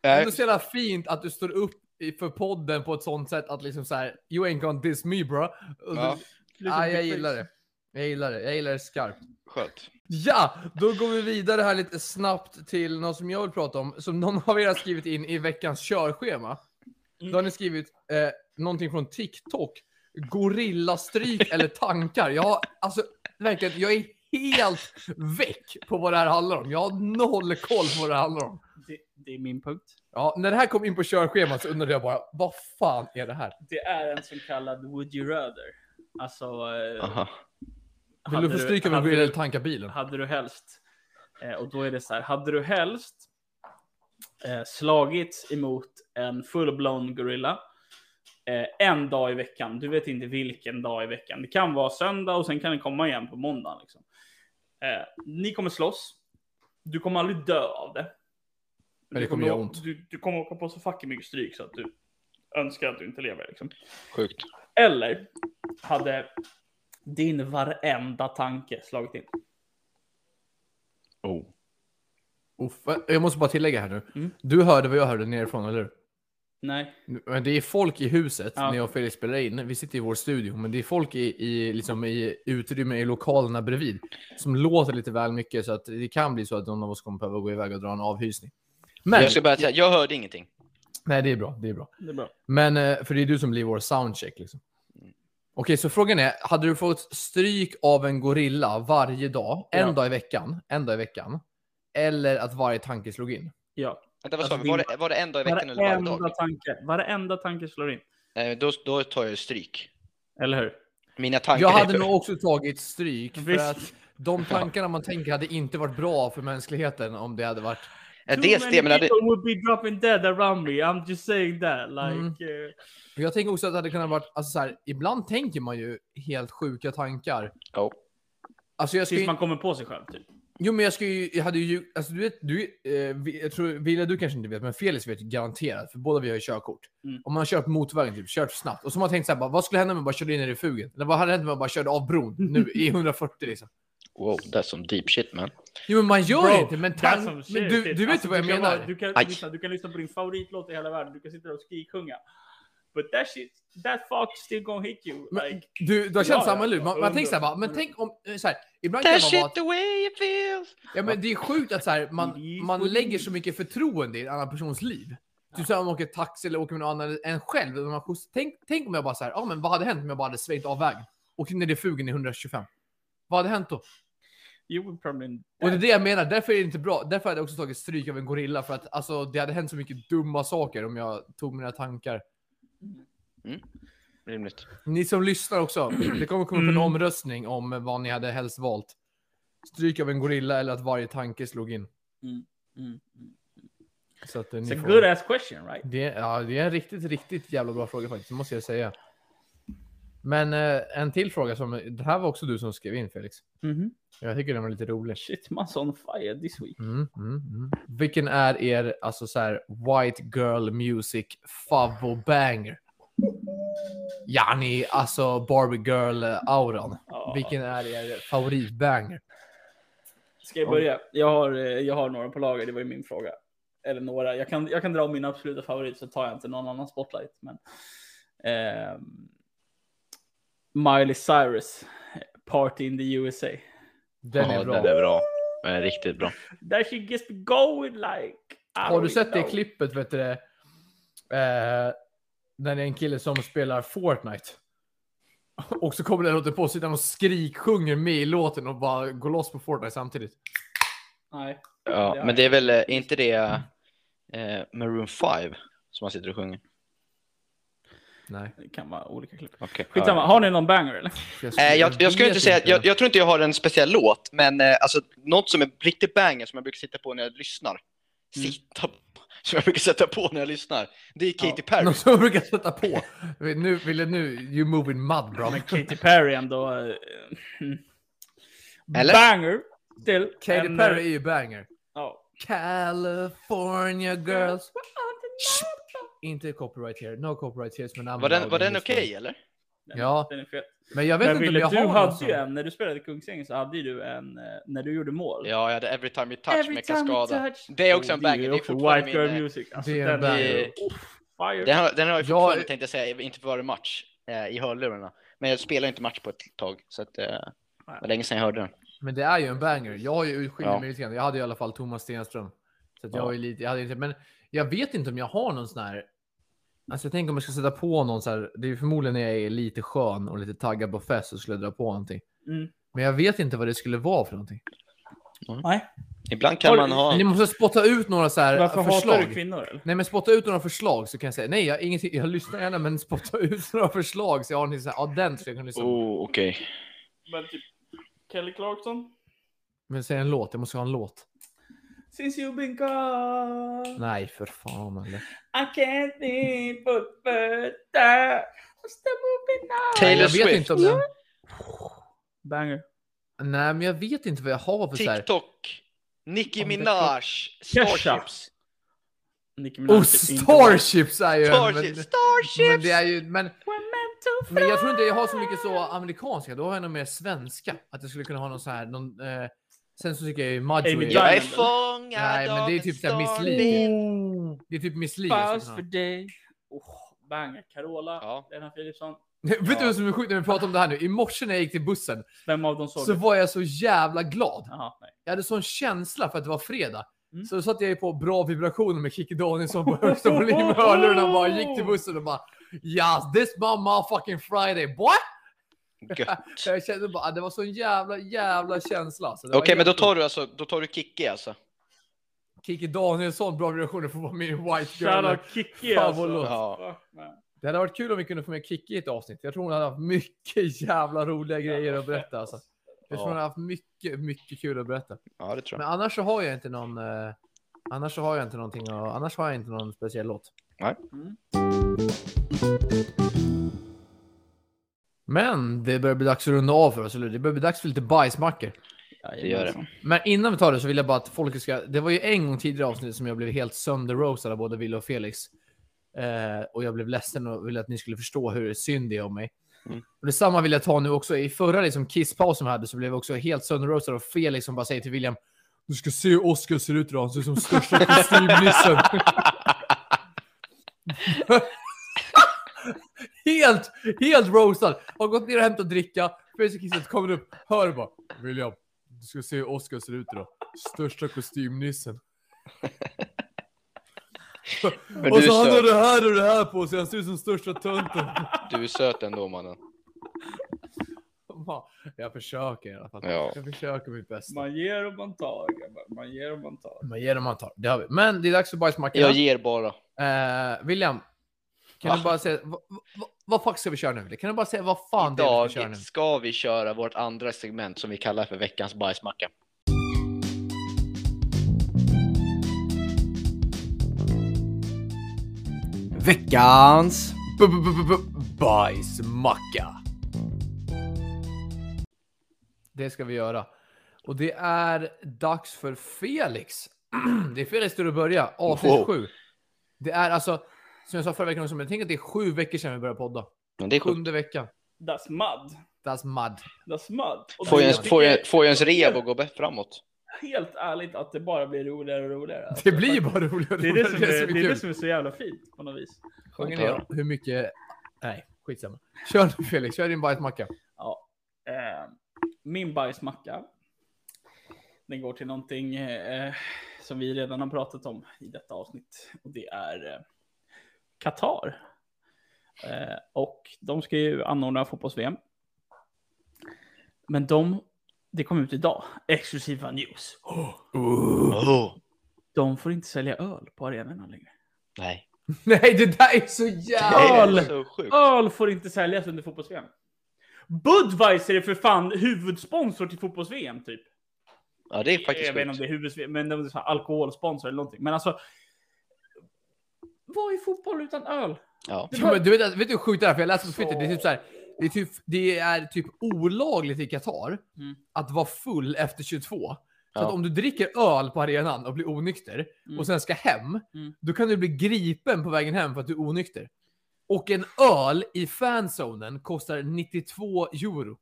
[SPEAKER 2] Det
[SPEAKER 3] Nej,
[SPEAKER 2] är så jävla fint att du står upp i- för podden på ett sånt sätt att liksom så här, you ain't gonna diss me bro. Och
[SPEAKER 3] Ja.
[SPEAKER 2] du, ah, jag gillar det. Jag gillar det. Jag gillar det skarpt.
[SPEAKER 3] skönt.
[SPEAKER 2] Ja, då går vi vidare här lite snabbt till något som jag vill prata om. Som någon av er har skrivit in i veckans körschema. Då har ni skrivit eh, någonting från TikTok. Gorillastryk eller tankar. Jag har, alltså verkligen, jag är helt väck på vad det här handlar om. Jag har noll koll på vad det här handlar om.
[SPEAKER 1] Det, det är min punkt.
[SPEAKER 2] Ja, när det här kom in på körschemat så undrade jag bara, vad fan är det här?
[SPEAKER 1] Det är en så kallad would you rather. Alltså, eh,
[SPEAKER 3] Aha.
[SPEAKER 2] Vill
[SPEAKER 1] hade
[SPEAKER 2] du få stryka med
[SPEAKER 1] hade
[SPEAKER 2] vill eller
[SPEAKER 1] du-
[SPEAKER 2] tanka bilen?
[SPEAKER 1] hade du helst? Eh, och då är det så här, hade du helst eh, slagits emot en full-blown gorilla eh, en dag i veckan? Du vet inte vilken dag i veckan. Det kan vara söndag och sen kan den komma igen på måndag. Liksom. Eh, ni kommer slåss. Du kommer aldrig dö av det.
[SPEAKER 2] Men det
[SPEAKER 1] Du
[SPEAKER 2] kommer göra ont.
[SPEAKER 1] Du, du kommer åka på så fucking mycket stryk så att du önskar att du inte lever. Liksom.
[SPEAKER 3] Sjukt.
[SPEAKER 1] Eller hade din varenda tanke slagit in?
[SPEAKER 3] Oh.
[SPEAKER 2] Uff, jag måste bara tillägga här nu.
[SPEAKER 1] Mm.
[SPEAKER 2] Du hörde vad jag hörde nerifrån, eller hur?
[SPEAKER 1] Nej.
[SPEAKER 2] Men det är folk i huset
[SPEAKER 1] Ja.
[SPEAKER 2] när jag och Felix spelar in. Vi sitter i vår studio, men det är folk i, i, liksom, i utrymmen i lokalerna bredvid som låter lite väl mycket så att det kan bli så att någon av oss kommer behöva gå iväg och dra en avhysning. Men,
[SPEAKER 3] Jag ska bara säga, jag hörde ingenting.
[SPEAKER 2] nej det är bra, det är bra.
[SPEAKER 1] Det är bra.
[SPEAKER 2] Men, eh, för det är du som blir vår soundcheck liksom. Okej, så frågan är, hade du fått stryk av en gorilla varje dag, en
[SPEAKER 1] Ja.
[SPEAKER 2] dag i veckan, en dag i veckan, eller att varje tanke slog in?
[SPEAKER 1] Ja.
[SPEAKER 3] Vänta, vad sa
[SPEAKER 1] Alltså,
[SPEAKER 3] vi? Var det, var det en dag i veckan eller varje
[SPEAKER 1] Varenda
[SPEAKER 3] dag? liksom.
[SPEAKER 1] tanke, varenda tanke slår in.
[SPEAKER 3] Nej, då, då tar jag stryk.
[SPEAKER 1] Eller hur?
[SPEAKER 3] Mina tankar
[SPEAKER 2] Jag
[SPEAKER 3] är
[SPEAKER 2] hade
[SPEAKER 3] för-
[SPEAKER 2] nog också tagit stryk för
[SPEAKER 1] Visst.
[SPEAKER 2] att de tankarna man tänker hade inte varit bra för mänskligheten om det hade varit.
[SPEAKER 3] Ja,
[SPEAKER 1] Too
[SPEAKER 3] dels
[SPEAKER 1] many
[SPEAKER 3] det, men hade...
[SPEAKER 1] people would be dropping dead around me. I'm just saying that.
[SPEAKER 2] Mm.
[SPEAKER 1] Like, eh,
[SPEAKER 2] Jag tänker också att det hade kunnat varit, alltså så här, ibland tänker man ju helt sjuka tankar.
[SPEAKER 3] Ja.
[SPEAKER 2] Alltså jag ska
[SPEAKER 1] tills
[SPEAKER 2] ju,
[SPEAKER 1] man kommer på sig själv. Typ.
[SPEAKER 2] jo men jag ska ju, jag hade ju, alltså du vet, du, eh, vi- jag tror, Villa du kanske inte vet, men Felix vet ju garanterat, för båda vi har ju körkort.
[SPEAKER 1] Mm.
[SPEAKER 2] Om man har kört på motorvägen, typ, kört för snabbt, och så har man tänkt så här, bara, vad skulle hända om jag bara körde in i refugen? Eller vad hade hänt om jag bara körde av bron nu i 140 liksom?
[SPEAKER 3] Wow, that's some deep shit man.
[SPEAKER 2] Jo men man gör
[SPEAKER 1] Bro,
[SPEAKER 2] inte, men,
[SPEAKER 1] that's
[SPEAKER 2] tan-
[SPEAKER 1] some
[SPEAKER 2] men
[SPEAKER 1] shit.
[SPEAKER 2] du, du vet
[SPEAKER 1] Alltså,
[SPEAKER 2] ju vad jag
[SPEAKER 1] kan
[SPEAKER 2] menar.
[SPEAKER 1] vara- Du kan,
[SPEAKER 3] Aj.
[SPEAKER 1] lyssna, du kan lyssna på din favoritlåt i hela världen. Du kan sitta där och skriksjunga. But that shit, that fuck still gonna hit you.
[SPEAKER 2] Men,
[SPEAKER 1] Like,
[SPEAKER 2] du, du har känt
[SPEAKER 1] Ja,
[SPEAKER 2] samma
[SPEAKER 1] ja,
[SPEAKER 2] lur. Man,
[SPEAKER 1] ja,
[SPEAKER 2] man tänker så här,
[SPEAKER 1] hundra.
[SPEAKER 2] bara, men tänk om... eh, Så här, ibland kan
[SPEAKER 3] That
[SPEAKER 2] man vara
[SPEAKER 3] shit
[SPEAKER 2] att,
[SPEAKER 3] the way it feels.
[SPEAKER 2] ja, men det är sjukt att så här, man,
[SPEAKER 1] Please
[SPEAKER 2] man
[SPEAKER 1] believe.
[SPEAKER 2] lägger så mycket förtroende i en annan persons liv. Typ så här, om man åker taxi eller åker med någon annan än själv. när Man skjuts, tänk, tänk om jag bara så här, ja men vad hade hänt om jag bara hade svängt av vägen? Åkt in i refugen i 125. Vad hade hänt då?
[SPEAKER 1] you would probably...
[SPEAKER 2] Och det är det jag menar, därför är det inte bra. Därför hade jag också tagit stryk av en gorilla för att alltså, det hade hänt så mycket dumma saker om jag tog mina tankar.
[SPEAKER 3] Rimligt.
[SPEAKER 2] Ni som lyssnar också, det kommer komma upp en
[SPEAKER 1] Mm.
[SPEAKER 2] omröstning om vad ni hade helst valt. Stryk av en gorilla eller att varje tanke slog in.
[SPEAKER 1] Mm.
[SPEAKER 2] Så att eh, ni
[SPEAKER 1] It's a
[SPEAKER 2] får...
[SPEAKER 1] good ass question, right?
[SPEAKER 2] det, ja, det är en riktigt, riktigt jävla bra fråga faktiskt, det måste jag säga. Men eh, en till fråga som, det här var också du som skrev in Felix.
[SPEAKER 1] Mhm.
[SPEAKER 2] Jag tycker den var lite rolig.
[SPEAKER 1] Shit, man's on fire this week.
[SPEAKER 2] Mm, mm, mm. Vilken är er, alltså så här, white girl music favvo-banger? Ja, ni, alltså Barbie girl-auran.
[SPEAKER 1] Ja.
[SPEAKER 2] Vilken är er favoritbanger?
[SPEAKER 1] Ska jag börja? Jag har, eh, jag har några på lager, det var ju min fråga. Eller några. Jag kan, jag kan dra min absoluta favorit så tar jag inte någon annan spotlight. Men, ehm, Miley Cyrus, Party in the USA.
[SPEAKER 2] Den är bra.
[SPEAKER 3] bra. Den är riktigt bra.
[SPEAKER 1] That she gets me going like... I
[SPEAKER 2] Har du
[SPEAKER 1] don't
[SPEAKER 2] sett det
[SPEAKER 1] know.
[SPEAKER 2] klippet, vet du det? Eh, när det är en kille som spelar Fortnite. Och så kommer den låten på, sitter han och skriksjunger med i låten och bara går loss på Fortnite samtidigt.
[SPEAKER 1] Nej.
[SPEAKER 3] Ja, men det är väl eh, inte det eh, Maroon 5 som man sitter och sjunger?
[SPEAKER 2] Nej.
[SPEAKER 1] Det kan vara olika klipp.
[SPEAKER 3] Okej.
[SPEAKER 1] Skitsamma, har ni någon banger eller?
[SPEAKER 3] Eh, jag, jag, skulle
[SPEAKER 2] vet
[SPEAKER 3] inte säga, jag, jag tror inte jag har en speciell låt, men eh, alltså, något som är riktigt banger som jag brukar sitta på när jag lyssnar.
[SPEAKER 1] Mm.
[SPEAKER 3] Sitta på, som jag brukar sätta på när jag lyssnar. Det är Katy Perry.
[SPEAKER 2] Någon som jag brukar sätta på. Nu, Ville, nu, you moving mud bro.
[SPEAKER 1] Men Katy Perry ändå. eh,
[SPEAKER 3] Eller?
[SPEAKER 1] Banger. Still.
[SPEAKER 2] Katy
[SPEAKER 1] And,
[SPEAKER 2] Perry är
[SPEAKER 1] eh,
[SPEAKER 2] ju banger.
[SPEAKER 1] Ja.
[SPEAKER 2] California girls. Shh. Inte copyright here. No copyright here. men I'm
[SPEAKER 3] Var den,
[SPEAKER 2] loud
[SPEAKER 3] var
[SPEAKER 2] in
[SPEAKER 3] den
[SPEAKER 2] this
[SPEAKER 3] okej
[SPEAKER 2] thing.
[SPEAKER 3] eller?
[SPEAKER 1] Den,
[SPEAKER 2] Ja.
[SPEAKER 1] Den är fet.
[SPEAKER 2] Men jag vet
[SPEAKER 1] Men
[SPEAKER 2] inte om
[SPEAKER 1] Wille,
[SPEAKER 2] jag
[SPEAKER 1] du
[SPEAKER 2] har någon
[SPEAKER 1] hade
[SPEAKER 2] sån.
[SPEAKER 1] ju en, när du spelade Kungsängen så hade ju du en, eh, när du gjorde mål.
[SPEAKER 3] Ja, jag hade Every time you touch med Kaskada.
[SPEAKER 1] touch.
[SPEAKER 3] Det är också en
[SPEAKER 1] det är
[SPEAKER 3] banger.
[SPEAKER 1] ju
[SPEAKER 3] Det är
[SPEAKER 1] också
[SPEAKER 3] fortfarande
[SPEAKER 1] White Girl
[SPEAKER 3] min, eh,
[SPEAKER 1] Music. Alltså,
[SPEAKER 2] Det är en
[SPEAKER 1] den är ju-
[SPEAKER 3] banger.
[SPEAKER 1] Uff, fire.
[SPEAKER 3] Den har, den har jag
[SPEAKER 2] Jag-
[SPEAKER 3] fortfarande, tänkte jag säga, inte varit match eh, i hörlurarna. Men jag spelar inte match på ett tag, så att, eh, det var länge sedan jag hörde den.
[SPEAKER 2] Men det är ju en banger. Jag har ju utskilt
[SPEAKER 3] Ja.
[SPEAKER 2] mig lite grann. Jag hade i alla fall Thomas Stenström. Så att jag
[SPEAKER 3] Ja.
[SPEAKER 2] var ju lite, jag hade inte, men jag vet inte om jag har någon sån här. Alltså jag tänker om jag ska sätta på någon så här. Det är ju förmodligen när jag är lite skön och lite taggad på fest så skulle jag dra på någonting.
[SPEAKER 1] Mm.
[SPEAKER 2] Men jag vet inte vad det skulle vara för någonting.
[SPEAKER 1] Nej.
[SPEAKER 3] Ibland kan
[SPEAKER 1] Har-
[SPEAKER 3] man ha...
[SPEAKER 2] Ni måste spotta ut några så här
[SPEAKER 1] Varför
[SPEAKER 2] förslag.
[SPEAKER 1] hatar du kvinnor? Eller?
[SPEAKER 2] Nej, men spotta ut några förslag så kan jag säga nej, jag, har ingenting, jag lyssnar gärna, men spotta ut några förslag så jag har ni så här, ja, den skulle jag kunna lyssna på.
[SPEAKER 3] Oh, okej.
[SPEAKER 1] Men typ Kelly Clarkson?
[SPEAKER 2] Men säg en låt, jag måste ha en låt.
[SPEAKER 1] Since you've been gone
[SPEAKER 2] Nej, för fan. Eller.
[SPEAKER 1] I can't think but better I'm still moving on
[SPEAKER 2] Nej,
[SPEAKER 3] Taylor
[SPEAKER 2] jag vet
[SPEAKER 3] Swift.
[SPEAKER 2] inte om den.
[SPEAKER 1] Banger.
[SPEAKER 2] Nej, men jag vet inte vad jag har för så här.
[SPEAKER 3] TikTok. Nicki
[SPEAKER 1] Om det-
[SPEAKER 3] Minaj. Starships.
[SPEAKER 1] Nicki
[SPEAKER 2] Oh,
[SPEAKER 1] Minaj fick inte vara-
[SPEAKER 2] Starships är ju en, men,
[SPEAKER 3] Starships. Starships!
[SPEAKER 2] men det är ju, men,
[SPEAKER 1] We're meant to
[SPEAKER 2] men jag tror inte jag har så
[SPEAKER 1] fly.
[SPEAKER 2] mycket så amerikanska, då har jag nog mer svenska. Att jag skulle kunna ha någon så här, någon, eh, sen så tycker jag ju
[SPEAKER 1] Amy
[SPEAKER 2] Mudgeway.
[SPEAKER 1] Diamond.
[SPEAKER 3] Jag är
[SPEAKER 1] eller?
[SPEAKER 3] fångad
[SPEAKER 2] Nej, men
[SPEAKER 3] av
[SPEAKER 2] det är
[SPEAKER 3] en
[SPEAKER 2] typ så här Miss
[SPEAKER 3] stormvind.
[SPEAKER 2] Li. Det är typ Miss Li. jag
[SPEAKER 1] Paus
[SPEAKER 2] skulle
[SPEAKER 1] för
[SPEAKER 2] kunna ha.
[SPEAKER 1] dig. Oh, banger. Carola,
[SPEAKER 3] Ja.
[SPEAKER 1] Lennart Philipsson.
[SPEAKER 2] Vet du vad som är sjukt när vi pratar om det här nu? I morse när jag gick till bussen
[SPEAKER 1] Vem av dem såg
[SPEAKER 2] så
[SPEAKER 1] du?
[SPEAKER 2] var jag så jävla glad.
[SPEAKER 1] Jaha, nej.
[SPEAKER 2] Jag hade sån känsla för att det var fredag.
[SPEAKER 1] Mm.
[SPEAKER 2] Så då satte jag ju på bra vibrationer med Kikki Danielsson på högsta volym med hörlurarna och bara gick till bussen och bara Yes, this my motherfucking Friday boy!
[SPEAKER 3] Gött.
[SPEAKER 2] Jag kände bara, ah, det var sån jävla, jävla känsla. alltså. Det
[SPEAKER 3] Okej,
[SPEAKER 2] var
[SPEAKER 3] men då
[SPEAKER 2] helt-
[SPEAKER 3] tar du alltså, då tar du Kikki alltså?
[SPEAKER 2] Kikki Danielsson, bra vibrationer, får vara med i White Girl.
[SPEAKER 1] Shoutout Kikki
[SPEAKER 2] Fan,
[SPEAKER 1] alltså.
[SPEAKER 2] vad låt.
[SPEAKER 1] Ja. Fuck, man.
[SPEAKER 2] Det hade varit kul om vi kunde få med Kikki i ett avsnitt. Jag tror hon hade haft mycket jävla roliga grejer
[SPEAKER 1] Jävla
[SPEAKER 2] att berätta.
[SPEAKER 1] fett,
[SPEAKER 2] Alltså.
[SPEAKER 1] alltså.
[SPEAKER 2] Jag tror hon hade haft mycket, mycket kul att berätta.
[SPEAKER 3] Ja, det tror jag.
[SPEAKER 2] Men annars så har jag inte någon... Eh, annars så har jag inte någonting att, Annars har jag inte någon speciell låt.
[SPEAKER 3] Nej.
[SPEAKER 1] Mm.
[SPEAKER 2] Men det börjar bli dags att runda av för oss, eller hur? Det börjar bli dags för lite bajsmackor.
[SPEAKER 3] Det gör det.
[SPEAKER 2] Men innan vi tar det så vill jag bara att folk ska... Det var ju en gång tidigare i avsnittet som jag blev helt sönderrosad av både Wille och Felix. Eh, och jag blev ledsen och ville att ni skulle förstå hur synd det är om mig.
[SPEAKER 3] Mm.
[SPEAKER 2] Och detsamma vill jag ta nu också. I förra liksom, kisspausen vi hade så blev jag också helt sönderrosad av Felix som bara säger till William Du ska se hur Oscar ser ut idag. Han ser ut som största kostymnissen. helt, helt rosad. Har gått ner och hämtat dricka. Felix och kisset kommer upp. Hör bara William, du ska se hur Oscar ser ut idag. Största kostymnissen.
[SPEAKER 3] Men
[SPEAKER 2] och
[SPEAKER 3] du
[SPEAKER 2] så
[SPEAKER 3] är,
[SPEAKER 2] han har det
[SPEAKER 3] söt.
[SPEAKER 2] här och det här på sig. Han ser ut som största tönten.
[SPEAKER 3] du är söt ändå mannen.
[SPEAKER 2] Ja, Jag försöker i alla fall.
[SPEAKER 3] Ja.
[SPEAKER 2] Jag försöker mitt bästa.
[SPEAKER 1] Man ger och man tar. grabbar. Man ger och man tar.
[SPEAKER 2] Man ger dem man tar. Det har vi. Men det är dags för bajsmackorna.
[SPEAKER 3] Jag ger bara.
[SPEAKER 2] Eh, William, kan
[SPEAKER 3] Va?
[SPEAKER 2] du bara säga vad, vad, vad fuck ska vi köra nu? Kan du bara säga vad fan det är vi ska köra nu?
[SPEAKER 3] Idag ska vi köra vårt andra segment som vi kallar för veckans bajsmacka.
[SPEAKER 2] Veckans b- b- b- b- bajsmacka. Det ska vi göra. Och det är dags för Felix. Det är Felix tur att börja. Avsnitt
[SPEAKER 3] Wow.
[SPEAKER 2] sju. Det är alltså, som jag sa förra veckan också, men tänk att det är sju veckor sedan vi började podda.
[SPEAKER 3] Men det är sjukt.
[SPEAKER 2] Sjunde veckan.
[SPEAKER 1] Das mud.
[SPEAKER 2] That's mud.
[SPEAKER 1] Das mud. Och
[SPEAKER 3] Får
[SPEAKER 1] det-
[SPEAKER 3] ju ens,
[SPEAKER 1] det
[SPEAKER 3] får
[SPEAKER 1] är
[SPEAKER 3] ju, får ju ens rev att gå bä- framåt.
[SPEAKER 1] Helt ärligt att det bara blir roligare och roligare. Alltså,
[SPEAKER 2] Det blir ju bara roligare och
[SPEAKER 1] det är det,
[SPEAKER 2] roligare.
[SPEAKER 1] som är, det är det
[SPEAKER 2] kul.
[SPEAKER 1] som är så jävla fint på något vis.
[SPEAKER 2] Frågan är hur mycket... Nej, skitsamma. Kör nu Felix, kör din bajsmacka.
[SPEAKER 1] Ja. Eh, min bajsmacka. Den går till någonting eh, som vi redan har pratat om i detta avsnitt. Och det är eh, Qatar. Eh, och de ska ju anordna fotbolls-VM. Men de, det kom ut idag, exklusiva news.
[SPEAKER 3] Oh.
[SPEAKER 1] De får inte sälja öl på arenorna längre.
[SPEAKER 3] Nej.
[SPEAKER 2] Nej, det där är så
[SPEAKER 3] Det
[SPEAKER 2] jävla...
[SPEAKER 1] Öl!
[SPEAKER 3] är så sjukt.
[SPEAKER 1] Öl får inte säljas under fotbolls-VM. Budweiser är för fan huvudsponsor till fotbolls-VM typ.
[SPEAKER 3] Ja, det är faktiskt
[SPEAKER 1] jag vet inte om
[SPEAKER 3] sjukt.
[SPEAKER 1] det är huvudsponsor, men det är så här alkoholsponsor eller någonting. Men alltså. Vad är fotboll utan öl?
[SPEAKER 3] Ja.
[SPEAKER 1] Det
[SPEAKER 2] Jo,
[SPEAKER 1] var-
[SPEAKER 2] men du vet, alltså, vet du hur sjukt det är? För jag läste på Twitter, det är typ så här, det är typ, det är typ olagligt i Qatar
[SPEAKER 1] Mm.
[SPEAKER 2] att vara full efter 22. Så
[SPEAKER 3] Ja.
[SPEAKER 2] att om du dricker öl på arenan och blir onykter
[SPEAKER 1] Mm.
[SPEAKER 2] och sen ska hem,
[SPEAKER 1] Mm.
[SPEAKER 2] då kan du bli gripen på vägen hem för att du är onykter. Och en öl i fanzonen kostar 92 euro.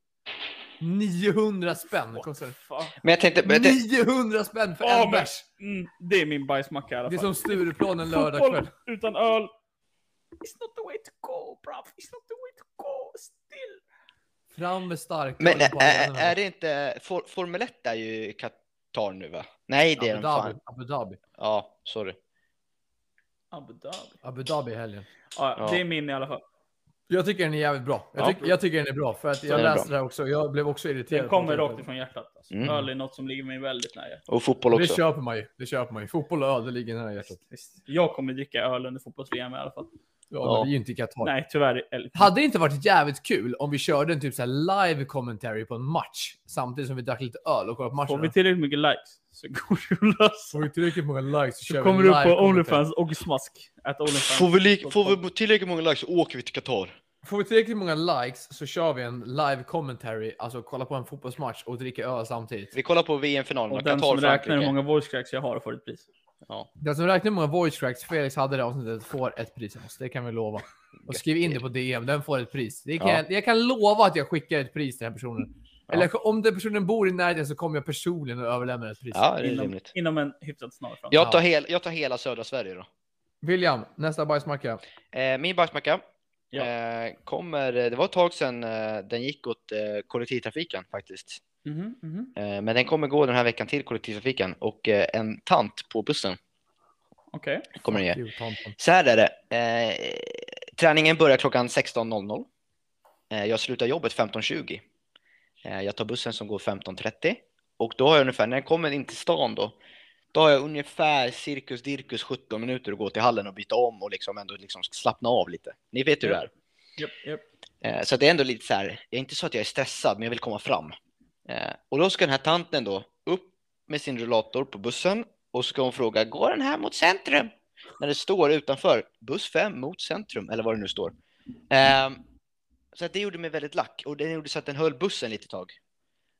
[SPEAKER 2] 900 spänn kostar det.
[SPEAKER 1] Fan.
[SPEAKER 3] Men jag tänkte, men jag tänkte
[SPEAKER 2] 900 spänn för
[SPEAKER 1] Ja,
[SPEAKER 2] en
[SPEAKER 1] men-
[SPEAKER 2] bärs!
[SPEAKER 1] Mm, det är min bajsmacka i alla
[SPEAKER 2] Det är
[SPEAKER 1] fall.
[SPEAKER 2] som Stureplan en
[SPEAKER 1] Fotboll
[SPEAKER 2] lördagkväll.
[SPEAKER 1] utan öl. It's not the way to go, bruv. It's not the way to go. Still.
[SPEAKER 2] Fram med stark.
[SPEAKER 3] men är, är det inte, for, Formel 1 är ju i Qatar nu va? Nej, det är
[SPEAKER 2] Abu
[SPEAKER 3] den
[SPEAKER 2] Dhabi,
[SPEAKER 3] fan.
[SPEAKER 2] Abu Dhabi.
[SPEAKER 3] Ja, sorry.
[SPEAKER 1] Abu Dhabi.
[SPEAKER 2] Abu Dhabi i helgen.
[SPEAKER 1] Ja,
[SPEAKER 3] Ja.
[SPEAKER 1] det är min i alla fall.
[SPEAKER 2] Jag tycker den är jävligt bra. Jag,
[SPEAKER 3] Ja.
[SPEAKER 2] tycker- jag tycker den är bra. För att jag
[SPEAKER 3] Den är
[SPEAKER 2] läste det här också. Jag blev också irriterad.
[SPEAKER 1] Den kommer
[SPEAKER 2] på det.
[SPEAKER 1] rakt ifrån hjärtat. Alltså.
[SPEAKER 3] Mm.
[SPEAKER 1] Öl är något som ligger mig väldigt nära. hjärtat.
[SPEAKER 3] Och fotboll
[SPEAKER 2] Det
[SPEAKER 3] också.
[SPEAKER 2] köper man ju. Det köper man ju. Fotboll och öl, det ligger nära hjärtat.
[SPEAKER 1] Visst. Jag kommer dricka öl under fotbolls-VM i alla fall.
[SPEAKER 2] Ja,
[SPEAKER 3] Ja.
[SPEAKER 2] Men vi är ju inte i Qatar.
[SPEAKER 1] Nej, tyvärr. Eller,
[SPEAKER 2] Hade det inte varit jävligt kul om vi körde en typ så här live commentary på en match samtidigt som vi drack lite öl och kollade på matchen?
[SPEAKER 1] får vi tillräckligt mycket likes så går det att lösa.
[SPEAKER 2] Får vi tillräckligt många likes så
[SPEAKER 1] Så
[SPEAKER 2] kör
[SPEAKER 1] kommer
[SPEAKER 2] vi
[SPEAKER 1] du upp
[SPEAKER 2] live
[SPEAKER 1] på
[SPEAKER 2] commentary.
[SPEAKER 1] Onlyfans och smask. Att Onlyfans.
[SPEAKER 3] Får vi, li- får vi tillräckligt många likes så åker vi till Qatar.
[SPEAKER 2] Får vi tillräckligt många likes så kör vi en live commentary, alltså kolla på en fotbollsmatch och dricka öl samtidigt.
[SPEAKER 3] Vi kollar på VM-finalen
[SPEAKER 1] Och
[SPEAKER 3] mellan
[SPEAKER 1] den som räknar hur
[SPEAKER 3] Qatar-Frankrike.
[SPEAKER 1] många voice cracks jag har får ett pris.
[SPEAKER 2] Den som räknar hur många voice cracks Felix hade i det avsnittet får ett pris av oss, det kan vi lova. Och skriv in det på DM, den får ett pris. Det kan
[SPEAKER 3] Ja.
[SPEAKER 2] jag, jag kan lova att jag skickar ett pris till den här personen.
[SPEAKER 3] Ja.
[SPEAKER 2] Eller om den personen bor i närheten så kommer jag personligen och överlämnar ett pris.
[SPEAKER 3] Ja, det är
[SPEAKER 1] Inom,
[SPEAKER 3] rimligt.
[SPEAKER 1] inom en hyfsat snar framtid.
[SPEAKER 3] Jag tar, hel- jag tar hela södra Sverige då.
[SPEAKER 2] William, nästa bajsmacka.
[SPEAKER 3] Eh, min bajsmacka
[SPEAKER 1] Ja.
[SPEAKER 3] eh, kommer, det var ett tag sedan eh, den gick åt eh, kollektivtrafiken faktiskt.
[SPEAKER 1] Mhm, mhm.
[SPEAKER 3] Eh, men den kommer gå den här veckan till kollektivtrafiken och eh, en tant på bussen
[SPEAKER 1] Okej.
[SPEAKER 3] kommer den ge.
[SPEAKER 2] Jo, tanten.
[SPEAKER 3] Så här är det. Eh, träningen börjar klockan 16.00. Eh, jag slutar jobbet 15.20. Eh, jag tar bussen som går 15.30 och då har jag ungefär, när jag kommer in till stan då, då har jag ungefär cirkus dirkus 17 minuter att gå till hallen och byta om och liksom ändå liksom slappna av lite. Ni vet hur det är.
[SPEAKER 1] Japp, japp.
[SPEAKER 3] Eh, Så att det är ändå lite så här, jag är inte så att jag är stressad, men jag vill komma fram. Eh, Och då ska den här tanten då upp med sin rullator på bussen och ska hon fråga, går den här mot centrum? När det står utanför, buss 5 mot centrum, eller vad det nu står. Eh, Så att det gjorde mig väldigt lack och det gjorde så att den höll bussen lite tag.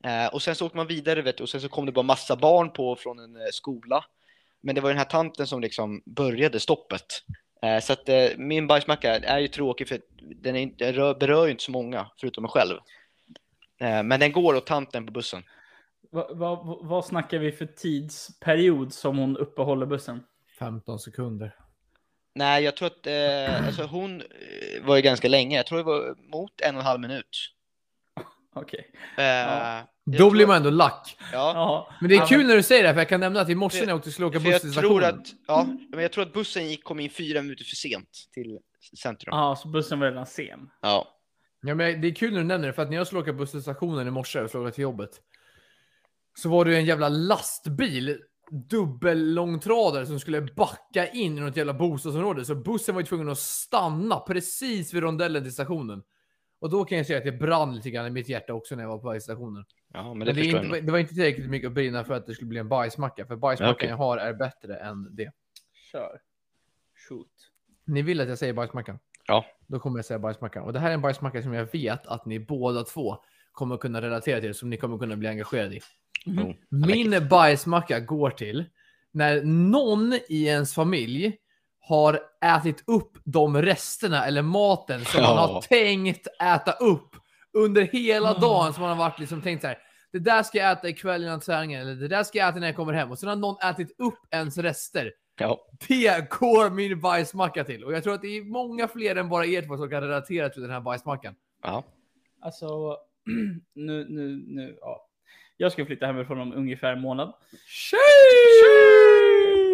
[SPEAKER 3] Eh, Och sen så åkte man vidare vet du, och sen så kom det bara massa barn på från en eh, skola. Men det var den här tanten som liksom började stoppet. Eh, Så att eh, min bajsmacka är ju tråkig för den, är inte, den rör, berör ju inte så många förutom mig själv. Eh, Men den går åt tanten på bussen.
[SPEAKER 1] Va, va, va, vad snackar vi för tidsperiod som hon uppehåller bussen?
[SPEAKER 2] 15 sekunder.
[SPEAKER 3] Nej, jag tror att eh, alltså hon eh, var ju ganska länge. Jag tror det var mot en och en halv minut.
[SPEAKER 1] Okej.
[SPEAKER 3] Eh,
[SPEAKER 1] Ja.
[SPEAKER 3] jag
[SPEAKER 2] Då
[SPEAKER 3] tror-
[SPEAKER 2] blir man ändå lack.
[SPEAKER 3] Ja,
[SPEAKER 1] Ja.
[SPEAKER 2] Men det
[SPEAKER 1] Ja,
[SPEAKER 2] är kul när du säger det, här, för jag kan nämna att i morse
[SPEAKER 3] För-
[SPEAKER 2] när jag åkte skulle åka
[SPEAKER 3] för
[SPEAKER 2] buss till
[SPEAKER 3] jag tror
[SPEAKER 2] stationen.
[SPEAKER 3] att, ja, men jag tror att bussen gick, kom in fyra minuter för sent till centrum.
[SPEAKER 1] Ja, så bussen var redan sen.
[SPEAKER 3] Ja.
[SPEAKER 2] Ja, men det är kul när du nämner det, för att när jag skulle åka buss till stationen i morse och skulle åka till jobbet. Så var det ju en jävla lastbil, dubbellångtradare, som skulle backa in i något jävla bostadsområde. Så bussen var ju tvungen att stanna precis vid rondellen till stationen. Och då kan jag säga att det brann lite grann i mitt hjärta också när jag var på väg till stationen.
[SPEAKER 3] ja,
[SPEAKER 2] Men det, är inte, det var inte tillräckligt mycket att brinna för att det skulle bli en bajsmacka, för bajsmackan
[SPEAKER 3] Ja, okej.
[SPEAKER 2] jag har är bättre än det.
[SPEAKER 1] Kör. Shoot.
[SPEAKER 2] Ni vill att jag säger bajsmackan?
[SPEAKER 3] Ja.
[SPEAKER 2] Då kommer jag säga bajsmackan. Och det här är en bajsmacka som jag vet att ni båda två kommer att kunna relatera till, som ni kommer att kunna bli engagerade i.
[SPEAKER 3] Mm.
[SPEAKER 1] Mhm.
[SPEAKER 2] Min bajsmacka går till när någon i ens familj har ätit upp de resterna eller maten som man
[SPEAKER 3] Ja.
[SPEAKER 2] har tänkt äta upp under hela
[SPEAKER 1] Ah.
[SPEAKER 2] dagen som man har varit liksom tänkt så här. Det där ska jag äta ikväll innan träningen eller det där ska jag äta när jag kommer hem och sen har någon ätit upp ens rester.
[SPEAKER 3] Ja.
[SPEAKER 2] Det går min bajsmacka till. Och jag tror att det är många fler än bara er två som kan relatera till den här bajsmackan.
[SPEAKER 3] Ja.
[SPEAKER 1] Alltså, nu, nu, nu, ja. Jag ska flytta hemifrån om ungefär en månad.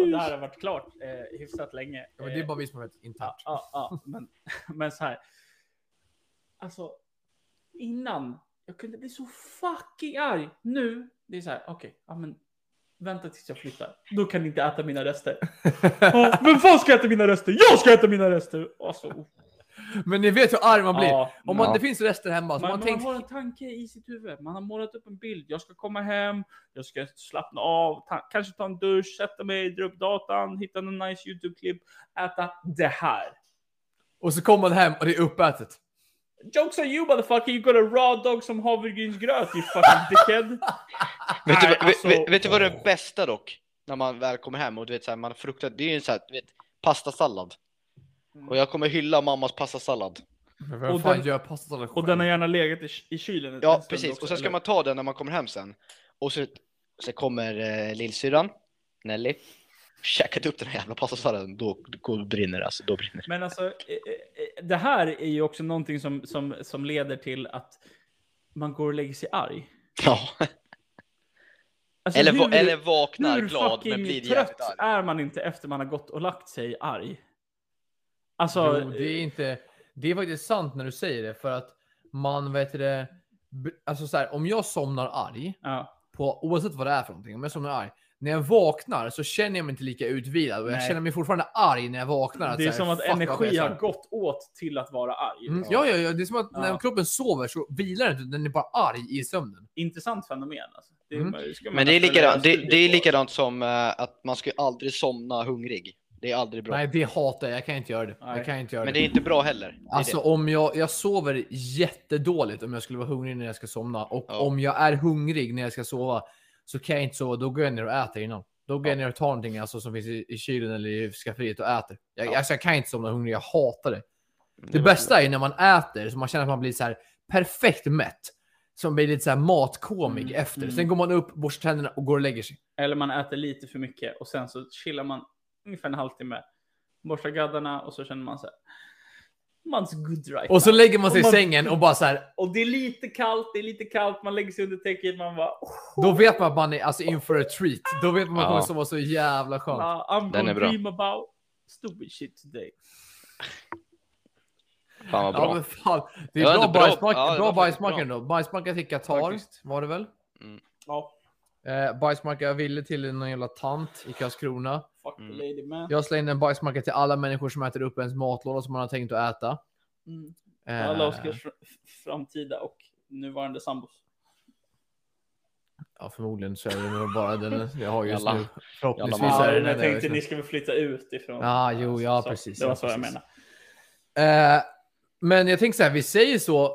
[SPEAKER 1] Och det här har varit klart eh, hyfsat länge.
[SPEAKER 2] Ja, men det är bara vi som har ett internt.
[SPEAKER 1] Ja, ja, ja. Men, men så här. Alltså, innan jag kunde bli så fucking arg. Nu, det är så här, okej, ja men vänta tills jag flyttar. Då kan ni inte äta mina rester. Ja, men fan ska jag äta mina rester? Jag ska äta mina rester! Alltså, oh.
[SPEAKER 2] Men ni vet hur arg man blir.
[SPEAKER 1] ja,
[SPEAKER 2] Om man,
[SPEAKER 3] Ja.
[SPEAKER 2] det finns rester hemma.
[SPEAKER 1] man,
[SPEAKER 2] Så man,
[SPEAKER 1] man
[SPEAKER 2] tänkt,
[SPEAKER 1] har en tanke i sitt huvud. Man har målat upp en bild. Jag ska komma hem, jag ska slappna av, ta, kanske ta en dusch, sätta mig, dra upp datan, hitta en nice YouTube-klipp, äta det här.
[SPEAKER 2] och så kommer man hem och det är uppätet.
[SPEAKER 1] Jokes on you motherfucker, you got a raw dog som havregrynsgröt you fucking dickhead.
[SPEAKER 3] Vet, du,
[SPEAKER 1] Nej,
[SPEAKER 3] vad-
[SPEAKER 1] alltså-
[SPEAKER 3] vet, vet du vad det är bästa dock? När man väl kommer hem och du vet så här, man fruktar, det är ju en så här, du vet, pastasallad.
[SPEAKER 1] Mm.
[SPEAKER 3] Och jag kommer hylla mammas pastasallad.
[SPEAKER 2] Men vem
[SPEAKER 1] Och
[SPEAKER 2] fan
[SPEAKER 1] den-
[SPEAKER 2] gör pastasallad
[SPEAKER 1] Och den har gärna legat i, i kylen en
[SPEAKER 3] Ja,
[SPEAKER 1] stund
[SPEAKER 3] precis.
[SPEAKER 1] också,
[SPEAKER 3] Och sen ska
[SPEAKER 1] eller?
[SPEAKER 3] man ta den när man kommer hem sen. Och så, så kommer eh, lillsyrran, Nelly, käkat upp den här jävla pastasalladen. Då, då brinner det alltså, då brinner det.
[SPEAKER 1] Men alltså, eh, eh, det här är ju också någonting som, som, som leder till att man går och lägger sig arg.
[SPEAKER 3] Ja.
[SPEAKER 1] Alltså,
[SPEAKER 3] Eller, va,
[SPEAKER 1] hur-
[SPEAKER 3] eller vaknar
[SPEAKER 1] Hur
[SPEAKER 3] glad men
[SPEAKER 1] fucking
[SPEAKER 3] blir jävligt
[SPEAKER 1] trött
[SPEAKER 3] arg.
[SPEAKER 1] är man inte efter man har gått och lagt sig arg? Alltså,
[SPEAKER 2] Jo, det är inte... Det är faktiskt sant när du säger det, för att man, vet det, b- alltså så här, om jag somnar arg,
[SPEAKER 1] Ja,
[SPEAKER 2] på, oavsett vad det är för någonting, om jag somnar arg, när jag vaknar så känner jag mig inte lika utvilad och jag
[SPEAKER 1] Nej.
[SPEAKER 2] känner mig fortfarande arg när jag vaknar.
[SPEAKER 1] det är
[SPEAKER 2] så här,
[SPEAKER 1] som att
[SPEAKER 2] Alltså, "Fuck, vad jag
[SPEAKER 1] energi
[SPEAKER 2] är
[SPEAKER 1] har
[SPEAKER 2] arg."
[SPEAKER 1] gått åt till att vara arg. liksom.
[SPEAKER 2] Mm, ja, ja, ja, det är som att när
[SPEAKER 1] Ja.
[SPEAKER 2] kroppen sover så vilar den inte, den är bara arg i sömnen.
[SPEAKER 1] Intressant fenomen. Alltså. Det,
[SPEAKER 2] Mm.
[SPEAKER 1] man- ska man
[SPEAKER 3] Men det är,
[SPEAKER 1] nästan
[SPEAKER 3] likadant,
[SPEAKER 1] göra
[SPEAKER 3] det,
[SPEAKER 1] en studie
[SPEAKER 3] det är
[SPEAKER 1] på.
[SPEAKER 3] likadant som eh, att man ska ju aldrig somna hungrig. Det är aldrig bra.
[SPEAKER 2] Nej, det hatar jag. Jag kan inte göra det.
[SPEAKER 1] Nej.
[SPEAKER 2] Jag kan inte göra
[SPEAKER 3] Men
[SPEAKER 2] det.
[SPEAKER 3] det är inte bra heller. Det är
[SPEAKER 2] Alltså om jag, jag sover jättedåligt om jag skulle vara hungrig när jag ska somna och
[SPEAKER 3] Ja.
[SPEAKER 2] om jag är hungrig när jag ska sova så kan jag inte sova. Då går jag ner och äter innan. Då går jag ner och tar någonting alltså, som finns i, i kylen eller i skafferiet och äter. Jag,
[SPEAKER 3] Ja.
[SPEAKER 2] alltså, jag kan inte somna hungrig. Jag hatar det.
[SPEAKER 3] det.
[SPEAKER 2] Det bästa är ju när man äter så man känner att man blir så här perfekt mätt. Som blir lite så här matkomig
[SPEAKER 1] Mm,
[SPEAKER 2] efter.
[SPEAKER 1] mm.
[SPEAKER 2] Sen går man upp, borstar tänderna och går och lägger sig.
[SPEAKER 1] Eller man äter lite för mycket och sen så chillar man ungefär en halvtimme. Borstar gaddarna och så känner man så här. Man's good right
[SPEAKER 2] Och så
[SPEAKER 1] now."
[SPEAKER 2] lägger man sig
[SPEAKER 1] Och man-
[SPEAKER 2] i sängen och bara så här.
[SPEAKER 1] och det är lite kallt, det är lite kallt. Man lägger sig under täcket. Man bara. Oh,
[SPEAKER 2] Då vet man att man är alltså inför a treat. Då vet man att man
[SPEAKER 3] Ja.
[SPEAKER 2] kommer sova så jävla skönt.
[SPEAKER 1] I'm
[SPEAKER 3] Den
[SPEAKER 1] gonna
[SPEAKER 3] är bra.
[SPEAKER 1] dream about stupid shit today.
[SPEAKER 3] Fan vad
[SPEAKER 2] Ja,
[SPEAKER 3] bra.
[SPEAKER 2] men fan. Det är
[SPEAKER 3] Det var
[SPEAKER 2] bra
[SPEAKER 3] ändå bra.
[SPEAKER 2] bajsmack,
[SPEAKER 3] Ja, det
[SPEAKER 2] bra
[SPEAKER 3] var
[SPEAKER 2] bajsmack
[SPEAKER 3] bra.
[SPEAKER 2] ändå. Bajsmacka till Qatar
[SPEAKER 3] Faktiskt. Mm.
[SPEAKER 2] var det väl?
[SPEAKER 1] Ja,
[SPEAKER 2] Eh, bajsmacka ville till någon jävla tant i Karlskrona.
[SPEAKER 1] fuck
[SPEAKER 3] Mm.
[SPEAKER 1] the lady man.
[SPEAKER 2] Jag slängde en bajsmacka till alla människor som äter upp ens matlåda som man har tänkt att äta.
[SPEAKER 1] Mm.
[SPEAKER 2] Eh,
[SPEAKER 1] Alla Oskars fr- framtida och nuvarande sambos.
[SPEAKER 2] ja, förmodligen så är det nog bara den jag har just
[SPEAKER 3] Jalla.
[SPEAKER 2] nu. Förhoppningsvis
[SPEAKER 3] Jalla
[SPEAKER 1] Ja,
[SPEAKER 2] är det
[SPEAKER 1] den jag
[SPEAKER 2] den jag
[SPEAKER 1] tänkte
[SPEAKER 2] vet
[SPEAKER 1] ni
[SPEAKER 2] nu.
[SPEAKER 1] ska väl flytta ut ifrån.
[SPEAKER 2] Ja, jo, ja,
[SPEAKER 1] Så,
[SPEAKER 2] precis,
[SPEAKER 1] Det var
[SPEAKER 2] ja,
[SPEAKER 1] så jag
[SPEAKER 2] precis.
[SPEAKER 1] menade.
[SPEAKER 2] Eh, men jag tänkte så här, vi säger så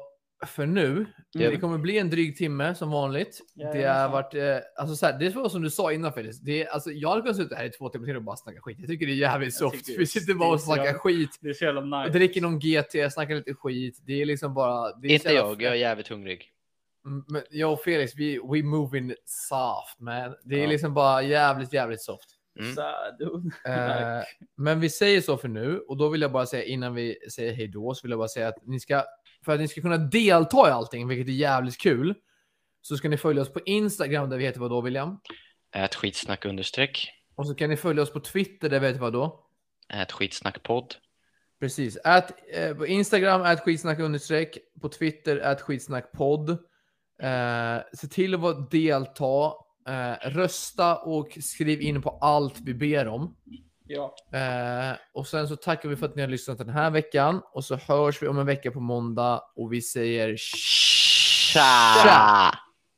[SPEAKER 2] för nu. Det kommer bli en dryg timme som vanligt. det har
[SPEAKER 1] Jajamensan.
[SPEAKER 2] varit, eh, alltså så här, det var som du sa innan Felix. Det är, alltså, jag hade kunnat sitta här i två timmar till och bara snacka skit. Jag tycker det är jävligt
[SPEAKER 1] Jag
[SPEAKER 2] soft.
[SPEAKER 1] tycker
[SPEAKER 2] Vi sitter bara och
[SPEAKER 1] det är så
[SPEAKER 2] snackar
[SPEAKER 1] jävla-
[SPEAKER 2] skit.
[SPEAKER 1] Det är så jävla nice.
[SPEAKER 2] Jag dricker någon GT, snackar lite skit. Det är liksom bara... Det är så
[SPEAKER 3] Inte
[SPEAKER 2] jävla-
[SPEAKER 3] jag, jag är jävligt hungrig.
[SPEAKER 2] Mm, Men jag och Felix, vi we moving soft man. Det är
[SPEAKER 3] Ja.
[SPEAKER 2] liksom bara jävligt, jävligt soft.
[SPEAKER 3] Mm.
[SPEAKER 1] Så, du,
[SPEAKER 2] Eh, men vi säger så för nu och då vill jag bara säga innan vi säger hej då så vill jag bara säga att ni ska för att ni ska kunna delta i allting, vilket är jävligt kul. Så ska ni följa oss på Instagram där vi heter vad då William?
[SPEAKER 3] Ät skitsnack understreck.
[SPEAKER 2] Och så kan ni följa oss på Twitter där vi heter vad då?
[SPEAKER 3] Ät skitsnack podd.
[SPEAKER 2] Precis. Ät, eh, på Instagram, ät skitsnack understreck. På Twitter, ät skitsnack podd. Eh, se till att vara- delta. Eh, rösta och skriv in på allt vi ber om.
[SPEAKER 1] ja.
[SPEAKER 2] Eh, och sen så tackar vi för att ni har lyssnat den här veckan. Och så hörs vi om en vecka på måndag. Och vi säger
[SPEAKER 3] Tja!